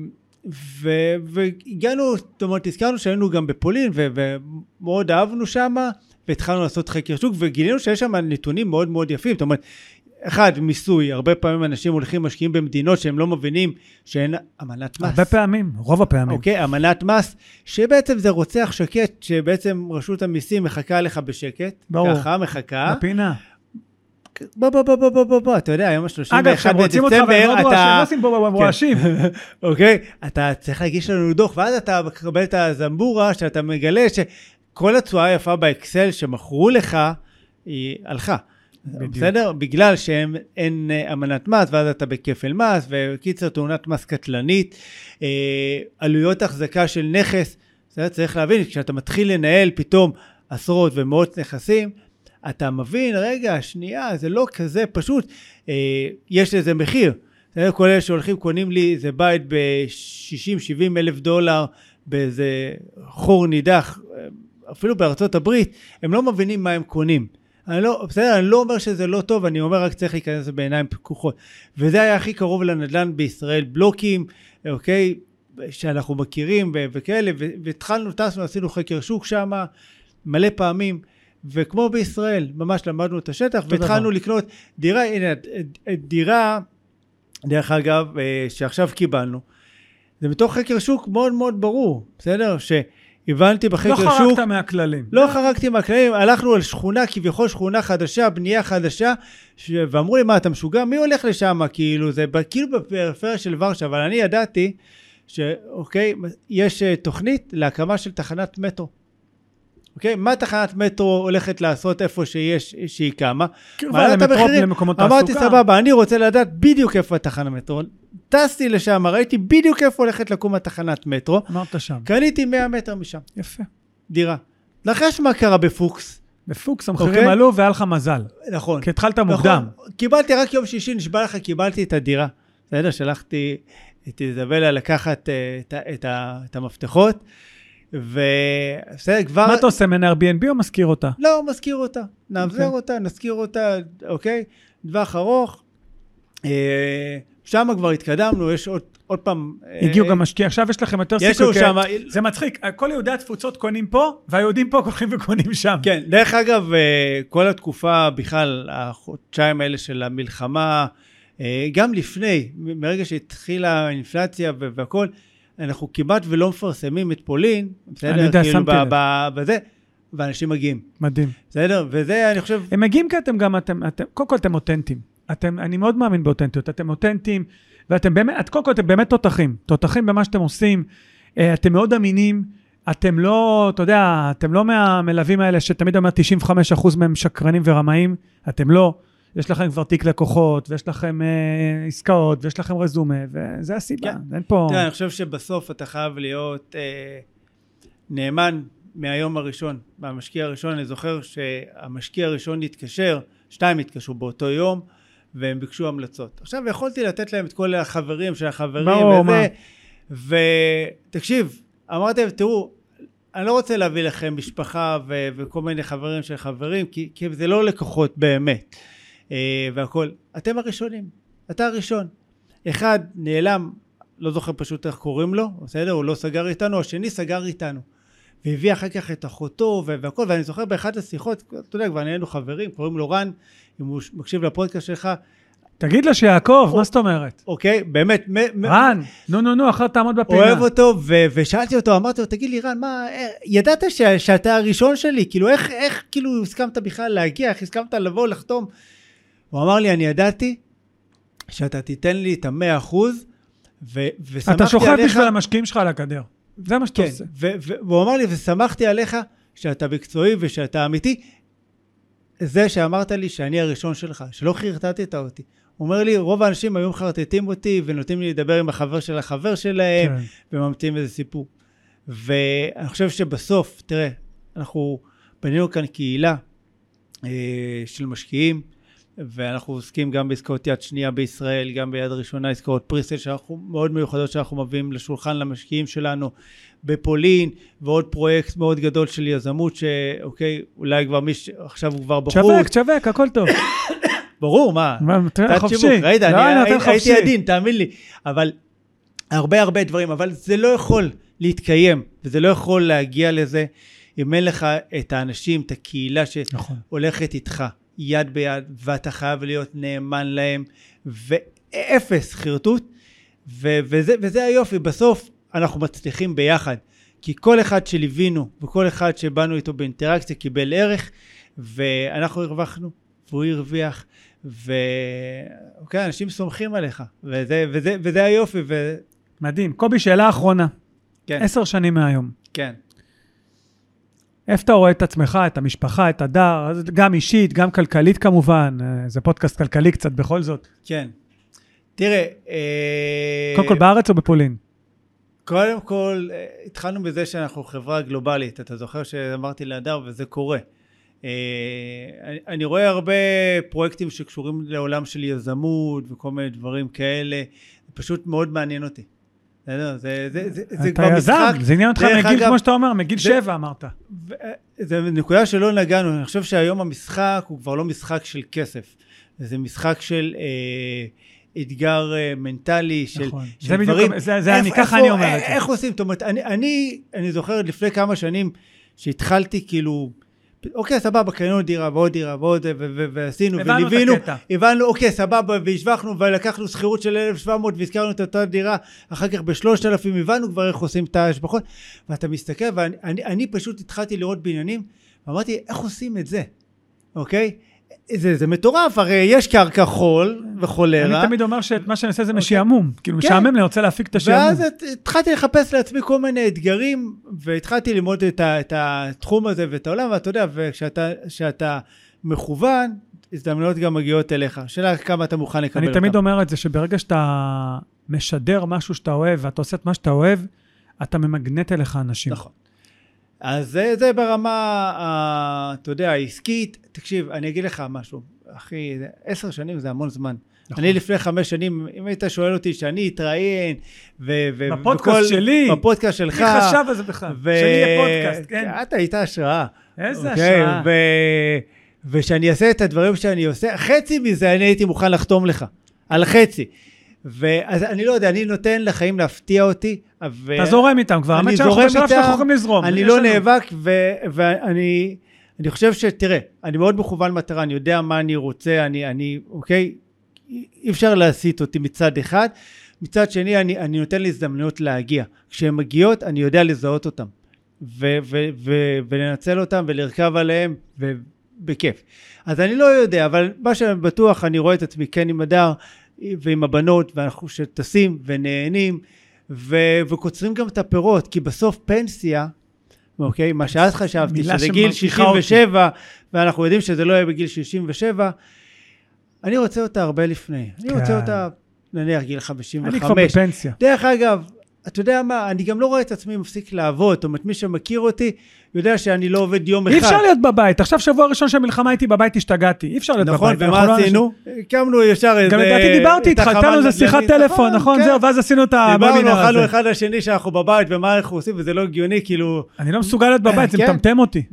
C: ו- והגענו, זאת אומרת, הזכרנו שהיינו גם בפולין ו- ומאוד אהבנו שם, והתחלנו לעשות חקר שוק, וגילינו שיש שם נתונים מאוד מאוד יפים, זאת אומרת, אחד, מיסוי, הרבה פעמים אנשים הולכים משקיעים במדינות שהם לא מבינים שאין אמנת מס.
B: הרבה פעמים, רוב הפעמים.
C: אוקיי, אמנת מס, שבעצם זה רוצח שקט, שבעצם רשות המיסים מחכה לך בשקט.
B: ברור.
C: ככה, מחכה.
B: בפינה.
C: בוא, בוא, בוא, בוא, בוא, בוא, בוא, אתה יודע, היום ה-31 בדצמבר,
B: אגב, כשהם רוצים אותך והם מאוד
C: אתה-
B: רועשים, לא עושים בו הם
C: כן.
B: רועשים.
C: אוקיי? אתה צריך להגיש לנו דוח, ואז אתה מקבל את הזמבורה, שאתה מגלה שכל התשואה היפה באקסל שמכרו לך, היא הלכה.
B: בדיוק.
C: בסדר? בגלל שאין אה, אמנת מס, ואז אתה בכפל מס, וקיצר תאונת מס קטלנית, אה, עלויות החזקה של נכס, בסדר? צריך להבין, כשאתה מתחיל לנהל פתאום עשרות ומאות נכסים, אתה מבין, רגע, שנייה, זה לא כזה פשוט, אה, יש לזה מחיר. בסדר? כל אלה שהולכים, קונים לי איזה בית ב-60-70 אלף דולר, באיזה חור נידח, אה, אפילו בארצות הברית, הם לא מבינים מה הם קונים. אני לא, בסדר, אני לא אומר שזה לא טוב, אני אומר רק צריך להיכנס לזה בעיניים פקוחות. וזה היה הכי קרוב לנדל"ן בישראל, בלוקים, אוקיי, שאנחנו מכירים ו- וכאלה, ו- והתחלנו, טסנו, עשינו חקר שוק שם מלא פעמים, וכמו בישראל, ממש למדנו את השטח,
B: אותו דבר.
C: והתחלנו לקנות דירה, הנה, ד- ד- דירה, דרך אגב, אה, שעכשיו קיבלנו, זה מתוך חקר שוק מאוד מאוד ברור, בסדר? שהבנתי בחקר
B: לא
C: שוק...
B: חרגת מהכללים.
C: לא חרגתי מהכללים, הלכנו על שכונה, כביכול שכונה חדשה, בנייה חדשה, ש... ואמרו לי, מה, אתה משוגע? מי הולך לשם? כאילו, זה ב- כאילו בפריפריה של ורשה, אבל אני ידעתי שאוקיי, יש אה, תוכנית להקמה של תחנת מטרו. אוקיי? מה תחנת מטרו הולכת לעשות איפה שיש, שהיא קמה?
B: כאילו,
C: מעלה את
B: למטרופ-
C: המחירים.
B: למקומות תעסוקה.
C: אמרתי, סבבה, אני רוצה לדעת בדיוק איפה התחנת מטרו. טסתי לשם, ראיתי בדיוק איפה הולכת לקום התחנת מטרו.
B: אמרת שם.
C: קניתי 100 מטר משם,
B: יפה.
C: דירה. נחש מה קרה בפוקס.
B: בפוקס
C: אוקיי.
B: המחירים עלו והיה לך מזל.
C: נכון.
B: כי התחלת
C: נכון.
B: מוקדם.
C: קיבלתי רק יום שישי, נשבע לך, קיבלתי את הדירה. בסדר, שלחתי את איזבלה לקחת אה, את, ה- את, ה- את המפתחות, ובסדר, כבר...
B: מה אתה עושה, מן Airbnb או מזכיר אותה?
C: לא, מזכיר אותה. נעביר
B: אוקיי.
C: אותה, נזכיר אותה, אוקיי? טווח ארוך. אה, שם כבר התקדמנו, יש עוד, עוד פעם... אה,
B: הגיעו גם משקיעים, עכשיו יש לכם יותר
C: יש
B: סיכוי.
C: לנו
B: כי-
C: שם- אה,
B: זה מצחיק, כל יהודי התפוצות קונים פה, והיהודים פה הולכים וקונים שם.
C: כן, דרך אגב, אה, כל התקופה, בכלל, החודשיים האלה של המלחמה, אה, גם לפני, מ- מרגע שהתחילה האינפלציה ו- והכל, אנחנו כמעט ולא מפרסמים את פולין,
B: אני
C: בסדר?
B: יודע,
C: כאילו
B: שמתי
C: ב-
B: לב.
C: ב- בזה, ואנשים מגיעים,
B: מדהים.
C: בסדר? וזה, אני חושב,
B: הם מגיעים כי אתם גם, אתם, אתם, קודם כל אתם אותנטיים. אתם, אני מאוד מאמין באותנטיות. אתם אותנטיים, ואתם באמת, את, קודם כל אתם באמת תותחים. תותחים במה שאתם עושים. אה, אתם מאוד אמינים. אתם לא, אתה יודע, אתם לא מהמלווים האלה שתמיד אומר 95% מהם שקרנים ורמאים. אתם לא. יש לכם כבר תיק לקוחות, ויש לכם אה, עסקאות, ויש לכם רזומה, וזה הסיבה. כן.
C: כן.
B: אין פה...
C: תראה, אני חושב שבסוף אתה חייב להיות אה, נאמן מהיום הראשון, מהמשקיע הראשון. אני זוכר שהמשקיע הראשון התקשר, שתיים התקשרו באותו יום, והם ביקשו המלצות. עכשיו, יכולתי לתת להם את כל החברים של החברים,
B: ברור, מה.
C: וזה, ותקשיב, אמרתי להם, תראו, אני לא רוצה להביא לכם משפחה ו- וכל מיני חברים של חברים, כי, כי זה לא לקוחות באמת, אה, והכול. אתם הראשונים, אתה הראשון. אחד נעלם, לא זוכר פשוט איך קוראים לו, בסדר? הוא לא סגר איתנו, השני סגר איתנו. והביא אחר כך את אחותו ו- והכל, ואני זוכר באחת השיחות, אתה יודע, כבר נהיינו חברים, קוראים לו רן, אם הוא ש- מקשיב לפודקאסט שלך,
B: תגיד לו שיעקב, מה זאת אומרת?
C: אוקיי, באמת, מ- מ-
B: רן, נו נו נו, אחרת תעמוד בפינה.
C: אוהב אותו, ו- ושאלתי אותו, אמרתי לו, תגיד לי, רן, מה, אה, ידעת ש- שאתה הראשון שלי, כאילו, איך, איך, כאילו, הסכמת בכלל להגיע, איך הסכמת לבוא, לחתום? הוא אמר לי, אני ידעתי שאתה תיתן לי את המאה אחוז, ו- ושמחתי עליך...
B: אתה שוכב בשביל המשקיעים שלך על הגדר. זה מה שאתה
C: כן,
B: עושה.
C: ו- ו- והוא אמר לי, ושמחתי עליך שאתה מקצועי ושאתה אמיתי. זה שאמרת לי שאני הראשון שלך, שלא חרטטת אותי. הוא אומר לי, רוב האנשים היו מחרטטים אותי ונותנים לי לדבר עם החבר של החבר שלהם,
B: כן.
C: וממציאים איזה סיפור. ואני חושב שבסוף, תראה, אנחנו בנינו כאן קהילה אה, של משקיעים, ואנחנו עוסקים גם בעסקאות יד שנייה בישראל, גם ביד ראשונה עסקאות פריסל שאנחנו מאוד מיוחדות שאנחנו מביאים לשולחן למשקיעים שלנו בפולין, ועוד פרויקט מאוד גדול של יזמות, שאוקיי, אולי כבר מי ש... עכשיו הוא כבר בחוץ.
B: תשווק, תשווק, הכל טוב.
C: ברור, מה?
B: מה, תראה,
C: תת
B: חופשי.
C: שיווק, ראית,
B: לא,
C: אני
B: נותן
C: הי- הייתי
B: חופשי.
C: עדין, תאמין לי. אבל הרבה הרבה דברים, אבל זה לא יכול להתקיים, וזה לא יכול להגיע לזה אם אין לך את האנשים, את הקהילה
B: נכון.
C: שהולכת איתך יד ביד, ואתה חייב להיות נאמן להם, ואפס חרטוט, ו- וזה, וזה היופי, בסוף אנחנו מצליחים ביחד. כי כל אחד שליווינו וכל אחד שבאנו איתו באינטראקציה קיבל ערך ואנחנו הרווחנו והוא הרוויח ואוקיי, אנשים סומכים עליך וזה, וזה, וזה היופי וכן,
B: מדהים. קובי, שאלה אחרונה.
C: כן.
B: עשר שנים מהיום.
C: כן.
B: איפה אתה רואה את עצמך, את המשפחה, את הדר, אז גם אישית, גם כלכלית כמובן. אה, זה פודקאסט כלכלי קצת בכל זאת.
C: כן. תראה, אה,
B: קודם כל בארץ או בפולין?
C: קודם כל, אה, התחלנו בזה שאנחנו חברה גלובלית. אתה זוכר שאמרתי להדר, וזה קורה. אה, אני- אני רואה הרבה פרויקטים שקשורים לעולם של יזמות וכל מיני דברים כאלה. זה פשוט מאוד מעניין אותי. בסדר? זה, זה, זה, זה
B: אתה
C: כבר משחק.
B: יזם, זה עניין אותך
C: דרך
B: מגיל,
C: אגב,
B: כמו שאתה אומר, מגיל
C: זה-
B: שבע אמרת.
C: ו- זה נקודה שלא נגענו, אני חושב שהיום המשחק הוא כבר לא משחק של כסף, זה משחק של אה, אתגר אה, מנטלי, של,
B: נכון.
C: של
B: זה בדיוק,
C: דברים.
B: זה- זה אני,
C: איפה-
B: ככה
C: איפה-
B: אני אומר את
C: איך
B: זה.
C: עושים? זאת אומרת, אני, אני, אני זוכר עוד לפני כמה שנים שהתחלתי כאילו, אוקיי, סבבה, קנינו דירה ועוד דירה ועוד, זה, ו- ו- ועשינו
B: הבנו את
C: וליווינו,
B: הקטע.
C: הבנו, אוקיי, סבבה, והשבחנו, ולקחנו שכירות של 1,700 והזכרנו את אותה דירה, אחר כך ב-3,000 הבנו כבר איך עושים את ההשבחות, ואתה מסתכל, ואני אני, אני פשוט התחלתי לראות בניינים, ואמרתי, איך עושים את זה, אוקיי? זה, זה מטורף, הרי יש קרקע חול וחולרה.
B: אני תמיד אומר שאת מה שאני עושה זה
C: אוקיי.
B: משעמום. כאילו,
C: כן.
B: משעמם לי, אני רוצה להפיק את השעמום.
C: ואז הת- התחלתי לחפש לעצמי כל מיני אתגרים, והתחלתי ללמוד את, ה, את התחום הזה ואת העולם, ואתה יודע, וכשאתה כשאתה מכוון, הזדמנויות גם מגיעות אליך. השאלה כמה אתה מוכן לקבל
B: אני
C: אותן.
B: תמיד אומר את זה, שברגע שאתה משדר משהו שאתה אוהב, ואתה עושה את מה שאתה אוהב, אתה ממגנט אליך אנשים.
C: נכון. אז זה, זה ברמה, ה- אתה יודע, העסקית. תקשיב, אני אגיד לך משהו. אחי, זה- עשר שנים זה המון זמן.
B: נכון.
C: נכון. אני לפני חמש שנים, אם היית שואל אותי שאני אתראיין, ו... ו-
B: בפודקאסט
C: וכל-
B: שלי.
C: בפודקאסט שלך.
B: מי חשב על זה בכלל?
C: ו-
B: שאני אהיה פודקאסט, כן.
C: אתה היית השראה.
B: איזה
C: אוקיי,
B: השראה.
C: ו- ושאני אעשה את הדברים שאני עושה, חצי מזה אני הייתי מוכן לחתום לך, על חצי. ואז אני לא יודע, אני נותן לחיים להפתיע אותי. ו-
B: אתה זורם איתם כבר,
C: אני
B: האמת שאנחנו
C: זורם
B: בשלב שאנחנו
C: איתם,
B: יכולים לזרום.
C: אני
B: יש
C: לא
B: לנו-
C: נאבק, ו- ואני אני חושב שתראה, אני מאוד מכוון מטרה, אני יודע מה אני רוצה, אני, אני אוקיי, אי אפשר להסיט אותי מצד אחד, מצד שני אני, אני נותן לי הזדמנויות להגיע. כשהן מגיעות אני יודע לזהות אותן, ו- ו- ו- ולנצל אותן ולרכב עליהן, ובכיף. אז אני לא יודע, אבל מה שאני בטוח, אני רואה את עצמי כן עם הדר ועם הבנות, ואנחנו שטסים ונהנים, ו- וקוצרים גם את הפירות, כי בסוף פנסיה, אוקיי? מה שאז חשבתי,
B: מילה
C: שזה גיל
B: שמרתיחה אותי.
C: 67, ואנחנו יודעים שזה לא יהיה בגיל 67, אני רוצה אותה הרבה לפני. אני
B: כן.
C: רוצה אותה, נניח, גיל
B: אני כבר
C: 55.
B: בפנסיה.
C: דרך אגב, אתה יודע מה, אני גם לא רואה את עצמי מפסיק לעבוד, זאת אומרת, מי שמכיר אותי, יודע שאני לא עובד יום אחד.
B: אי אפשר להיות בבית. עכשיו שבוע ראשון של המלחמה הייתי בבית, השתגעתי. אי אפשר להיות בבית.
C: נכון,
B: אנחנו
C: ומה
B: לא אנשים-
C: עשינו? הקמנו ישר אה, איזה...
B: גם לדעתי דיברתי איתך, הייתה לנו איזה שיחת טלפון, נכון? זהו, ואז עשינו את
C: כן. דיברנו,
B: הבאמינר
C: אכלנו
B: הזה.
C: אחד לשני שאנחנו בבית ומה אנחנו עושים, וזה לא הגיוני, כאילו,
B: אני לא מסוגל להיות בבית, זה
C: כן.
B: מטמטם אותי.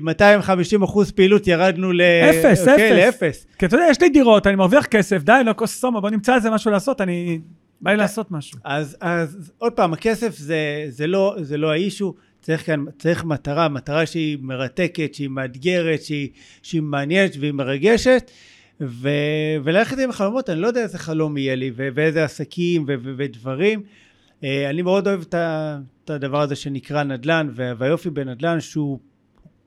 C: מ-250 אחוז פעילות ירדנו ל...
B: אפס,
C: אוקיי,
B: אפס.
C: לאפס.
B: כי אתה יודע, יש לי דירות, אני מרוויח כסף, די, לא כוס סומה, בוא נמצא איזה משהו לעשות, אני... בא
C: כן.
B: לי לעשות משהו.
C: אז, אז עוד פעם, הכסף זה, זה, לא, זה לא האישו, צריך, כאן, צריך מטרה, מטרה שהיא מרתקת, שהיא מאתגרת, שהיא, שהיא מעניינת והיא מרגשת, ו, וללכת עם חלומות, אני לא יודע איזה חלום יהיה לי, ו, ואיזה עסקים ו, ו, ודברים. אה, אני מאוד אוהב את, ה- את הדבר הזה שנקרא נדל"ן, וה- והיופי בנדל"ן שהוא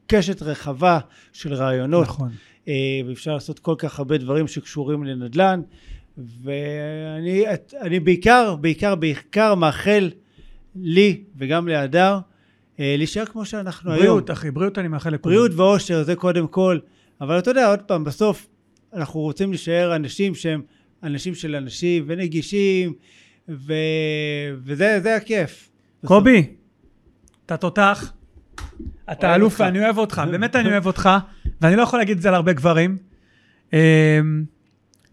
C: קשת רחבה של רעיונות,
B: נכון.
C: אה, ואפשר לעשות כל כך הרבה דברים שקשורים לנדל"ן ואני את- אני בעיקר, בעיקר, בעיקר מאחל לי וגם להדר אה, להישאר כמו שאנחנו היום.
B: בריאות, אחי, בריאות אני מאחל לכולם.
C: בריאות ואושר זה קודם כל, אבל אתה יודע, עוד פעם, בסוף אנחנו רוצים להישאר אנשים שהם אנשים של אנשים ונגישים ו... וזה זה הכיף.
B: קובי, אתה תותח,
C: אוהב
B: אתה אלוף
C: אותך.
B: ואני אוהב אותך, באמת אני אוהב אותך, ואני לא יכול להגיד את זה על הרבה גברים. אמ,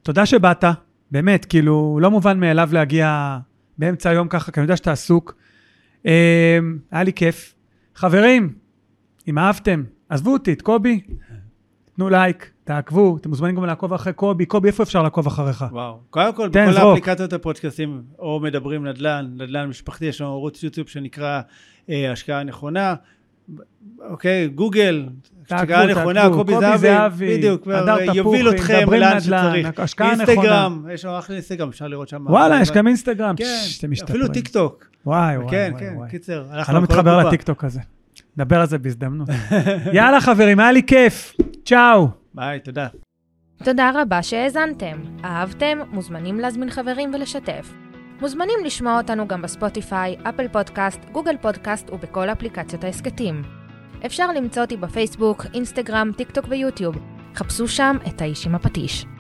B: תודה שבאת, באמת, כאילו, לא מובן מאליו להגיע באמצע היום ככה, כי אני יודע שאתה עסוק. אמ, היה לי כיף. חברים, אם אהבתם, עזבו אותי, את קובי, תנו לייק, תעקבו, אתם מוזמנים גם לעקוב אחרי קובי. קובי, איפה אפשר לעקוב אחריך?
C: וואו. קודם כל,
B: תן,
C: בכל
B: זרוק.
C: האפליקציות הפודקאסטים, או מדברים נדל"ן, נדל"ן משפחתי, יש לנו ערוץ יוטיוב שנקרא אה, השקעה נכונה. אוקיי, גוגל, השקעה נכונה, קובי זהבי, בדיוק, כבר,
B: הדר
C: אה, יוביל
B: תפוחי,
C: אתכם
B: מדברים
C: לאן
B: נדל"ן,
C: שצריך.
B: השקעה נכונה.
C: אינסטגרם, יש לנו אחלה אינסטגרם, אפשר לראות שם.
B: וואלה, יש גם אינסטגרם.
C: כן,
B: פש, אתם
C: אפילו
B: משתפרים.
C: טיק טוק.
B: וואי, וואי,
C: כן,
B: וואי,
C: כן,
B: וואי.
C: קיצר.
B: אני
C: אנחנו
B: לא
C: על כל
B: מתחבר
C: הקופה.
B: לטיקטוק הזה. נדבר על זה בהזדמנות. יאללה, חברים, היה לי כיף. צ'או.
C: ביי, תודה.
A: תודה רבה שהאזנתם. אהבתם? מוזמנים להזמין חברים ולשתף. מוזמנים לשמוע אותנו גם בספוטיפיי, אפל פודקאסט, גוגל פודקאסט ובכל אפליקציות ההסכתים. אפשר למצוא אותי בפייסבוק, אינסטגרם, טיק טוק ויוטיוב. חפשו שם את האיש עם הפטיש.